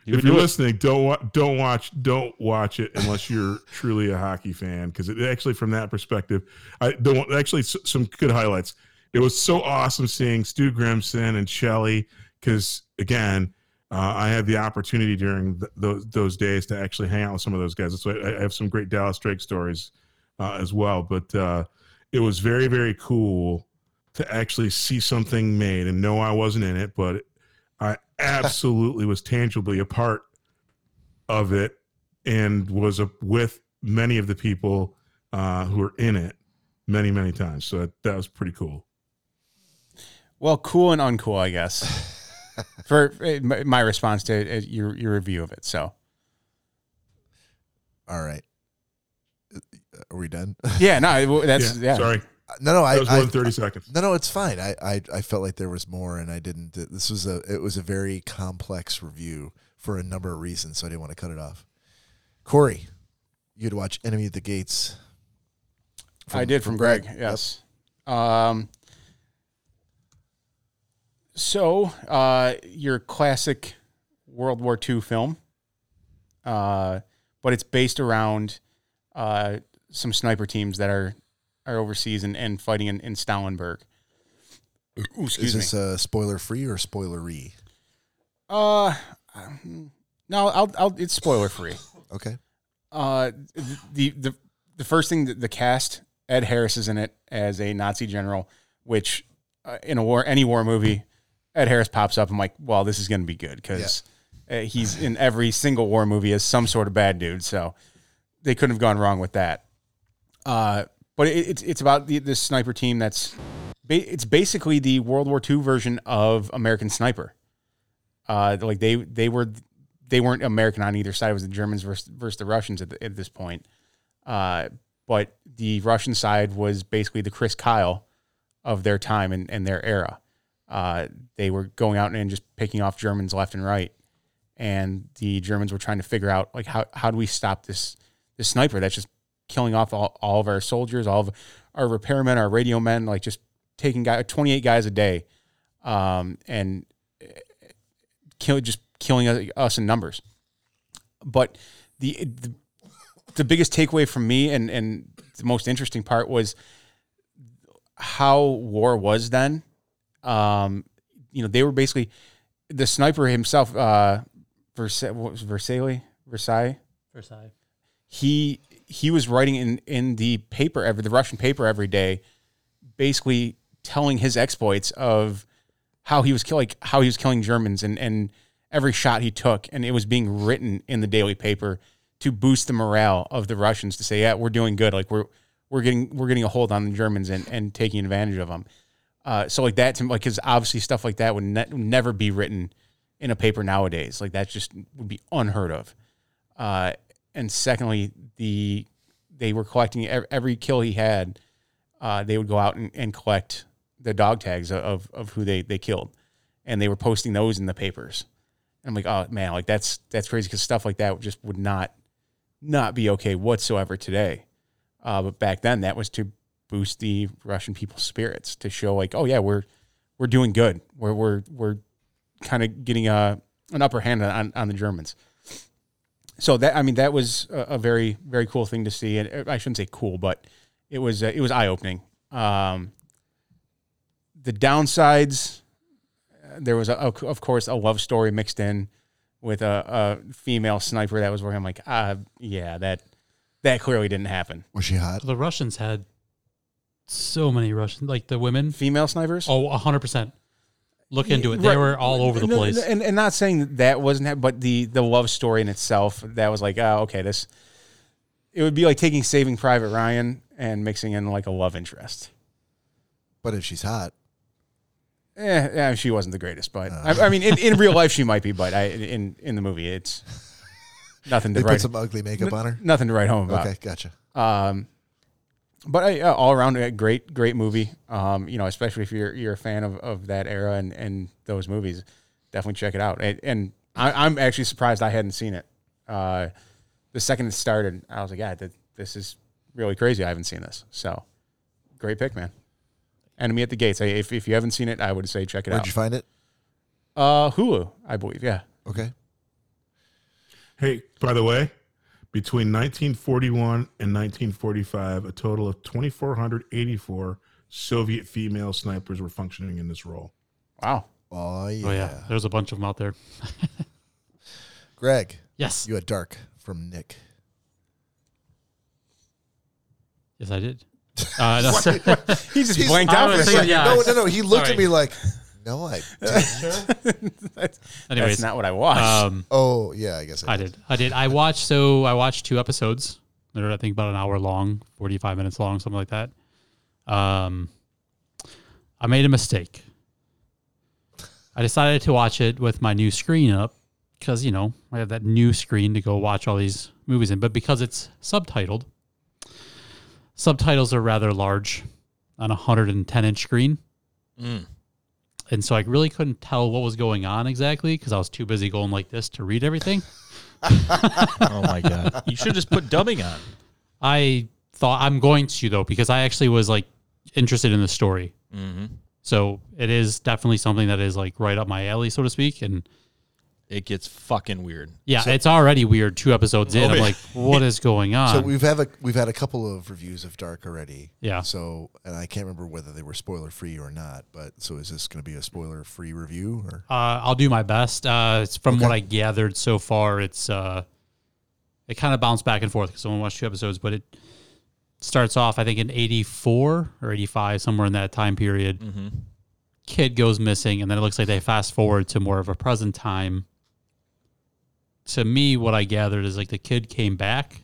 Speaker 7: You
Speaker 5: if
Speaker 7: do
Speaker 5: you're
Speaker 7: it.
Speaker 5: listening, don't wa- don't watch don't watch it unless you're [laughs] truly a hockey fan because it actually from that perspective, I don't actually s- some good highlights. It was so awesome seeing Stu Grimson and Shelley because again. Uh, I had the opportunity during th- those, those days to actually hang out with some of those guys. That's why I I have some great Dallas Drake stories uh, as well. But uh, it was very, very cool to actually see something made and know I wasn't in it, but I absolutely was tangibly a part of it and was a, with many of the people uh, who were in it many, many times. So that, that was pretty cool.
Speaker 3: Well, cool and uncool, I
Speaker 5: [laughs]
Speaker 3: guess. For uh, my, my response to uh, your your review of it, so
Speaker 1: All right, are we done?
Speaker 3: yeah, no, that's yeah.
Speaker 5: Sorry.
Speaker 1: No, no, I,
Speaker 5: That was
Speaker 1: I-
Speaker 5: more than 30 seconds.
Speaker 1: no, no, it's fine. I, I, I felt like there was more, and I didn't. This was a it was a very complex review for a number of reasons, so I didn't want to cut it off. Corey, you'd watch Enemy at the Gates.
Speaker 3: I did from, Greg. Yes. Um. So, uh, your classic World War II film, uh, but it's based around uh, some sniper teams that are are overseas and, and fighting in, in Stalinburg. Ooh,
Speaker 1: Is
Speaker 3: excuse me.
Speaker 1: this uh, spoiler free or spoilery?
Speaker 3: Uh, um, no, I'll, I'll, it's spoiler free.
Speaker 1: Okay.
Speaker 3: Uh, the, the, the first thing that the cast, Ed Harris is in it as a Nazi general, which uh, in a war, any war movie, Ed Harris pops up. I'm like, well, this is going to be good because uh, he's in every single war movie as some sort of bad dude. So they couldn't have gone wrong with that. Uh, but it, it's, it's about the, this sniper team that's, ba- it's basically the World War II version of American Sniper. Uh, like they, they were they weren't American on either side. It was the Germans versus, versus the Russians at, the, at this point. Uh, but the Russian side was basically the Chris Kyle of their time and, and their era. Uh, they were going out and just picking off Germans left and right. And the Germans were trying to figure out like how, how do we stop this this sniper that's just killing off all, all of our soldiers, all of our repairmen, our radio men, like just taking guy twenty eight guys a day, um, and kill just killing us- us in numbers. But the the, the biggest takeaway from me and and the most interesting part was how war was then. Um, you know, they were basically the sniper himself, uh, Versa- what was Versailles, Versailles.
Speaker 4: Versailles.
Speaker 3: He he was writing in in the paper every the Russian paper every day, basically telling his exploits of how he was kill, like how he was killing Germans and and every shot he took, and it was being written in the daily paper to boost the morale of the Russians to say, yeah, we're doing good, like we're we're getting we're getting a hold on the Germans and and taking advantage of them. Uh, so like that, to- like because obviously stuff like that would ne- never be written in a paper nowadays. Like that just would be unheard of. Uh, and secondly, the they were collecting ev- every kill he had. Uh, they would go out and, and collect the dog tags of of who they they killed, and they were posting those in the papers. And I'm like, oh man, like that's that's crazy because stuff like that just would not not be okay whatsoever today. Uh, but back then, that was to boost the Russian people's spirits to show like, oh yeah, we're we're doing good. We're we're we're kind of getting a an upper hand on on the Germans so that I mean that was a, a very very cool thing to see, and uh, I shouldn't say cool, but it was uh, it was eye opening. Um, the downsides, uh, there was a, of of course a love story mixed in with a, a female sniper that was working. I'm like, uh, yeah, that that clearly didn't happen.
Speaker 1: Was she hot?
Speaker 4: The Russians had so many Russian, like the women.
Speaker 3: Female snipers.
Speaker 4: Oh, 100%. Look into it. They
Speaker 3: Right.
Speaker 4: were all over the
Speaker 3: No, no,
Speaker 4: place.
Speaker 3: no, and, and not saying that, that wasn't, hap- but the the love story in itself that was like, oh, okay, this. It would be like taking Saving Private Ryan and mixing in like a love interest.
Speaker 1: But if she's hot,
Speaker 3: Eh, yeah, she wasn't the greatest, but
Speaker 1: Uh.
Speaker 3: I, I mean, in, in real life she might be, but I in in the
Speaker 1: [laughs]
Speaker 3: movie it's nothing to
Speaker 1: they put
Speaker 3: write
Speaker 1: some ugly makeup on her.
Speaker 3: nothing to write home about.
Speaker 1: Okay, gotcha.
Speaker 3: Um, but I, uh, all around, a great, great movie. Um, you know, especially if you're you're a fan of, of that era and, and those movies, definitely check it out. And, and I, I'm actually surprised I hadn't seen it. Uh, the second it started, I was like, yeah, th- this is really crazy. I haven't seen this. So, great pick, man. Enemy at the Gates. I- If, if you haven't seen it, I would say check it
Speaker 1: Where'd
Speaker 3: out.
Speaker 1: you find it?
Speaker 3: uh, Hulu, I believe. Yeah.
Speaker 1: Okay.
Speaker 5: Hey, by the way, between 1941 and 1945, a total of 2,484 Soviet female snipers were functioning in this role.
Speaker 3: Wow.
Speaker 1: Oh yeah.
Speaker 4: Oh, yeah. There's a bunch of them out there.
Speaker 1: Greg,
Speaker 4: Yes.
Speaker 1: you had dark from Nick.
Speaker 4: Yes, I did. Uh, no, sorry.
Speaker 3: He just
Speaker 1: He's-
Speaker 3: blanked
Speaker 4: I
Speaker 3: out for a
Speaker 4: was
Speaker 3: second.
Speaker 4: thinking, yeah.
Speaker 1: no, no, no. He looked
Speaker 4: Sorry.
Speaker 1: at me like, no, I.
Speaker 4: [laughs]
Speaker 3: [laughs]
Speaker 4: Anyways,
Speaker 3: That's not what I watched.
Speaker 4: um,
Speaker 1: Oh yeah, I guess I,
Speaker 4: I did. I did. I watched. So I watched two episodes. They're I think about an hour long, forty-five minutes long, something like that. Um, I made a mistake. I decided to watch it with my new screen up because you know I have that new screen to go watch all these movies in. But because it's subtitled, subtitles are rather large on a hundred and ten inch screen. And so I really couldn't tell what was going on exactly because I was too busy going like this to read everything.
Speaker 7: Oh my god! You should just put dubbing on.
Speaker 4: I thought I'm going to though because I actually was like interested in the story. So it is definitely something that is like right up my alley, so to speak. And
Speaker 2: It gets fucking weird.
Speaker 4: Yeah, it's already weird. Two episodes in, I'm
Speaker 2: yeah.
Speaker 4: like, what is going on?
Speaker 1: So we've had a we've had a couple of reviews of Dark already.
Speaker 4: Uh-huh. Yeah.
Speaker 1: So and I can't remember whether they were spoiler free or not. But so is this going to be a spoiler free review or
Speaker 4: Uh, I'll do my best. Uh, it's from what I gathered so far. It's uh, it kind of bounced back and forth because I only watched two episodes, but it starts off I think in '84 or '85, somewhere in that time period. Kid goes missing, and then it looks like they fast forward to more of a present time. To me, what I gathered is like the kid came back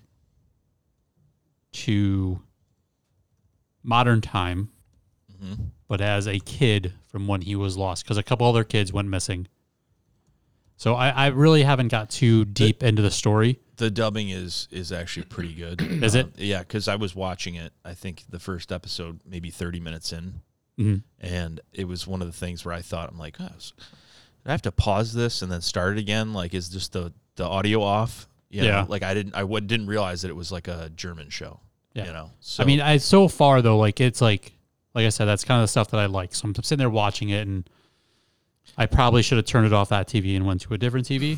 Speaker 4: to modern time but as a kid from when he was lost because a couple other kids went missing. So I, I really haven't got too deep into the story.
Speaker 2: The dubbing is is actually pretty good.
Speaker 4: [clears throat]
Speaker 2: Uh,
Speaker 4: Is it?
Speaker 2: yeah, because I was watching it. I think the first episode, maybe thirty minutes in,
Speaker 4: Mhm.
Speaker 2: and it was one of the things where I thought, I'm like, oh, s- did I have to pause this and then start it again? Like, is just the the audio off? You know,
Speaker 4: Yeah.
Speaker 2: Like I didn't I w- didn't realize that it was like a German show.
Speaker 4: Yeah.
Speaker 2: You know. So,
Speaker 4: I mean, I so far though, like it's like like I said, that's kind of the stuff that I like. So I'm sitting there watching it, and I probably should have turned it off that TV and went to a different TV.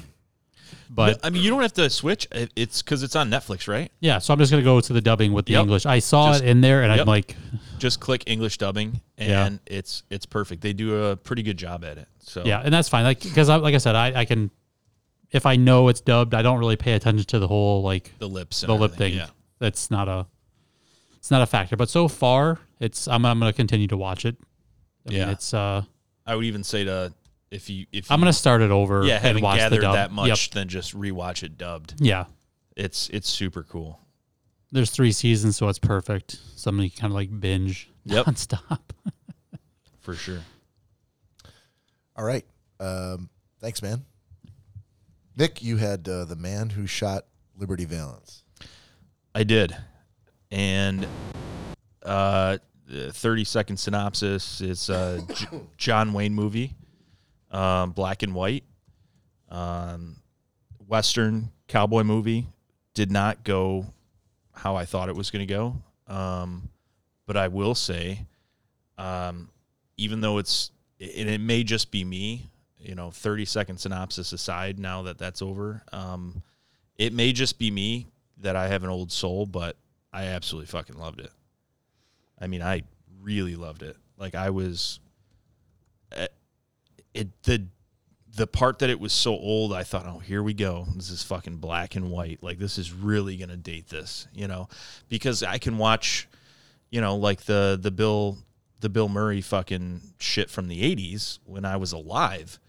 Speaker 4: But
Speaker 2: I mean, you don't have to switch. It- It's because it's on Netflix, right?
Speaker 4: yeah, so I'm just gonna go to the dubbing with the
Speaker 2: Yep.
Speaker 4: English. I saw
Speaker 2: Just-
Speaker 4: it in there, and I'm
Speaker 2: yep.
Speaker 4: like,
Speaker 2: Just click English dubbing,
Speaker 4: Yeah.
Speaker 2: and it's it's perfect. They do a pretty good job at it. So
Speaker 4: yeah, and that's fine. Like because I, like I said, I, I can if I know it's dubbed, I don't really pay attention to the whole like
Speaker 2: the lips, and
Speaker 4: the lip
Speaker 2: everything,
Speaker 4: thing.
Speaker 2: Yeah.
Speaker 4: That's not a it's not a factor. But so far, it's I'm I'm gonna continue to watch it. I
Speaker 2: Yeah.
Speaker 4: mean, it's uh
Speaker 2: I would even say to if you if you,
Speaker 4: I'm gonna start it over.
Speaker 2: yeah
Speaker 4: and
Speaker 2: haven't
Speaker 4: watch the
Speaker 2: gathered
Speaker 4: dub.
Speaker 2: that much,
Speaker 4: Yep.
Speaker 2: then just rewatch it dubbed.
Speaker 4: Yeah.
Speaker 2: It's it's super cool.
Speaker 4: There's three seasons, so it's perfect. Somebody kind of like binge
Speaker 2: Yep.
Speaker 4: [laughs] nonstop.
Speaker 2: For sure.
Speaker 1: all right? Um, thanks, man. Nick, you had uh, the man who shot Liberty Valance.
Speaker 2: I did. And uh, the 30 second synopsis is a J- John Wayne movie, um, black and white, um, Western cowboy movie. Did not go how I thought it was going to go. Um, but I will say, um, even though it's, and it may just be me, you know, 30 second synopsis aside, now that that's over, um, it may just be me that I have an old soul, but I absolutely fucking loved it. I mean, I really loved it. Like I was, eh, it the the part that it was so old, I thought, oh, here we go. This is fucking black and white. Like this is really gonna date this, you know, because I can watch, you know, like the the Bill the Bill Murray fucking shit from the '80s when I was alive,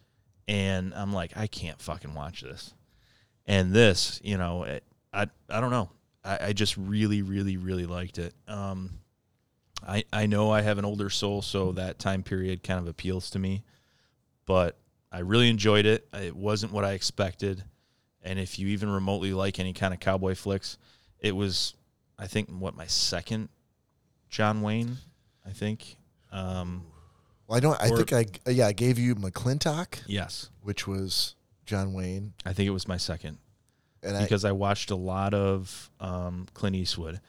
Speaker 2: and I'm like, I can't fucking watch this and this, you know, it- I I don't know. I, I just really, really, really liked it. Um, I I know I have an older soul, so that time period kind of appeals to me, but I really enjoyed it. It wasn't what I expected, and if you even remotely like any kind of cowboy flicks, it was, I think, what my second John Wayne, I think. Um,
Speaker 1: Well, I don't. I
Speaker 2: Or-
Speaker 1: think I yeah I gave you McClintock,
Speaker 2: yes,
Speaker 1: which was John Wayne,
Speaker 2: I think it was my second
Speaker 1: and I
Speaker 2: because I watched a lot of um, Clint Eastwood.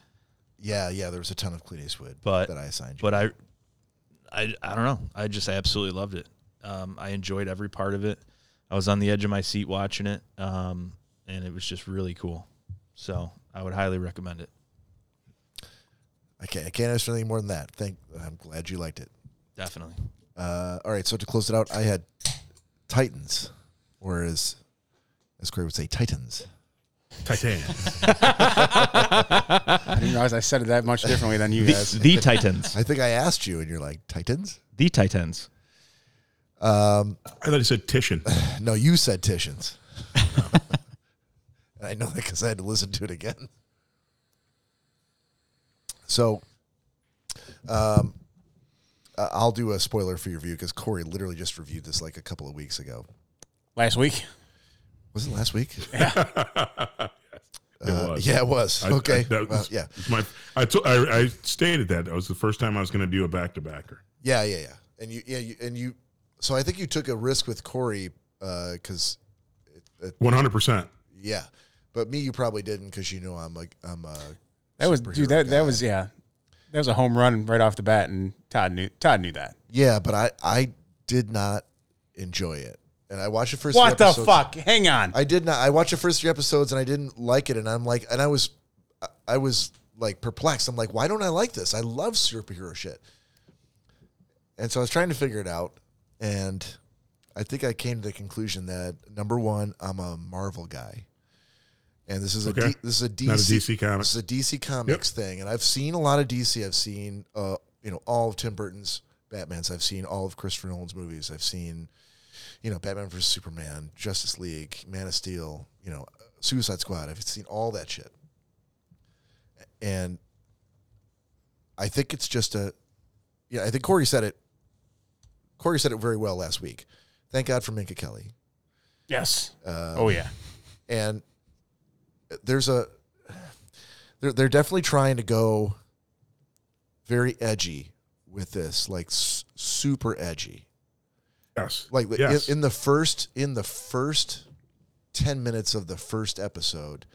Speaker 1: yeah yeah there was a ton of Clint Eastwood,
Speaker 2: But-
Speaker 1: that I assigned you.
Speaker 2: but I, I, I don't know. I just absolutely loved it. Um, I enjoyed every part of it. I was on the edge of my seat watching it, um, and it was just really cool. So I would highly recommend it.
Speaker 1: I can't I can't ask for anything more than that. Thank. I'm glad you liked it.
Speaker 2: Definitely.
Speaker 1: Uh, all right, so to close it out, I had Titans, or as as Corey would say, Titans.
Speaker 5: Titan.
Speaker 3: I didn't realize I said it that much differently than you guys.
Speaker 2: The Titans.
Speaker 1: [laughs] I think I asked you, and you're like Titans.
Speaker 2: The Titans.
Speaker 5: I thought he
Speaker 1: [laughs]
Speaker 5: said Titian.
Speaker 1: No, you said Titians. [laughs] and I know that because I had to listen to it again. So, um, uh, I'll do a spoiler for your review because Corey literally just reviewed this like a couple of weeks ago.
Speaker 3: Last week,
Speaker 1: Was it last week?
Speaker 5: It
Speaker 1: [laughs]
Speaker 5: was.
Speaker 1: yeah, it was.
Speaker 5: I-
Speaker 1: okay.
Speaker 5: I, that
Speaker 1: Well,
Speaker 5: was
Speaker 1: yeah.
Speaker 5: My, I, to- I, I stated that. That was the first time I was going to do a back to backer.
Speaker 1: Yeah, yeah, yeah. And you, yeah, you, and you. So I think you took a risk with Corey, because
Speaker 5: 100%.
Speaker 1: yeah, but me, you probably didn't, because you know I'm like I'm uh, a
Speaker 3: that was dude. That that was yeah. That was a home run right off the bat, and Todd knew Todd knew that.
Speaker 1: yeah, but I I did not enjoy it. and I watched the first.
Speaker 3: What
Speaker 1: three
Speaker 3: the
Speaker 1: episodes.
Speaker 3: fuck? Hang on.
Speaker 1: I did not. I watched the first three episodes and I didn't like it, and I'm like, and I was, I- I was like perplexed. I'm like, why don't I like this? I love superhero shit. And so I was trying to figure it out, and I think I came to the conclusion that number one, I'm a Marvel guy, and this is a
Speaker 5: Okay.
Speaker 1: D, this is a DC,
Speaker 5: Not a DC comic.
Speaker 1: This is a DC Comics thing, and I've seen a lot of DC. I've seen, uh, you know, all of Tim Burton's Batman's. I've seen all of Christopher Nolan's movies. I've seen you know, Batman vs Superman, Justice League, Man of Steel, you know, Suicide Squad. I've seen all that shit, and I think it's just a, yeah. I think Corey said it. Corey said it very well last week. Thank God for Minka Kelly.
Speaker 3: Yes. oh yeah.
Speaker 1: and there's a they're, they're definitely trying to go very edgy with this like s- super edgy
Speaker 5: Yes.
Speaker 1: like in-
Speaker 5: Yes.
Speaker 1: in, the first in the first 10 minutes of the first episode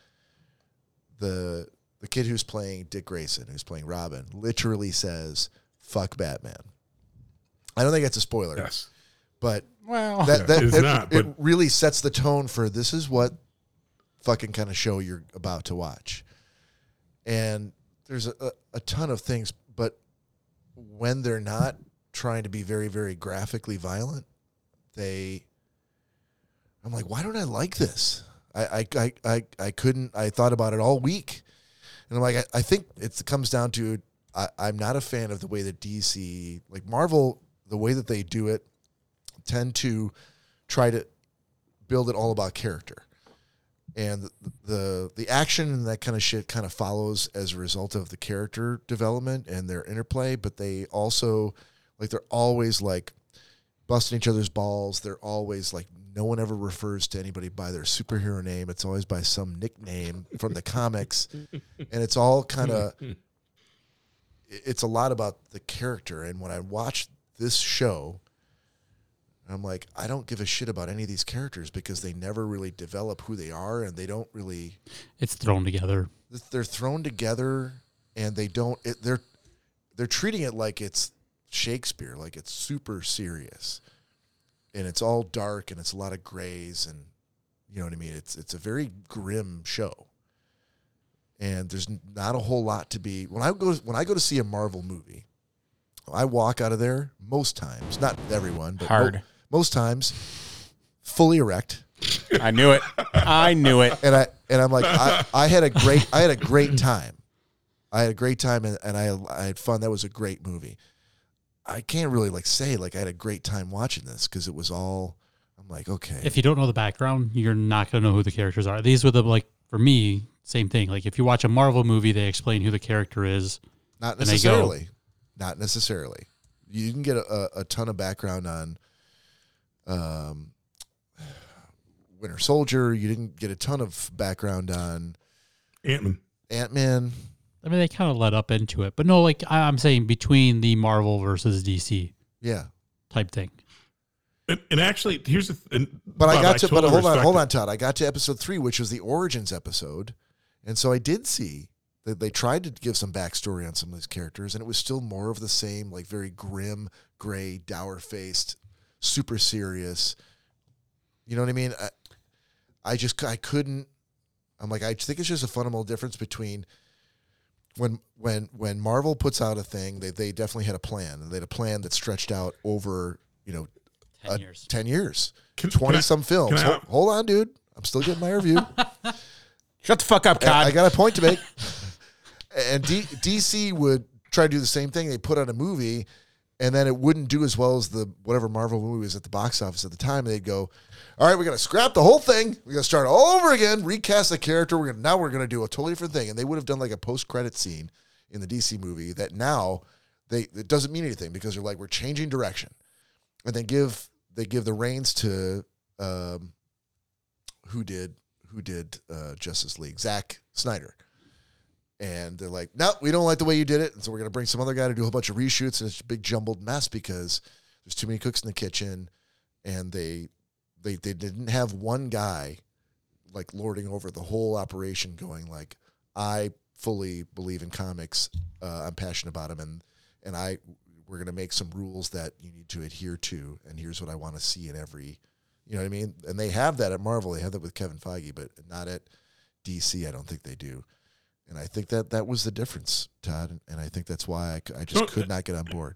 Speaker 1: the the kid who's playing Dick Grayson who's playing Robin literally says fuck Batman I don't think that's a spoiler
Speaker 5: yes.
Speaker 1: but
Speaker 3: Well,
Speaker 1: that, that,
Speaker 5: It's
Speaker 1: that-
Speaker 5: not,
Speaker 1: it
Speaker 5: but-
Speaker 1: really sets the tone for this is what fucking kind of show you're about to watch and there's a, a, a ton of things but when they're not trying to be very very graphically violent they i'm like why don't i like this i i i, I, I couldn't i thought about it all week and i'm like i, I think it comes down to I, i'm not a fan of the way that dc like marvel the way that they do it tend to try to build it all about character and the the, the action and that kind of shit kind of follows as a result of the character development and their interplay but they also like they're always like busting each other's balls they're always like no one ever refers to anybody by their superhero name it's always by some nickname from the comics and it's all kind of it's a lot about the character and when i watched this show and I'm like, I don't give a shit about any of these characters because they never really develop who they are and they don't really
Speaker 4: It's thrown together.
Speaker 1: they're thrown together and they don't it, they're they're treating it like it's Shakespeare, like it's super serious. And it's all dark and it's a lot of grays and you know what I mean? It's it's a very grim show. And there's n- not a whole lot to be when I go when I go to see a Marvel movie, I walk out of there most times, not everyone, but mo-
Speaker 3: Hard.
Speaker 1: most times fully erect
Speaker 3: I knew it. I knew it.
Speaker 1: and I and I'm like I, I had a great I had a great time. I had a great time and, and I I had fun. That was a great movie. I can't really like say like I had a great time watching this because it was all I'm like okay
Speaker 4: If you don't know the background, you're not gonna know who the characters are. These were the like for me, same thing. Like if you watch a Marvel movie, they explain who the character is.
Speaker 1: not
Speaker 4: and they go-
Speaker 1: necessarily not necessarily you can get a, a, a ton of background on um Winter Soldier. You didn't get a ton of background on
Speaker 5: Ant Man.
Speaker 1: Ant Man.
Speaker 4: I mean, they kind of led up into it, but no, like I, I'm saying between the Marvel versus DC
Speaker 1: Yeah,
Speaker 4: type thing.
Speaker 5: And, and actually, here's the. Th- and,
Speaker 1: But I
Speaker 5: Bob,
Speaker 1: got to.
Speaker 5: totally
Speaker 1: but hold on,
Speaker 5: respect
Speaker 1: hold
Speaker 5: it.
Speaker 1: on, Todd. I got to episode three, which was the origins episode, and so I did see that they tried to give some backstory on some of these characters, and it was still more of the same, like very grim, gray, dour faced, super serious. You know what I mean? I, I just I couldn't. I'm like I think it's just a fundamental difference between when when when Marvel puts out a thing, they they definitely had a plan, and they had a plan that stretched out over you know
Speaker 4: Ten
Speaker 1: uh,
Speaker 4: years.
Speaker 1: 10 years.
Speaker 5: Can-
Speaker 1: 20
Speaker 5: can I-
Speaker 1: some films.
Speaker 5: can I-
Speaker 1: Hold, hold on, dude. I'm still getting my
Speaker 5: [laughs]
Speaker 1: review.
Speaker 3: Shut the fuck up,
Speaker 1: I, I
Speaker 3: Cod.
Speaker 1: got a point to make. and D, DC would try to do the same thing. They put out a movie, and then it wouldn't do as well as the whatever Marvel movie was at the box office at the time. They'd go, "All right, we're gonna scrap the whole thing. We're gonna start all over again, recast the character. We're gonna now we're gonna do a totally different thing." And they would have done like a post credit scene in the DC movie that now they it doesn't mean anything because they're like we're changing direction, and they give they give the reins to. Um, who did who did uh, Justice League, Zack Snyder. And they're like, no, we don't like the way you did it. And so we're going to bring some other guy to do a bunch of reshoots. And it's a big jumbled mess because there's too many cooks in the kitchen. And they, they, they didn't have one guy like lording over the whole operation going like, I fully believe in comics. Uh, I'm passionate about them. And, and I, we're going to make some rules that you need to adhere to. And here's what I want to see in every You know what I mean? And they have that at Marvel. They have that with Kevin Feige, but not at DC. I don't think they do. And I think that that was the difference, Todd. And I think that's why I, c- I just
Speaker 5: So-
Speaker 1: could not get on board.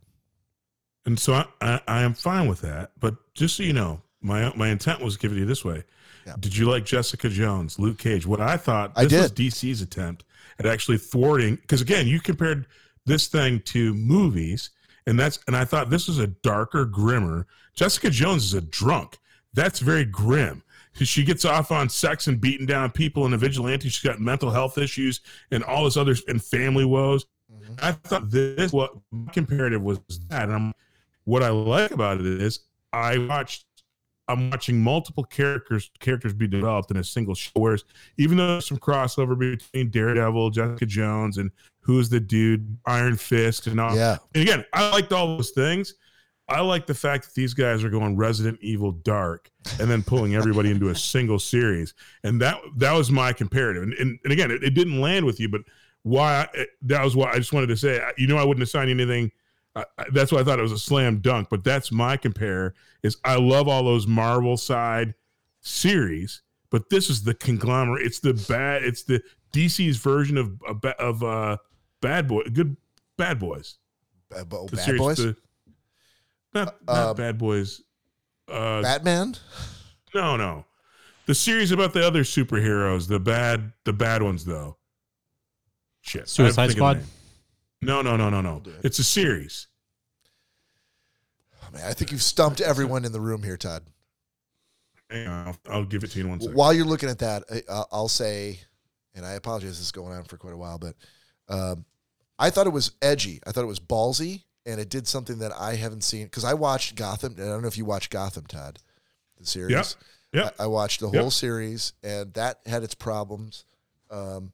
Speaker 5: And so I, I, I am fine with that. But just so you know, my my intent was given to you this way.
Speaker 1: Yeah.
Speaker 5: Did you like Jessica Jones, Luke Cage? What I thought
Speaker 1: I
Speaker 5: this was
Speaker 1: did.
Speaker 5: DC's attempt at actually thwarting because again, you compared this thing to movies, and that's and I thought this was a darker, grimmer. Jessica Jones is a drunk. That's very grim. She gets off on sex and beating down people and a vigilante. She's got mental health issues and all this other and family woes.
Speaker 1: Mm-hmm.
Speaker 5: I thought this what my comparative was that. And I'm what I like about it is I watched I'm watching multiple characters characters be developed in a single show. Whereas even though there's some crossover between Daredevil, Jessica Jones, and who's the dude, Iron Fist, and all.
Speaker 1: Yeah.
Speaker 5: And again, I liked all those things. I like the fact that these guys are going Resident Evil Dark and then pulling everybody into a single series. And that that was my comparative. And and, and again, it, it didn't land with you, but why I, that was why I just wanted to say, you know, I wouldn't assign anything. I, I- that's why I thought it was a slam dunk. But that's my compare is I love all those Marvel side series, but this is the conglomerate. It's the bad. It's the DC's version of of, ba- of uh, bad boy, good bad boys.
Speaker 1: Uh, but- oh,
Speaker 5: The
Speaker 1: Bad Boys,
Speaker 5: the- not not
Speaker 1: Uh,
Speaker 5: bad boys. Uh,
Speaker 1: Batman.
Speaker 5: no, no. The series about the other superheroes, the bad, the bad ones though. Shit. I have to
Speaker 4: Suicide
Speaker 5: think of the
Speaker 4: Squad?
Speaker 5: name. No, no, no, no, no.
Speaker 1: do it.
Speaker 5: It's a series.
Speaker 1: Oh, man, I think you've stumped everyone in the room here, Todd.
Speaker 5: Hang on, I'll, I'll give it to you in one second.
Speaker 1: While you're looking at that, I- I'll- I'll say, and I apologize, this is going on for quite a while, but um, I thought it was edgy. I thought it was ballsy, and it did something that I haven't seen because I watched Gotham. And I don't know if you watched Gotham, Todd, the series.
Speaker 5: Yep, yep.
Speaker 1: I, I watched the
Speaker 5: Yep.
Speaker 1: whole series, and that had its problems. Um,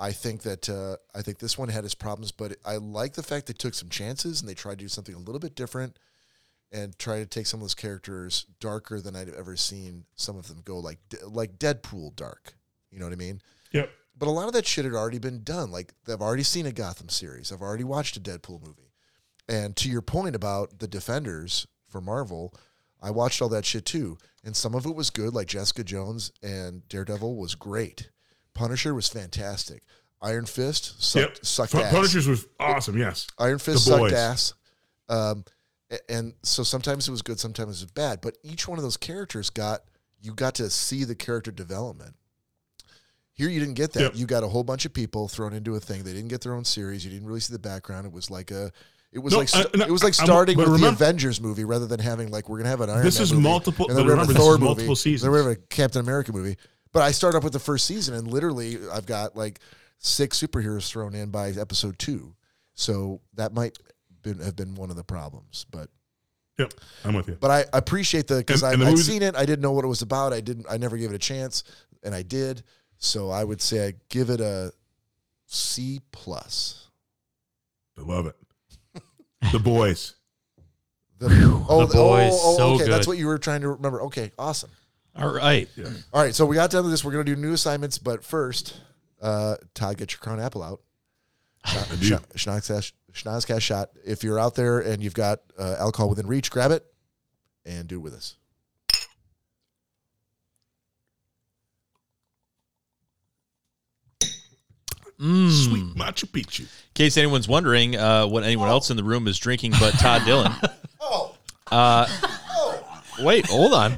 Speaker 1: I think that uh, I think this one had its problems, but I like the fact they took some chances and they tried to do something a little bit different and try to take some of those characters darker than I'd ever seen some of them go, like like Deadpool dark. You know what I mean?
Speaker 5: Yep.
Speaker 1: But a lot of that shit had already been done. Like I've already seen a Gotham series. I've already watched a Deadpool movie. And to your point about the Defenders for Marvel, I watched all that shit too. And some of it was good, like Jessica Jones and Daredevil was great. Punisher was fantastic. Iron Fist sucked,
Speaker 5: Yep.
Speaker 1: sucked
Speaker 5: Pu-
Speaker 1: ass.
Speaker 5: Punishers was awesome. Yes.
Speaker 1: Iron Fist
Speaker 5: The
Speaker 1: sucked
Speaker 5: boys.
Speaker 1: ass. Um, a- and so sometimes it was good, sometimes it was bad. But each one of those characters got you got to see the character development. Here you didn't get that.
Speaker 5: Yep.
Speaker 1: You got a whole bunch of people thrown into a thing. They didn't get their own series. You didn't really see the background. It was like a it was
Speaker 5: No,
Speaker 1: like st-
Speaker 5: I- no,
Speaker 1: it was like
Speaker 5: I'm-
Speaker 1: starting
Speaker 5: but
Speaker 1: with
Speaker 5: remember-
Speaker 1: the Avengers movie rather than having like we're gonna have an Iron
Speaker 5: This
Speaker 1: Man
Speaker 5: is
Speaker 1: movie,
Speaker 5: multiple-
Speaker 1: and then we're gonna have
Speaker 5: remember,
Speaker 1: a
Speaker 5: this
Speaker 1: Thor
Speaker 5: is
Speaker 1: movie,
Speaker 5: multiple
Speaker 1: and then
Speaker 5: seasons.
Speaker 1: we're gonna have a Captain America movie. But I start off with the first season and literally I've got like six superheroes thrown in by episode two. So that might been, have been one of the problems. But
Speaker 5: Yep. I'm with you.
Speaker 1: but I appreciate the because
Speaker 5: And-
Speaker 1: I've
Speaker 5: and the movie-
Speaker 1: seen it. I didn't know what it was about. I didn't. I never gave it a chance, and I did. So I would say I give it a C plus.
Speaker 5: I love it.
Speaker 1: [laughs]
Speaker 5: The boys.
Speaker 1: The, oh,
Speaker 4: The Boys, so
Speaker 1: okay. That's
Speaker 4: good.
Speaker 1: what you were trying to remember. Okay, awesome.
Speaker 2: All right.
Speaker 5: Hmm.
Speaker 1: All right, so we got down to this. We're gonna do new assignments, but first, uh, Todd, get your crown apple out.
Speaker 5: do.
Speaker 1: Schnozcast Schnozcast shot. If you're out there and you've got uh, alcohol within reach, grab it and do it with us.
Speaker 5: Sweet Machu Picchu.
Speaker 2: In Mm. case anyone's wondering uh, what anyone else in the room is drinking, but Todd [laughs] Dillon. Uh,
Speaker 1: Oh,
Speaker 2: Oh. Wait, hold on.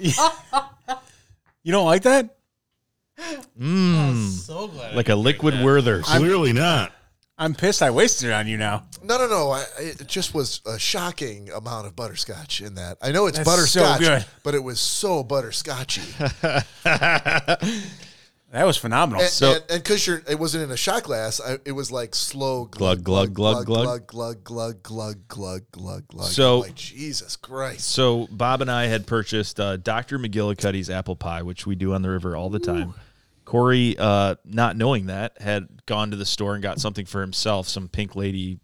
Speaker 3: You don't like that?
Speaker 4: So glad.
Speaker 2: Mm. Like a liquid Werther's.
Speaker 5: Clearly not.
Speaker 3: I'm pissed. I wasted it on you now.
Speaker 1: No, no, no. I, it just was a shocking amount of butterscotch in that. I know it's
Speaker 3: That's
Speaker 1: butterscotch,
Speaker 3: so good.
Speaker 1: but it was so butterscotchy.
Speaker 3: That was phenomenal.
Speaker 1: And
Speaker 2: So-
Speaker 1: so, and because you're, it wasn't in a shot glass. I, it was like slow
Speaker 2: Glug, glug, glug,
Speaker 1: glug, glug, glug, glug, glug, glug, glug.
Speaker 2: So-
Speaker 1: like, Jesus Christ.
Speaker 2: So Bob and I had purchased uh, Dr. McGillicuddy's apple pie, which we do on the river all the time. Corey, uh, not knowing that, had gone to the store and got something for himself, some Pink Lady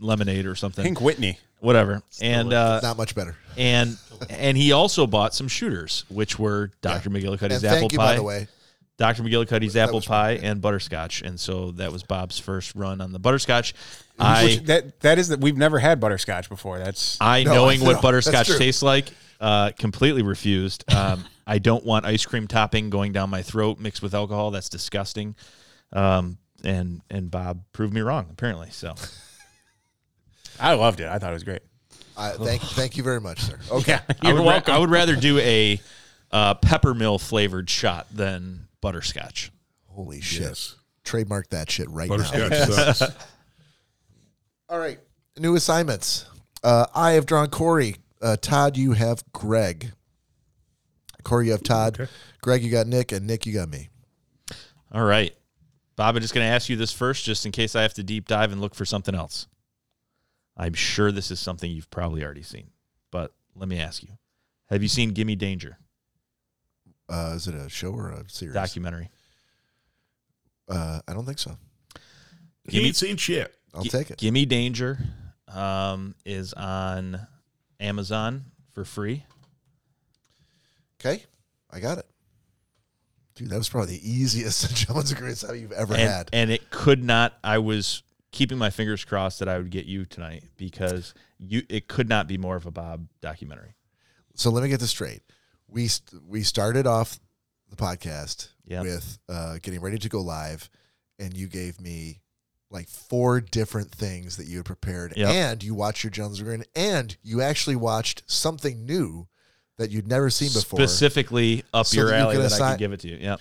Speaker 2: lemonade or something,
Speaker 3: Pink Whitney.
Speaker 2: whatever. and uh,
Speaker 1: Not much better.
Speaker 2: and and he also bought some shooters, which were Dr. McGillicuddy's
Speaker 1: And
Speaker 2: apple
Speaker 1: thank you,
Speaker 2: pie.
Speaker 1: by the way.
Speaker 2: Dr. McGillicuddy's apple
Speaker 1: was
Speaker 2: pie and butterscotch, and so that was Bob's first run on the butterscotch. I
Speaker 3: Which, that that is that we've never had butterscotch before. That's
Speaker 2: I
Speaker 1: No,
Speaker 2: knowing
Speaker 1: no,
Speaker 2: what
Speaker 1: that's
Speaker 2: butterscotch
Speaker 1: true.
Speaker 2: tastes like Uh, completely refused. Um, I don't want ice cream topping going down my throat mixed with alcohol. That's disgusting. Um, and and Bob proved me wrong apparently. So
Speaker 3: I loved it. I thought it was great.
Speaker 1: I,
Speaker 2: [laughs]
Speaker 1: thank, thank you very much, sir. Okay.
Speaker 3: Yeah,
Speaker 2: I
Speaker 3: [laughs] you're
Speaker 2: would, ra-
Speaker 3: welcome.
Speaker 2: I would rather do a uh, peppermill flavored shot than butterscotch.
Speaker 1: Holy shit. Trademark that shit right now. [laughs]
Speaker 5: Butterscotch sucks.
Speaker 1: All right. New assignments. Uh, I have drawn Corey. Uh, Todd, you have Greg. Corey, you have Todd. Greg, you got Nick, and Nick, you got me.
Speaker 2: All right, Bob. I'm just going to ask you this first, just in case I have to deep dive and look for something else. I'm sure this is something you've probably already seen, but let me ask you: Have you seen "Gimme Danger"
Speaker 1: Uh, is it a show or a series?
Speaker 2: documentary?
Speaker 1: uh, I don't think so.
Speaker 5: he ain't seen shit.
Speaker 1: I'll
Speaker 2: Gi-
Speaker 1: take it.
Speaker 2: Gimme Danger um, is on Amazon for free.
Speaker 1: Okay. I got it. Dude, that was probably the easiest [laughs] Jones Grace you've ever
Speaker 2: and,
Speaker 1: had.
Speaker 2: and it could not. I was keeping my fingers crossed that I would get you tonight because you. It could not be more of a Bob documentary.
Speaker 1: so let me get this straight. We st- we started off the podcast
Speaker 2: Yeah.
Speaker 1: with uh, getting ready to go live, and you gave me like four different things that you had prepared,
Speaker 2: Yep.
Speaker 1: and you watched your Jones Green, and you actually watched something new that you'd never seen before.
Speaker 2: Specifically up
Speaker 1: So
Speaker 2: your
Speaker 1: that you
Speaker 2: alley
Speaker 1: could
Speaker 2: that I
Speaker 1: assign-
Speaker 2: could give it to you. Yeah,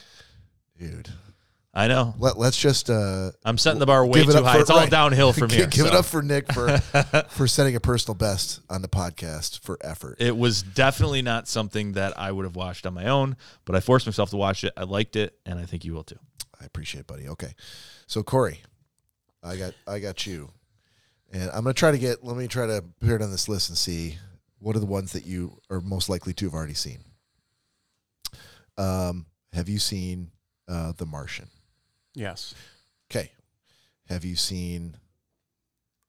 Speaker 1: Dude,
Speaker 2: I know.
Speaker 1: let let's just uh,
Speaker 2: I'm setting the bar way
Speaker 1: give it
Speaker 2: too
Speaker 1: up
Speaker 2: high.
Speaker 1: for-
Speaker 2: it's all
Speaker 1: right.
Speaker 2: downhill from here.
Speaker 1: [laughs] give it
Speaker 2: so.
Speaker 1: up for Nick
Speaker 2: [laughs]
Speaker 1: for for setting a personal best on the podcast for effort.
Speaker 2: It was definitely not something that I would have watched on my own, but I forced myself to watch it. I liked it, and I think you
Speaker 1: [laughs]
Speaker 2: will too.
Speaker 1: I appreciate it, buddy. Okay. So Corey, I got I got you. And I'm gonna try to get let me try to put it on this list and see what are the ones that you are most likely to have already seen. Um, have you seen uh, The Martian?
Speaker 3: yes.
Speaker 1: Okay. Have you seen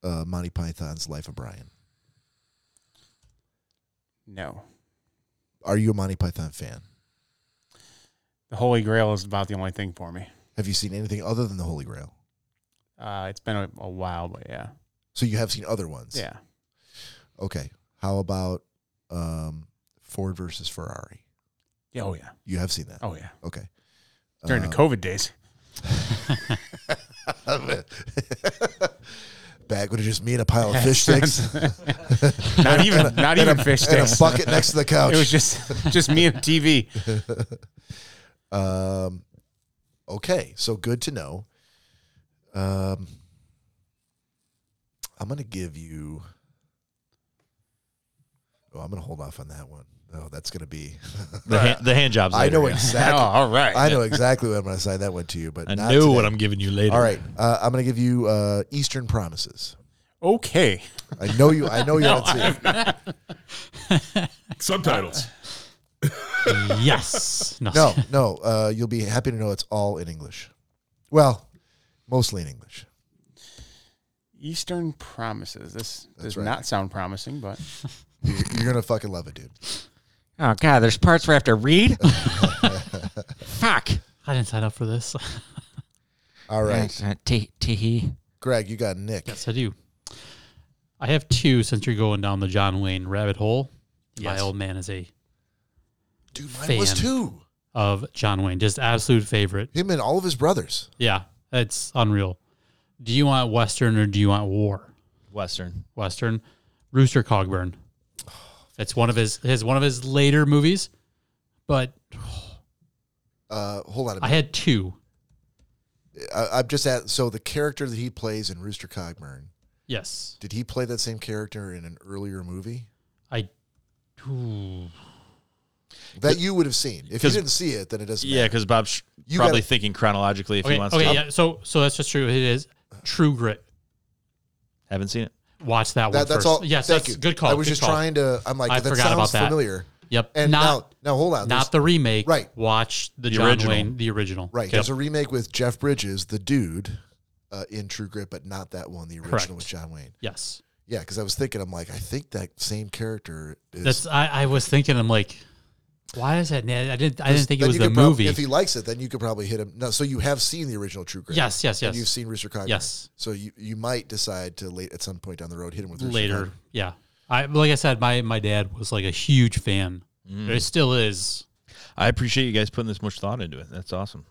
Speaker 1: uh, Monty Python's Life of Brian?
Speaker 3: No.
Speaker 1: Are you a Monty Python fan?
Speaker 3: The Holy Grail is about the only thing for me.
Speaker 1: Have you seen anything other than The Holy Grail?
Speaker 3: Uh, it's been a, a while, but yeah,
Speaker 1: So you have seen other ones.
Speaker 3: yeah.
Speaker 1: Okay. How about um, Ford versus Ferrari?
Speaker 3: Yeah, oh yeah,
Speaker 1: You have seen that.
Speaker 3: oh yeah.
Speaker 1: Okay.
Speaker 3: [laughs] During
Speaker 1: Uh,
Speaker 3: the
Speaker 1: [laughs]
Speaker 3: COVID days,
Speaker 1: Bag would have just me and a pile of fish
Speaker 3: [laughs]
Speaker 1: sticks
Speaker 3: not even not even fish
Speaker 1: and a
Speaker 3: sticks.
Speaker 1: bucket next to the couch.
Speaker 3: It was just [laughs] just me and TV.
Speaker 1: um, okay, so good to know. Um, I'm gonna give you. Oh, I'm gonna hold off on that one. Oh, that's gonna be.
Speaker 2: The, hand, the hand jobs.
Speaker 1: [laughs] I
Speaker 2: later,
Speaker 1: know
Speaker 3: [laughs]
Speaker 2: yeah.
Speaker 3: Oh,
Speaker 1: exactly.
Speaker 3: all right.
Speaker 1: I know exactly when I'm gonna assign that one to you, but
Speaker 9: I
Speaker 1: not
Speaker 9: know
Speaker 1: today.
Speaker 9: what I'm giving you later.
Speaker 1: All right, uh, I'm gonna give you uh, Eastern Promises.
Speaker 3: okay.
Speaker 1: I know you. I know
Speaker 3: [laughs]
Speaker 1: you haven't seen. it.
Speaker 5: Subtitles.
Speaker 4: yes. No. [laughs]
Speaker 1: No, no. Uh, you'll be happy to know it's all in English. Well, mostly in English.
Speaker 3: Eastern Promises. This does
Speaker 1: right.
Speaker 3: not sound promising,
Speaker 1: [laughs]
Speaker 3: but
Speaker 1: You're, you're gonna fucking love it, dude.
Speaker 6: [laughs] Oh god, there's parts where I have to read. [laughs] Fuck.
Speaker 4: I didn't sign up for this.
Speaker 1: All right,
Speaker 6: That's, uh, tee- tee-hee.
Speaker 1: Greg, you got Nick.
Speaker 4: yes, I do. I have two since you're going down the John Wayne rabbit hole. My old man is a
Speaker 1: Dude, mine was
Speaker 4: Fan.
Speaker 1: two.
Speaker 4: of John Wayne, just absolute favorite.
Speaker 1: Him and all of his brothers.
Speaker 4: Yeah, it's unreal. Do you want Western or do you want war?
Speaker 2: Western.
Speaker 4: Western, Rooster Cogburn. It's one of his his one of his later movies, but
Speaker 1: Uh, hold on a
Speaker 4: I
Speaker 1: minute.
Speaker 4: had two.
Speaker 1: I, I'm just at. So the character that he plays in Rooster Cogburn,
Speaker 4: Yes,
Speaker 1: did he play that same character in an earlier movie
Speaker 4: I. Ooh.
Speaker 1: that you would have seen? If you
Speaker 2: 'Cause-
Speaker 1: didn't see it, then it doesn't.
Speaker 2: Yeah,
Speaker 1: matter.
Speaker 2: because Bob's
Speaker 1: You
Speaker 2: probably
Speaker 1: gotta-
Speaker 2: thinking chronologically if
Speaker 4: Okay,
Speaker 2: he wants
Speaker 4: okay,
Speaker 2: to.
Speaker 4: yeah. So so that's just true. It is True Grit.
Speaker 2: Haven't seen it.
Speaker 4: Watch that, one.
Speaker 1: That, that's
Speaker 4: first.
Speaker 1: all.
Speaker 4: Yes,
Speaker 1: thank
Speaker 4: that's
Speaker 1: you.
Speaker 4: good call.
Speaker 1: I was
Speaker 4: good
Speaker 1: just
Speaker 4: call.
Speaker 1: trying to. I'm like,
Speaker 4: I
Speaker 1: that
Speaker 4: forgot
Speaker 1: sounds
Speaker 4: about that.
Speaker 1: familiar.
Speaker 4: Yep.
Speaker 1: And
Speaker 4: not
Speaker 1: now, now hold on. There's-
Speaker 4: not the remake.
Speaker 1: Right.
Speaker 4: Watch the,
Speaker 2: The
Speaker 4: John
Speaker 2: original.
Speaker 4: Wayne, the original.
Speaker 1: Right.
Speaker 4: Yep.
Speaker 1: There's a remake with Jeff Bridges, the dude, uh, in True Grit, but not that one, the original
Speaker 4: Correct.
Speaker 1: with John Wayne.
Speaker 4: Yes.
Speaker 1: Yeah, because I was thinking, I'm like, I think that same character is.
Speaker 4: That's I, I was thinking. I'm like, why is that? I didn't. I didn't think it
Speaker 1: Then
Speaker 4: was
Speaker 1: you
Speaker 4: the
Speaker 1: could prob-
Speaker 4: movie.
Speaker 1: if he likes it, then you could probably hit him. No, so you have seen the original True Grit.
Speaker 4: yes. Yes.
Speaker 1: And you've
Speaker 4: Yes.
Speaker 1: seen Rooster Cogburn.
Speaker 4: Yes.
Speaker 1: So you, you might decide to late at some point down the road hit him with Rooster
Speaker 4: Later.
Speaker 1: Cogburn.
Speaker 4: Yeah. I like I said, my my dad was like a huge fan. It still is.
Speaker 7: I appreciate you guys putting this much thought into it. That's awesome.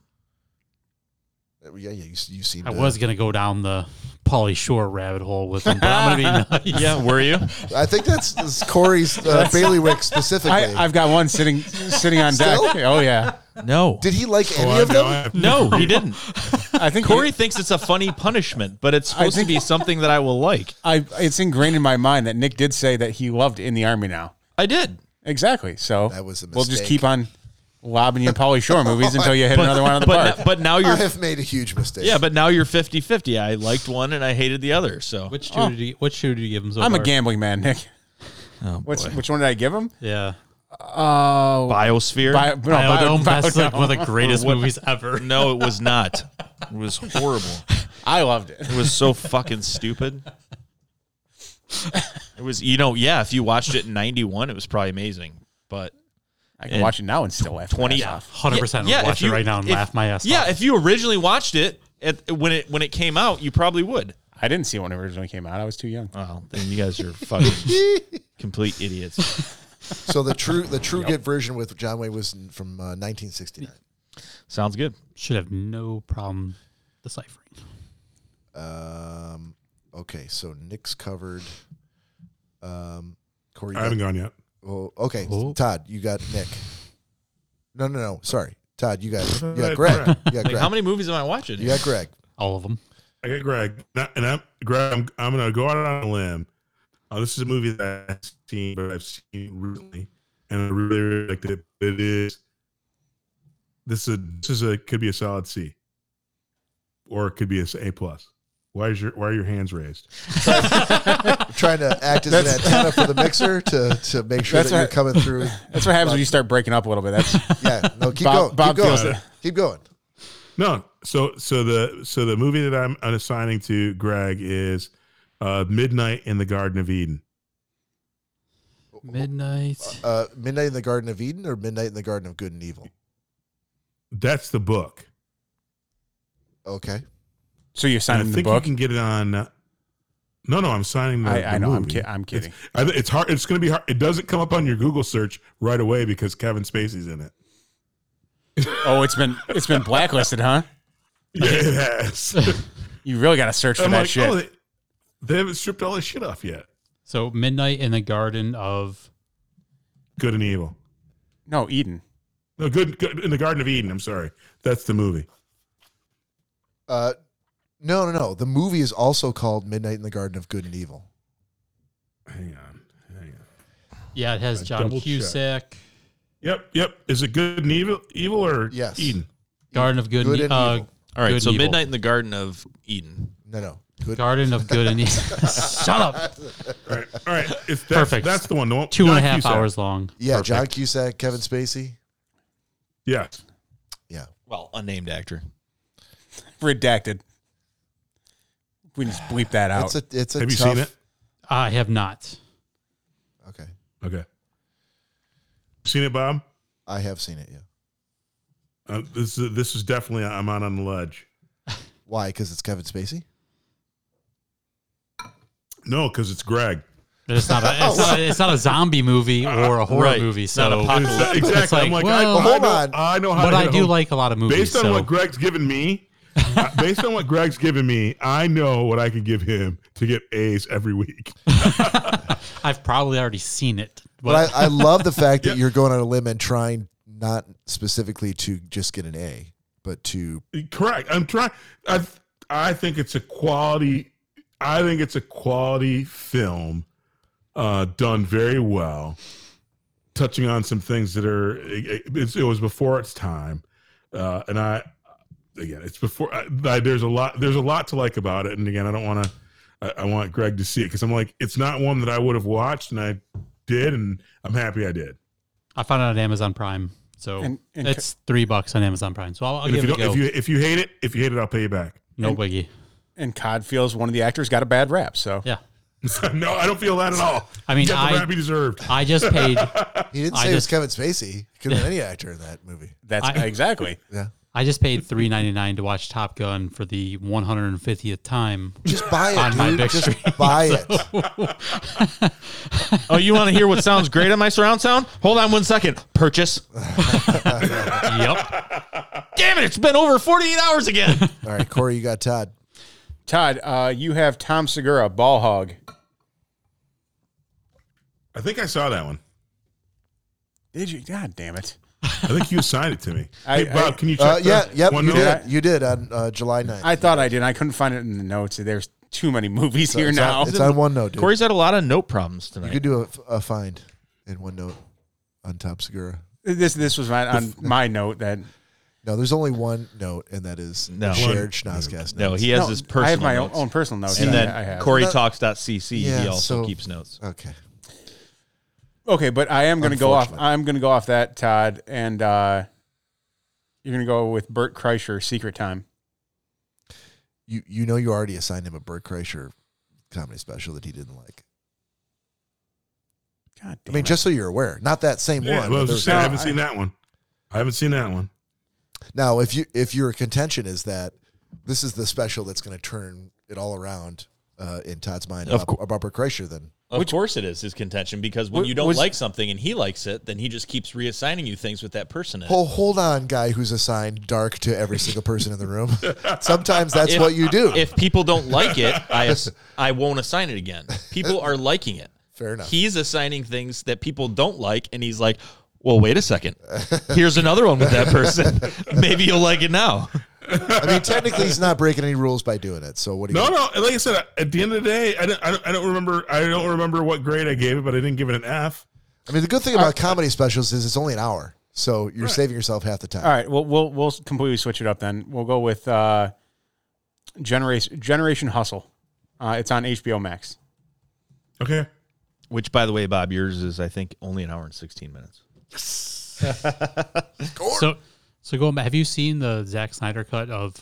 Speaker 1: Uh, Yeah, yeah, you, you seem.
Speaker 4: I
Speaker 1: to-
Speaker 4: was gonna go down the Polly Shore rabbit hole with him, but I'm gonna be
Speaker 7: [laughs]
Speaker 4: nice.
Speaker 7: Yeah, were you?
Speaker 1: I think that's, that's Corey's uh, bailiwick specifically.
Speaker 3: I, I've got one sitting sitting on deck.
Speaker 1: Still?
Speaker 3: Oh yeah,
Speaker 7: [laughs] No.
Speaker 1: Did he like
Speaker 4: Oh,
Speaker 1: any
Speaker 5: Well,
Speaker 1: of
Speaker 5: now
Speaker 1: them?
Speaker 5: Oh, I
Speaker 7: [laughs]
Speaker 5: have-
Speaker 7: No, he didn't.
Speaker 3: I think
Speaker 7: Corey thinks it's a funny punishment, but it's supposed
Speaker 3: think-
Speaker 7: to be something that I will like.
Speaker 3: I it's ingrained in my mind that Nick did say that he loved in the army now.
Speaker 7: I did.
Speaker 3: Exactly. So
Speaker 1: That was a
Speaker 3: We'll just
Speaker 1: mistake.
Speaker 3: keep on lobbing you Polly Shore
Speaker 1: [laughs]
Speaker 3: movies until you hit another one on the
Speaker 7: But
Speaker 3: park.
Speaker 7: no- but now
Speaker 1: I
Speaker 7: you're
Speaker 1: have made a huge mistake.
Speaker 7: yeah, but now you're 50-50. I liked one and I hated the other. So
Speaker 4: Which two did you, which two did you give him? So
Speaker 3: I'm a
Speaker 4: far?
Speaker 3: gambling man,
Speaker 5: [laughs]
Speaker 3: Nick.
Speaker 5: Oh,
Speaker 3: What's, which one did I give him?
Speaker 4: Yeah,
Speaker 3: Oh,
Speaker 7: Biosphere?
Speaker 3: Bio, no,
Speaker 4: Biodome.
Speaker 3: Bio-
Speaker 4: That's like
Speaker 3: Biodome.
Speaker 4: one of the greatest movies ever.
Speaker 7: no, it was not. It was horrible.
Speaker 3: [laughs] I loved it.
Speaker 7: It was so fucking stupid. It was, you know, yeah. If you watched it in '91, it was probably amazing. But
Speaker 3: I can watch it now and still laugh.
Speaker 7: 20
Speaker 3: my ass off.
Speaker 4: Hundred percent.
Speaker 7: yeah,
Speaker 4: Watch
Speaker 7: if you-
Speaker 4: it right now and
Speaker 7: if-
Speaker 4: laugh my ass
Speaker 7: yeah,
Speaker 4: off.
Speaker 7: if you originally watched it at, when it when it came out, you probably would.
Speaker 3: I didn't see it when it originally came out. I was too young.
Speaker 5: Oh.
Speaker 7: Well, then you guys are fucking [laughs] complete idiots.
Speaker 1: So the true the true get version with John Wayne was from uh, 1969.
Speaker 7: Sounds good.
Speaker 4: Should have no problem deciphering.
Speaker 1: Um, okay, so Nick's covered. Um, Corey, you
Speaker 5: I haven't
Speaker 1: got,
Speaker 5: gone yet.
Speaker 1: oh, okay,
Speaker 4: Oh.
Speaker 1: Todd, you got Nick. No, no, no. Sorry, Todd, you got you got
Speaker 5: That's
Speaker 1: Greg.
Speaker 5: Greg.
Speaker 1: You got
Speaker 7: Like,
Speaker 1: Greg.
Speaker 7: how many movies am I watching?
Speaker 1: you got Greg.
Speaker 4: All of them.
Speaker 5: I got Greg, Not- and I'm Greg. I'm, I'm gonna go out on a limb. Uh, this is a movie that I've seen, but I've seen recently, and I really, really liked it. It is this is a, this is a could be a solid C, or it could be a s- A plus. Why is your Why are your hands raised?
Speaker 1: I'm trying to act as an
Speaker 3: That's-
Speaker 1: antenna for the mixer to to make sure
Speaker 3: That's
Speaker 1: that you're
Speaker 3: what-
Speaker 1: coming through.
Speaker 3: That's what happens when you start breaking up a little bit. That's
Speaker 5: [laughs]
Speaker 1: Yeah, no, keep
Speaker 3: Bob-
Speaker 1: going.
Speaker 3: Bob
Speaker 1: keep
Speaker 3: feels
Speaker 1: going.
Speaker 3: it.
Speaker 1: Keep going.
Speaker 5: No, so so the so the movie that I'm assigning to Greg is uh, Midnight in the Garden of Eden.
Speaker 4: Midnight.
Speaker 1: Uh, Midnight in the Garden of Eden or Midnight in the Garden of Good and Evil.
Speaker 5: That's the book.
Speaker 1: Okay.
Speaker 3: so you're
Speaker 5: And I
Speaker 3: signing the
Speaker 5: think
Speaker 3: book.
Speaker 5: you can get it on. uh, No, no, I'm signing the.
Speaker 3: I,
Speaker 5: the
Speaker 3: I know. I'm,
Speaker 5: movie.
Speaker 3: ki- I'm kidding.
Speaker 5: I, th- it's hard. It's going to be hard. It doesn't come up on your Google search right away because Kevin Spacey's in it.
Speaker 3: Oh, it's been it's been blacklisted, huh?
Speaker 5: Yeah, [laughs]
Speaker 4: [laughs]
Speaker 5: it has.
Speaker 3: You really got to search for
Speaker 5: I'm
Speaker 3: that
Speaker 5: like,
Speaker 3: shit.
Speaker 5: oh, they, they haven't stripped all this shit off yet.
Speaker 4: So midnight in the garden of
Speaker 5: Good and evil.
Speaker 3: no, Eden.
Speaker 5: No, good, good in the Garden of Eden. I'm sorry, that's the movie.
Speaker 1: Uh, no, no, no. The movie is also called Midnight in the Garden of Good and Evil.
Speaker 5: Hang on, hang on.
Speaker 4: yeah, it has
Speaker 5: I
Speaker 4: John
Speaker 5: double checked.
Speaker 4: Cusack.
Speaker 5: Yep, yep. Is it good and evil, evil or
Speaker 1: Yes.
Speaker 5: Eden?
Speaker 4: Garden of good,
Speaker 1: Good
Speaker 4: and, e-
Speaker 1: and
Speaker 4: uh,
Speaker 1: evil.
Speaker 7: All right.
Speaker 4: Good
Speaker 7: so
Speaker 4: and Evil.
Speaker 7: Midnight in the Garden of Eden.
Speaker 1: No, no. Good.
Speaker 4: Garden of Good and Evil. Shut up.
Speaker 5: All right, all right. It's that's,
Speaker 4: Perfect.
Speaker 5: That's the one. The one
Speaker 4: Two and a
Speaker 5: John
Speaker 4: half
Speaker 5: Cusack.
Speaker 4: hours long.
Speaker 1: yeah, John Cusack, Kevin Spacey.
Speaker 5: Yeah,
Speaker 1: Yeah.
Speaker 7: Well, unnamed actor.
Speaker 3: Redacted. We can just bleep that out.
Speaker 1: It's a it's a
Speaker 5: Have you
Speaker 1: tough,
Speaker 5: seen it?
Speaker 4: I have not.
Speaker 1: Okay.
Speaker 5: Okay. Seen it, Bob?
Speaker 1: I have seen it, yeah.
Speaker 5: Uh, this is this is definitely I'm out on the ledge.
Speaker 1: Why? Because it's Kevin Spacey?
Speaker 5: No, because it's Greg.
Speaker 4: It's not, a, it's, not a, it's not a zombie movie or a horror
Speaker 7: Right.
Speaker 4: movie.
Speaker 7: Not
Speaker 4: So,
Speaker 7: apocalyptic.
Speaker 5: Exa-
Speaker 4: It's
Speaker 5: uh, Exactly. I'm
Speaker 4: like,
Speaker 5: like, I-
Speaker 4: well-
Speaker 5: I,
Speaker 1: Hold
Speaker 5: know,
Speaker 1: on.
Speaker 5: I know how
Speaker 4: but
Speaker 5: to
Speaker 4: I
Speaker 5: get
Speaker 4: do
Speaker 5: home.
Speaker 4: like a lot of movies.
Speaker 5: Based on
Speaker 4: so
Speaker 5: what Greg's given me, [laughs] uh, based on what Greg's given me, I know what I could give him to get A's every week.
Speaker 4: I've probably already seen it. But,
Speaker 1: But I, I love the fact that you're going on a limb and trying not specifically to just get an A, but to
Speaker 5: Correct. I'm trying. I I think it's a quality. I think it's a quality film, uh, done very well, touching on some things that are. It, it's- it was before its time, uh, and I again, it's before. I, I, there's a lot. There's a lot to like about it, and again, I don't want to. I, I want Greg to see it because I'm like, it's not one that I would have watched, and I did, and I'm happy I did.
Speaker 4: I found it on Amazon Prime. So
Speaker 3: And- and-
Speaker 4: it's three bucks on Amazon Prime. So I'll, I'll
Speaker 5: And if
Speaker 4: give
Speaker 5: you
Speaker 4: it a
Speaker 5: don't,
Speaker 4: go.
Speaker 5: if you if you hate it, if you hate it, I'll pay you back.
Speaker 4: no wiggy.
Speaker 3: and Cod feels one of the actors got a bad rap. So
Speaker 4: Yeah.
Speaker 5: [laughs] no, I don't feel that at all.
Speaker 4: I mean,
Speaker 5: You got the
Speaker 4: I-
Speaker 5: rap you deserved.
Speaker 4: I just paid. [laughs]
Speaker 1: he didn't
Speaker 4: I
Speaker 1: say
Speaker 4: just-
Speaker 1: it was Kevin Spacey. It could have been any actor in that movie.
Speaker 3: that's
Speaker 4: I-
Speaker 3: exactly.
Speaker 1: Yeah.
Speaker 4: I I just paid three ninety nine to watch Top Gun for the one hundred and fiftieth time.
Speaker 1: Just buy it,
Speaker 4: On my
Speaker 1: dude.
Speaker 4: big screen,
Speaker 1: Just buy it.
Speaker 2: Oh, you want to hear what sounds great on my surround sound? Hold on one second. [laughs] Purchase.
Speaker 4: yep.
Speaker 2: Damn it, it's been over 48 hours [laughs] again.
Speaker 1: All right, Corey, you got Todd.
Speaker 3: Todd, uh, you have Tom Segura, ball hog.
Speaker 5: I think I saw that one.
Speaker 3: Did you? God damn it.
Speaker 5: I think you assigned it
Speaker 1: [laughs]
Speaker 5: to me.
Speaker 3: I-
Speaker 5: hey, Bob,
Speaker 3: I-
Speaker 5: can you check?
Speaker 1: Uh,
Speaker 5: the
Speaker 1: yeah, yep,
Speaker 5: one
Speaker 1: you
Speaker 5: note?
Speaker 1: did. You did on uh, July 9th.
Speaker 3: I thought I did. and I couldn't find it in the notes. There's too many movies here
Speaker 1: it's
Speaker 3: now.
Speaker 1: On, it's on OneNote, dude.
Speaker 2: Corey's had a lot of note problems
Speaker 1: you
Speaker 2: tonight.
Speaker 1: could do a, a find in OneNote on Top Segura.
Speaker 3: this this was my, on my note that
Speaker 1: No, there's only one note, and that is
Speaker 2: No.
Speaker 1: shared Schnozcast.
Speaker 2: no,
Speaker 1: notes.
Speaker 2: he has
Speaker 3: No,
Speaker 2: his personal
Speaker 3: I have my
Speaker 2: notes.
Speaker 3: own personal notes.
Speaker 2: and
Speaker 3: that
Speaker 2: then
Speaker 3: I have.
Speaker 2: CoreyTalks.cc,
Speaker 1: Yeah,
Speaker 2: he also
Speaker 1: so-
Speaker 2: keeps notes.
Speaker 1: Okay.
Speaker 3: Okay, but I am going to go off.
Speaker 1: Unfortunately.
Speaker 3: I'm going to go off that, Todd, and uh, you're going to go with Bert Kreischer, Secret Time.
Speaker 1: You you know you already assigned him a Burt Kreischer comedy special that he didn't like.
Speaker 3: God
Speaker 1: I
Speaker 3: damn
Speaker 1: mean, just so you're aware, not that same one.
Speaker 5: Yeah, well, I
Speaker 1: but
Speaker 5: was
Speaker 1: there
Speaker 5: just
Speaker 1: was-
Speaker 5: saying, I
Speaker 3: No,
Speaker 5: haven't seen that one. I haven't seen that one.
Speaker 1: Now, if you if your contention is that this is the special that's going to turn it all around uh, in Todd's mind
Speaker 2: Of
Speaker 1: about, about Bert Kreischer, then
Speaker 2: Of course it is his contention because when
Speaker 3: Wh-
Speaker 2: you don't
Speaker 3: was-
Speaker 2: like something and he likes it, then he just keeps reassigning you things with that person in it.
Speaker 1: oh, hold on, guy who's assigned dark to every single person in the
Speaker 5: [laughs]
Speaker 1: room. Sometimes that's
Speaker 2: If-
Speaker 1: what you do.
Speaker 2: If people don't like it,
Speaker 1: [laughs]
Speaker 2: I I won't assign it again. People are liking it.
Speaker 1: Fair enough.
Speaker 2: He's assigning things that people don't like, and he's like, "Well, wait a second. Here's another one with that person. [laughs] Maybe you'll like it now."
Speaker 1: I mean, technically, he's not breaking any rules by doing it. So what do you?
Speaker 5: No, no. Like I said, at the end of the day, I don't, I don't, I don't remember. I don't remember what grade I gave it, but I didn't give it an F.
Speaker 1: I mean, the good thing about
Speaker 4: Uh,
Speaker 1: comedy specials is it's only an hour, so you're saving yourself half the time.
Speaker 3: All right, well, we'll we'll completely switch it up then. We'll go with uh, Generation Generation Hustle. Uh, it's on HBO Max.
Speaker 5: Okay.
Speaker 2: Which, by the way, Bob, yours is I think only an hour and sixteen minutes.
Speaker 4: So so going back, have you seen the Zack Snyder cut of?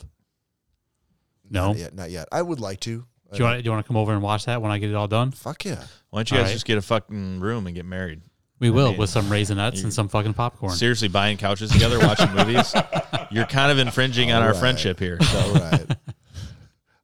Speaker 4: No.
Speaker 1: Not yet, not yet. I would like to. Uh,
Speaker 4: Do you want do you want to come over and watch that when I get it all done?
Speaker 1: Fuck yeah.
Speaker 2: Why don't you guys
Speaker 4: All right.
Speaker 2: just get a fucking room and get married?
Speaker 4: We will with some raisinets and some fucking popcorn.
Speaker 2: Seriously, buying couches together, watching
Speaker 1: [laughs]
Speaker 2: movies. You're kind of infringing on our
Speaker 1: right.
Speaker 2: friendship here. So
Speaker 1: All right.
Speaker 4: [laughs]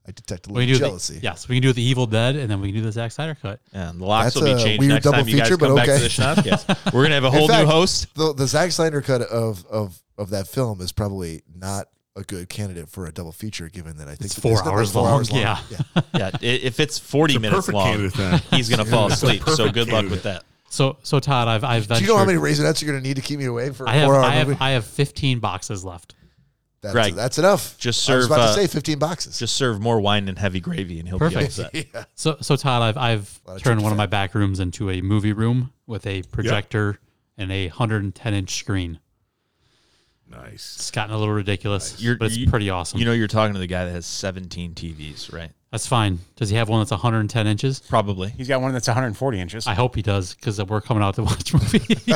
Speaker 1: I detect a
Speaker 4: we
Speaker 1: little
Speaker 4: can do
Speaker 1: jealousy.
Speaker 4: The, yes, we can do the Evil Dead, and then we can do the Zack Snyder cut.
Speaker 2: yeah, the locks
Speaker 1: That's
Speaker 2: will
Speaker 1: a
Speaker 2: be changed
Speaker 1: weird
Speaker 2: next
Speaker 1: double
Speaker 2: time you guys
Speaker 1: feature,
Speaker 2: come
Speaker 1: but
Speaker 2: back to
Speaker 1: okay.
Speaker 2: the Schnozcast. We're gonna have a whole
Speaker 1: fact-
Speaker 2: new host.
Speaker 1: The, the Zack Snyder cut of, of, of that film is probably not a good candidate for a double feature, given that I think
Speaker 4: It's four
Speaker 1: not
Speaker 4: hours long, yeah.
Speaker 2: Yeah, i- if it's 40
Speaker 5: It's a
Speaker 2: minutes
Speaker 5: perfect
Speaker 2: long,
Speaker 5: candidate
Speaker 1: [laughs]
Speaker 5: then.
Speaker 2: he's
Speaker 5: [laughs]
Speaker 2: going to fall
Speaker 5: It's a
Speaker 2: asleep. So
Speaker 5: perfect
Speaker 2: good luck with that.
Speaker 4: So so Todd, I've I've
Speaker 1: Do
Speaker 4: ventured.
Speaker 1: you know how many raisinets you're going to need to keep me away for a
Speaker 4: I have
Speaker 1: four hour
Speaker 4: I have
Speaker 1: movie?
Speaker 4: I have 15 boxes left.
Speaker 1: that's,
Speaker 2: Greg,
Speaker 1: that's enough.
Speaker 2: just
Speaker 1: I was
Speaker 2: serve,
Speaker 1: about
Speaker 2: uh,
Speaker 1: to say 15 boxes.
Speaker 2: Just serve more wine and heavy gravy, and he'll be
Speaker 4: Perfect.
Speaker 2: upset.
Speaker 5: [laughs]
Speaker 1: [laughs]
Speaker 4: So so Todd, I've I've
Speaker 1: Lot of
Speaker 4: turned
Speaker 1: turkey
Speaker 4: one of
Speaker 1: fat.
Speaker 4: my back rooms into a movie room with a projector and a 110 inch screen.
Speaker 5: Nice.
Speaker 4: It's gotten a little ridiculous,
Speaker 2: You're-
Speaker 4: but it's
Speaker 2: you-
Speaker 4: pretty awesome.
Speaker 2: You know, you're talking to the guy that has 17 TVs, right?
Speaker 4: that's fine. Does he have one that's 110 inches?
Speaker 2: Probably.
Speaker 3: He's got one that's 140 inches.
Speaker 4: I hope he does because we're coming out to [laughs] watch movies.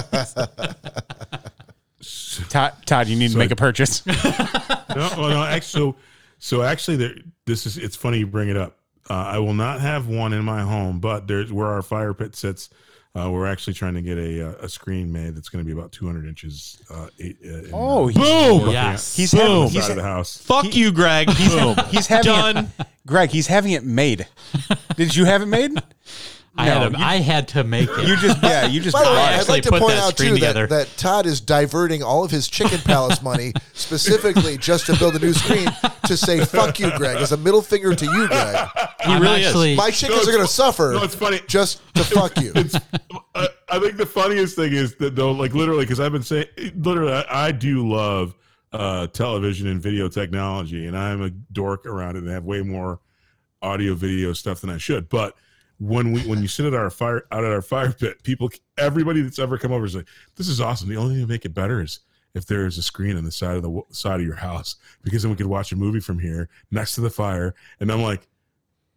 Speaker 3: Todd, Todd, you need to
Speaker 5: Sorry.
Speaker 3: make a purchase.
Speaker 5: No, well, no. Actually, so, so actually, there, this is. It's funny you bring it up. Uh, I will not have one in my home, but there's where our fire pit sits. Uh, we're actually trying to get a uh, a screen made that's going to be about 200 inches. Uh, eight, uh, in
Speaker 3: oh,
Speaker 5: the,
Speaker 3: he's,
Speaker 2: Boom!
Speaker 4: yes.
Speaker 3: he's
Speaker 5: on
Speaker 3: having,
Speaker 5: the
Speaker 3: he's,
Speaker 5: side of the house.
Speaker 2: Fuck you,
Speaker 5: [laughs]
Speaker 2: Greg. Boom.
Speaker 3: he's having
Speaker 2: Done.
Speaker 3: It, [laughs] Greg, he's having it made. Did you have it made?
Speaker 4: I had
Speaker 3: No,
Speaker 4: him,
Speaker 3: you-
Speaker 4: I had to make it.
Speaker 2: [laughs]
Speaker 3: You just yeah, you just
Speaker 1: By the way,
Speaker 3: bought it.
Speaker 1: I'd
Speaker 4: actually
Speaker 1: like to
Speaker 4: put
Speaker 1: point
Speaker 4: that
Speaker 1: out
Speaker 4: screen
Speaker 1: too
Speaker 4: together.
Speaker 1: that, that Todd is diverting all of his Chicken Palace
Speaker 4: [laughs]
Speaker 1: money specifically just to build a new screen to say "fuck you, Greg" as a middle finger to you, Greg.
Speaker 2: He
Speaker 4: I'm
Speaker 2: really is.
Speaker 4: actually,
Speaker 1: My chickens
Speaker 5: it's-
Speaker 1: are going to suffer.
Speaker 5: no, it's funny.
Speaker 1: Just to fuck you.
Speaker 5: it's I, I think the funniest thing is that though like literally because i've been saying literally I, I do love uh television and video technology and i'm a dork around it and have way more audio video stuff than i should but when we when you sit at our fire out at our fire pit people everybody that's ever come over is like this is awesome the only thing to make it better is if there is a screen on the side of the w- side of your house because then we could watch a movie from here next to the fire and i'm like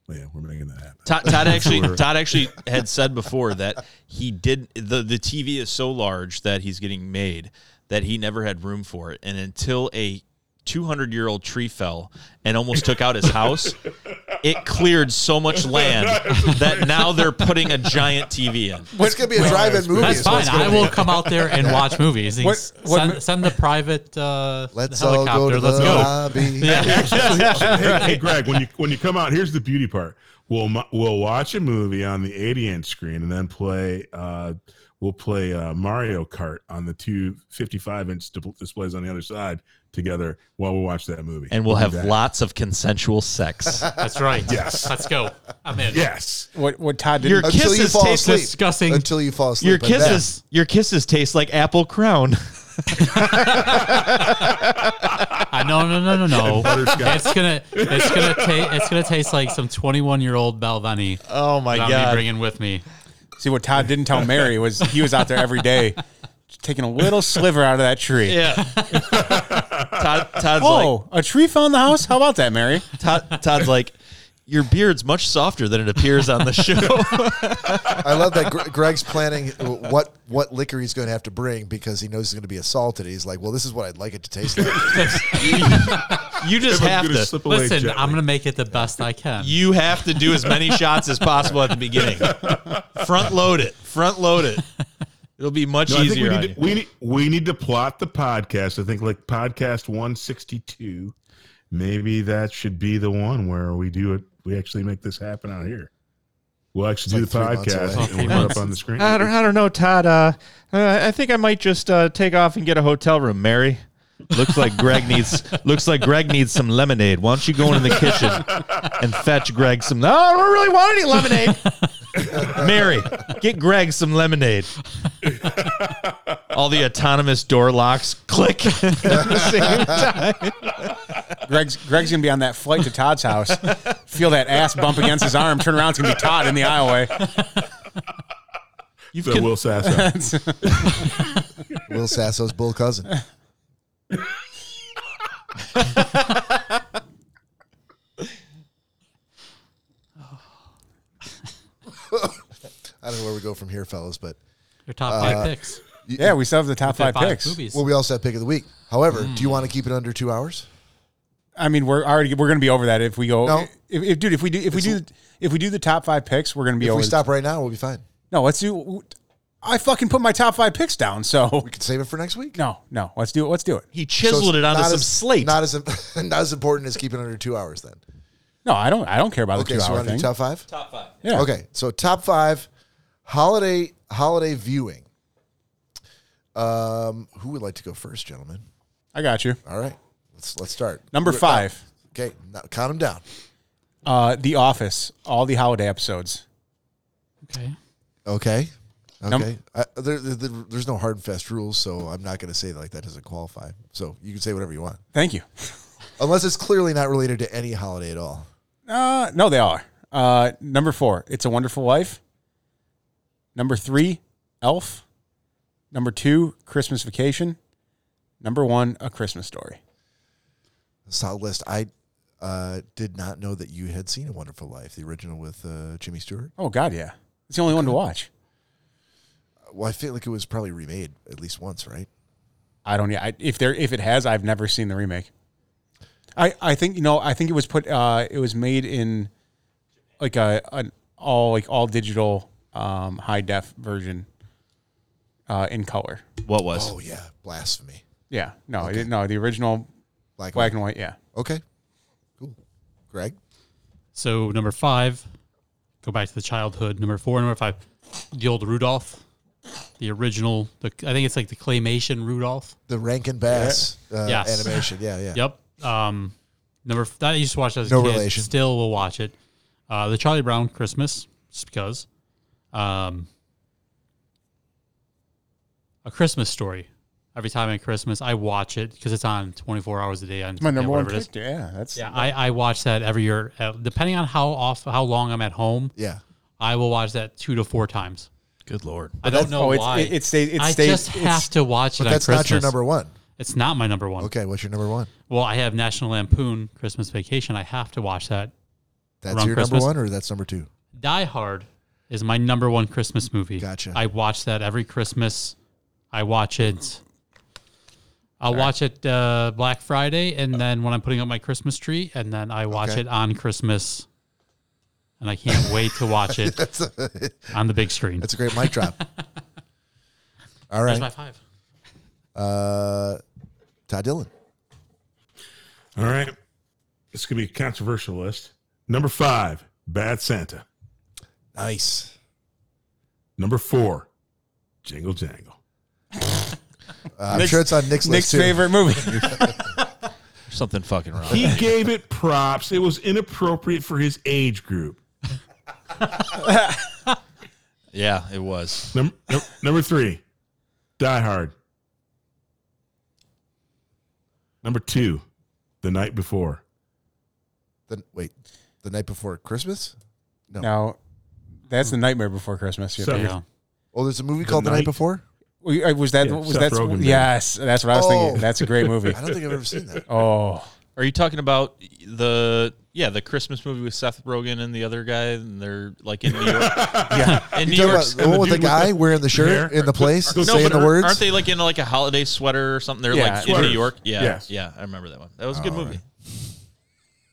Speaker 5: yeah we're making that happen
Speaker 2: [laughs] Todd, Todd actually Todd actually had said before that he did the the TV is so large that he's getting made that he never had room for it, and until a 200 year old tree fell and almost took out his house, it cleared so
Speaker 5: [laughs]
Speaker 2: much land that now they're putting a giant TV in.
Speaker 1: It's gonna be a drive-in movie.
Speaker 4: That's
Speaker 1: is what
Speaker 4: fine.
Speaker 1: it's gonna
Speaker 4: I
Speaker 1: be.
Speaker 4: will come out there and watch movies.
Speaker 3: What-
Speaker 4: send,
Speaker 3: what-
Speaker 4: send the private uh,
Speaker 1: Let's all
Speaker 4: helicopter.
Speaker 1: go to
Speaker 4: Let's
Speaker 1: the
Speaker 4: go.
Speaker 1: lobby.
Speaker 5: hey, hey, Greg, when you when you come out, here's the beauty part. We'll mu- we'll watch a movie on the 80 inch screen and then play. Uh, we'll play uh, Mario Kart on the two 55 inch di- displays on the other side together while we watch that movie.
Speaker 2: And we'll
Speaker 5: do
Speaker 2: have
Speaker 5: that.
Speaker 2: lots of consensual
Speaker 5: [laughs]
Speaker 2: sex.
Speaker 4: That's right.
Speaker 5: Yes.
Speaker 4: Let's go. I'm in.
Speaker 5: Yes.
Speaker 3: What what Todd did?
Speaker 2: Your
Speaker 3: not
Speaker 1: Until you
Speaker 2: kisses
Speaker 1: fall
Speaker 2: taste
Speaker 1: asleep.
Speaker 4: disgusting.
Speaker 1: Until you fall asleep.
Speaker 2: Your
Speaker 1: and then-
Speaker 2: kisses, your kisses taste like apple crown.
Speaker 4: I no no no no no.
Speaker 5: Butterscotch.
Speaker 4: It's gonna it's gonna taste it's gonna taste like some 21 year old Balvenie
Speaker 2: Oh my
Speaker 4: that I'm gonna be bringing with me.
Speaker 3: See what Todd didn't tell Mary was he was out there every day, just taking a little sliver out of that tree.
Speaker 2: [laughs] Yeah. Todd, Todd's like,
Speaker 3: Oh, a tree fell in the house? How about that, Mary?
Speaker 2: Todd, Todd's like, your beard's much softer than it appears on the show. [laughs]
Speaker 1: I love that
Speaker 4: [laughs]
Speaker 1: Gre- Greg's planning what what liquor he's going to have to bring because he knows he's going to be assaulted. He's like, well, this is what I'd like it to taste like.
Speaker 2: you just
Speaker 5: If I'm
Speaker 2: have
Speaker 5: gonna
Speaker 2: to.
Speaker 5: slip away
Speaker 4: Listen,
Speaker 5: gently.
Speaker 4: I'm gonna make it the best I can.
Speaker 2: You have to do as many shots as possible at the
Speaker 5: [laughs]
Speaker 2: beginning. Front load it. Front load it. It'll be much
Speaker 5: No, I think
Speaker 2: easier.
Speaker 5: we
Speaker 2: on
Speaker 5: need,
Speaker 2: you.
Speaker 5: to, we need we need to plot the podcast. I think like podcast one sixty two. Maybe that should be the one where we do it. We actually make this happen out here. We'll actually
Speaker 1: It's
Speaker 5: do
Speaker 1: like
Speaker 5: the
Speaker 1: three months
Speaker 5: podcast
Speaker 1: away.
Speaker 5: and we'll put it up on the screen.
Speaker 7: I don't, I don't know, Todd. Uh, uh, I think I might just uh, take off and get a hotel room, Mary.
Speaker 2: Looks like Greg needs. Looks like Greg needs some lemonade. Why don't you go in the kitchen and fetch Greg some? No, I don't really want any lemonade. Mary, get Greg some lemonade. All the autonomous door locks click at the same time.
Speaker 3: Greg's Greg's gonna be on that flight to Todd's house. Feel that ass bump against his arm. Turn around, it's gonna be Todd in the aisleway.
Speaker 2: You've
Speaker 5: The
Speaker 2: con-
Speaker 3: [laughs]
Speaker 5: Will Sasso.
Speaker 1: Will Sasso's bull cousin. I don't know where we go from here, fellas, but
Speaker 4: Your top five picks.
Speaker 3: Yeah, we still have the top
Speaker 4: Top
Speaker 3: five, picks.
Speaker 4: movies.
Speaker 1: well, we also have pick of the week. However, do you want to keep it under two hours?
Speaker 3: I mean, we're already we're gonna be over that if we go.
Speaker 1: No.
Speaker 3: If, if- dude, if we do if we do if we do the top five picks, we're gonna be
Speaker 1: If
Speaker 3: over.
Speaker 1: we stop right now, we'll be fine.
Speaker 3: No, let's do. I fucking put my top five picks down. So
Speaker 1: [laughs] We can save it for next week.
Speaker 3: no, no, let's do it. Let's do it.
Speaker 2: he
Speaker 1: So it's
Speaker 2: chiseled it onto
Speaker 1: not
Speaker 2: some
Speaker 1: as-
Speaker 2: slate.
Speaker 1: Not as [laughs] not as important as keeping it under two hours. Then
Speaker 3: No, I don't. I don't care about the
Speaker 1: okay,
Speaker 3: two
Speaker 1: so we
Speaker 3: hour
Speaker 1: want to
Speaker 3: thing.
Speaker 1: do top five.
Speaker 3: Yeah.
Speaker 1: Okay, so top five holiday holiday viewing. Um, who would like to go first, gentlemen?
Speaker 3: I got you.
Speaker 1: All right, let's let's start.
Speaker 3: Number five,
Speaker 1: Okay, now count them down.
Speaker 3: uh, The Office, all the holiday episodes.
Speaker 4: Okay.
Speaker 1: Okay, okay.
Speaker 3: Num-
Speaker 1: I, there, there, there's no hard and fast rules, so I'm not going to say like that doesn't qualify. So you can say whatever you want,
Speaker 3: Thank you.
Speaker 1: unless it's clearly not related to any holiday at all.
Speaker 3: Uh, no, they are. Uh, number four, It's a Wonderful Life. Number three, Elf. Number two, Christmas Vacation. Number one, A Christmas Story.
Speaker 1: Solid list. I uh, did not know that you had seen A Wonderful Life, the original with uh, Jimmy Stewart.
Speaker 3: Oh God, yeah, it's the only one to watch.
Speaker 1: Well, I feel like it was probably remade at least once, right?
Speaker 3: I don't. I, if there, if it has, I've never seen the remake. I, I think you know. I think it was put. Uh, it was made in like a an all like all digital um, high def version uh, in color.
Speaker 2: what was?
Speaker 1: Oh yeah, blasphemy.
Speaker 3: Yeah. No. It, no. The original
Speaker 1: Black,
Speaker 3: black and white. Yeah.
Speaker 1: Okay. Cool. Greg?
Speaker 4: So number five, go back to the childhood. Number four, number five, the old Rudolph, the original. The, I think it's like the claymation Rudolph.
Speaker 1: The Rankin Bass uh,
Speaker 4: Yes.
Speaker 1: animation. Yeah, yeah.
Speaker 4: Yep. Um, number f- that I used to watch as a
Speaker 1: No
Speaker 4: kid.
Speaker 1: relation.
Speaker 4: Still will watch it. Uh, the Charlie Brown Christmas, just because. Um, a Christmas story. Every time at Christmas, I watch it because it's on 24 hours a day. On
Speaker 3: My number one
Speaker 4: whatever it is.
Speaker 3: pick. Yeah. That's.
Speaker 4: Yeah, I, I watch that every year. Uh, depending on how off how long I'm at home,
Speaker 1: Yeah.
Speaker 4: I will watch that two to four times.
Speaker 2: Good lord.
Speaker 4: I don't know
Speaker 3: oh, it's-
Speaker 4: why.
Speaker 3: it- it stays- it
Speaker 4: I
Speaker 3: stays-
Speaker 4: just
Speaker 3: it's-
Speaker 4: have to watch it.
Speaker 1: But
Speaker 4: on
Speaker 1: that's not your
Speaker 4: Christmas.
Speaker 1: number one.
Speaker 4: It's not my number one.
Speaker 1: Okay, what's your number one?
Speaker 4: Well, I have National Lampoon Christmas Vacation. I have to watch that.
Speaker 1: That's
Speaker 4: Around
Speaker 1: your
Speaker 4: Christmas?
Speaker 1: number one or that's number two?
Speaker 4: Die Hard is my number one Christmas movie.
Speaker 1: Gotcha.
Speaker 4: I watch that every Christmas. I watch it. I'll watch it uh, Black Friday, and then when I'm putting up my Christmas tree, and then I watch
Speaker 1: Okay.
Speaker 4: it on Christmas and
Speaker 1: [laughs]
Speaker 4: I can't wait to watch it on the big screen.
Speaker 1: That's a great mic drop. All right.
Speaker 4: That's my five.
Speaker 1: Uh, Todd Dillon.
Speaker 5: All right. It's going to be a controversial list. Number five, Bad Santa.
Speaker 1: Nice.
Speaker 5: Number four, Jingle Jangle.
Speaker 1: Uh, I'm
Speaker 3: Nick's-
Speaker 1: sure it's on Nick's, list
Speaker 3: Nick's
Speaker 1: too.
Speaker 3: favorite movie.
Speaker 2: There's something fucking wrong.
Speaker 3: [laughs]
Speaker 5: He gave it props. It was inappropriate for his age group.
Speaker 2: yeah, it was.
Speaker 5: Number, num- number three, Die Hard. Number two, The Night Before.
Speaker 1: The, wait, the night before Christmas?
Speaker 3: no, that's the Nightmare Before Christmas. Yeah,
Speaker 5: So-
Speaker 3: but-
Speaker 4: Hmm. Yeah.
Speaker 1: Oh, there's a movie called The Night
Speaker 5: Night-
Speaker 1: Before.
Speaker 3: We- uh, Was that
Speaker 5: Yeah,
Speaker 3: was
Speaker 5: Seth
Speaker 3: that?
Speaker 5: Rogen did.
Speaker 3: Yes, that's what I was
Speaker 1: Oh.
Speaker 3: thinking. That's a [laughs] great movie.
Speaker 1: I don't think I've ever seen that.
Speaker 3: Oh,
Speaker 2: Are you talking about the yeah the Christmas movie with Seth Rogen and the other guy and they're like in New York? yeah, in New
Speaker 1: Talking about
Speaker 2: York.
Speaker 1: the one with the
Speaker 5: dude with
Speaker 1: guy
Speaker 5: the-
Speaker 1: wearing the shirt
Speaker 5: hair.
Speaker 1: in the place,
Speaker 5: No,
Speaker 1: saying
Speaker 2: but
Speaker 1: the
Speaker 2: aren't-
Speaker 1: words.
Speaker 2: Aren't they like in like a holiday sweater or something? They're
Speaker 3: Yeah,
Speaker 2: like in
Speaker 5: sweaters.
Speaker 2: New York. Yeah,
Speaker 5: Yes.
Speaker 2: yeah. I remember that one. That was a good movie.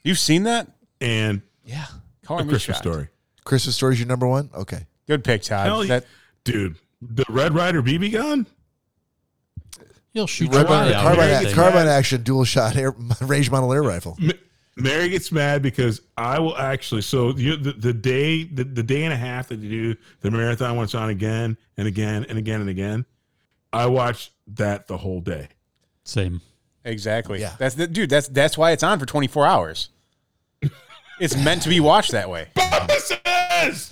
Speaker 3: you've seen that?
Speaker 5: And
Speaker 2: Yeah.
Speaker 3: Call
Speaker 5: A
Speaker 3: me
Speaker 5: Christmas
Speaker 3: shocked.
Speaker 5: Story.
Speaker 1: Christmas story's your number one. Okay,
Speaker 3: Good pick, Todd.
Speaker 5: Hell yeah.
Speaker 3: that,
Speaker 5: Dude, the Red Rider BB gun?
Speaker 4: He'll shoot your
Speaker 1: Carbine,
Speaker 4: eye out.
Speaker 1: carbine,
Speaker 4: and
Speaker 5: yeah,
Speaker 1: carbine,
Speaker 4: everything.
Speaker 1: action, dual shot, air, [laughs] range model air rifle.
Speaker 5: M- Mary gets mad because I will actually. So you, the, the day, the, the day and a half that you do the marathon, when it's on again and again and again and again, I watched that the whole day.
Speaker 4: Same.
Speaker 3: exactly.
Speaker 1: Yeah.
Speaker 3: That's the, dude. That's that's why it's on for 24 hours. it's meant to be watched
Speaker 1: [laughs]
Speaker 3: that way.
Speaker 5: Purposes!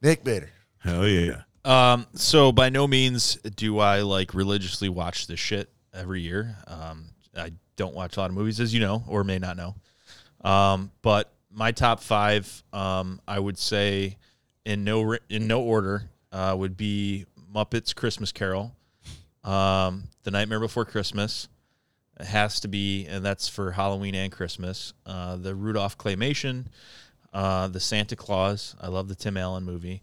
Speaker 1: Nick Bader.
Speaker 5: Hell yeah!
Speaker 2: Um, so by no means do I like religiously watch this shit every year. Um, I don't watch a lot of movies, as you know, or may not know. Um, but my top five, um, I would say, in no ri- in no order, uh, would be Muppets Christmas Carol, um, The Nightmare Before Christmas. It has to be, and that's for Halloween and Christmas. Uh, the Rudolph claymation, uh, the Santa Claus. I love the Tim Allen movie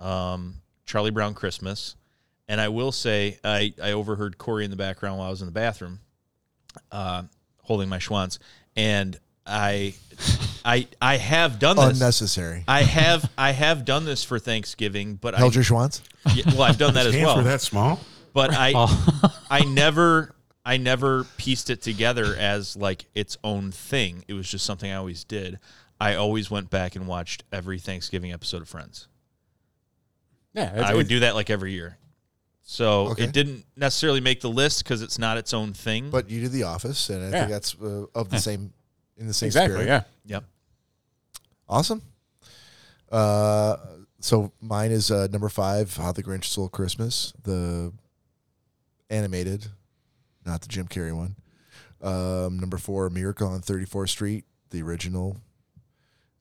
Speaker 2: um, Charlie Brown Christmas. And I will say, I, I overheard Corey in the background while I was in the bathroom uh, holding my schwanz. And I, I, I have done this.
Speaker 1: Unnecessary.
Speaker 2: I have I have done this for Thanksgiving, but I
Speaker 1: Held your Schwanz.
Speaker 2: yeah, well
Speaker 1: [laughs]
Speaker 2: I've done that as
Speaker 5: Hands
Speaker 2: well.
Speaker 5: were that small.
Speaker 2: But I
Speaker 4: Oh.
Speaker 2: I never I never pieced it together as like its own thing. It was just something I always did. I always went back and watched every Thanksgiving episode of Friends.
Speaker 3: Yeah, it's-
Speaker 2: I would
Speaker 3: it's-
Speaker 2: do that like every year. So
Speaker 1: Okay.
Speaker 2: it didn't necessarily make the list because it's not its own thing.
Speaker 1: But you did The Office, and I
Speaker 3: Yeah.
Speaker 1: think that's uh, of the same in the same
Speaker 3: exactly.
Speaker 1: spirit.
Speaker 3: Yeah,
Speaker 2: yep.
Speaker 1: Awesome. Uh, so mine is uh, number five, How the Grinch Stole Christmas, the animated, not the Jim Carrey one. Um, number four, Miracle on 34th Street, the original.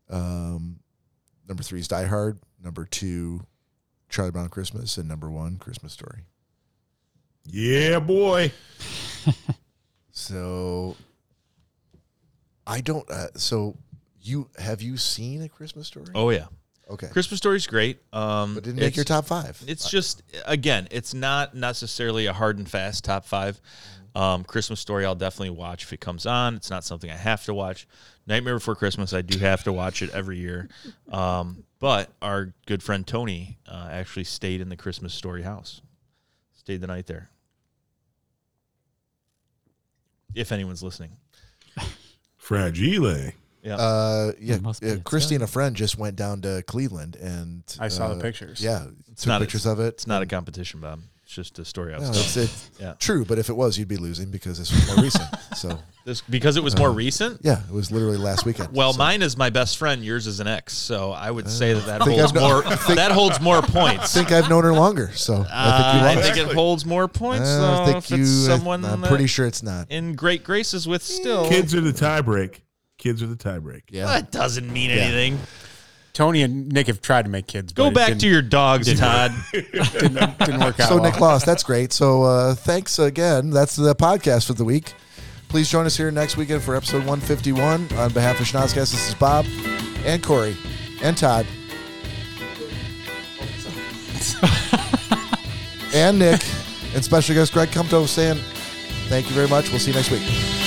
Speaker 1: Um, number three is Die Hard. Number two, Charlie Brown Christmas, and number one, Christmas Story.
Speaker 5: Yeah, boy.
Speaker 1: So I don't. Uh, so you have you seen a Christmas Story?
Speaker 2: Oh yeah.
Speaker 1: okay.
Speaker 2: Christmas story's great. Um,
Speaker 1: But didn't make
Speaker 2: it's-
Speaker 1: your top five.
Speaker 2: It's just again, it's not necessarily a hard and fast top five. Um, Christmas Story, I'll definitely watch if it comes on. It's not something I have to watch. Nightmare Before Christmas, I do have to watch it every year. Um, but our good friend Tony uh, actually stayed in the Christmas Story house, stayed the night there. If anyone's listening,
Speaker 5: Fragile.
Speaker 2: yeah.
Speaker 1: Uh, yeah,
Speaker 4: It must be
Speaker 1: yeah,
Speaker 4: a
Speaker 1: Christy and a friend just went down to Cleveland, and
Speaker 3: I saw the
Speaker 1: uh,
Speaker 3: pictures.
Speaker 1: Yeah, took
Speaker 2: not-
Speaker 1: pictures of it.
Speaker 2: It's not a competition, Bob. It's just a story I
Speaker 1: No,
Speaker 2: was
Speaker 1: it's,
Speaker 2: telling.
Speaker 1: it's
Speaker 2: [laughs] Yeah.
Speaker 1: true, but if it was, you'd be losing because this was more
Speaker 2: [laughs]
Speaker 1: recent. So
Speaker 2: This, because it was more recent.
Speaker 1: yeah, it was literally last weekend.
Speaker 2: Well,
Speaker 1: so.
Speaker 2: mine is my best friend. Yours is an ex. So I would say that that
Speaker 1: think
Speaker 2: holds
Speaker 1: I've kno-
Speaker 2: more. that holds more points.
Speaker 1: I think I've known her longer, so
Speaker 2: Uh,
Speaker 1: I
Speaker 2: I
Speaker 1: think
Speaker 2: think it holds more points.
Speaker 1: you
Speaker 2: though,
Speaker 1: lost. I think
Speaker 2: if
Speaker 1: you. uh,
Speaker 2: it's someone
Speaker 1: I'm
Speaker 2: that
Speaker 1: pretty sure it's not.
Speaker 2: in great graces with still.
Speaker 5: Kids are the tie break. Kids are the tie break.
Speaker 1: Yeah,
Speaker 2: That doesn't mean anything.
Speaker 3: Tony and Nick have tried to make kids.
Speaker 2: Go
Speaker 3: but it
Speaker 2: back to your dogs, Todd.
Speaker 3: didn't, didn't,
Speaker 1: [laughs]
Speaker 3: didn't work out.
Speaker 1: so
Speaker 3: well.
Speaker 1: Nick lost. That's great. So uh, thanks again. That's the podcast for the week. Please join us here next weekend for episode 151. On behalf of Schnozcast, this is Bob and Corey and Todd and Nick and special guest Greg Compto saying thank you very much. We'll see you next week.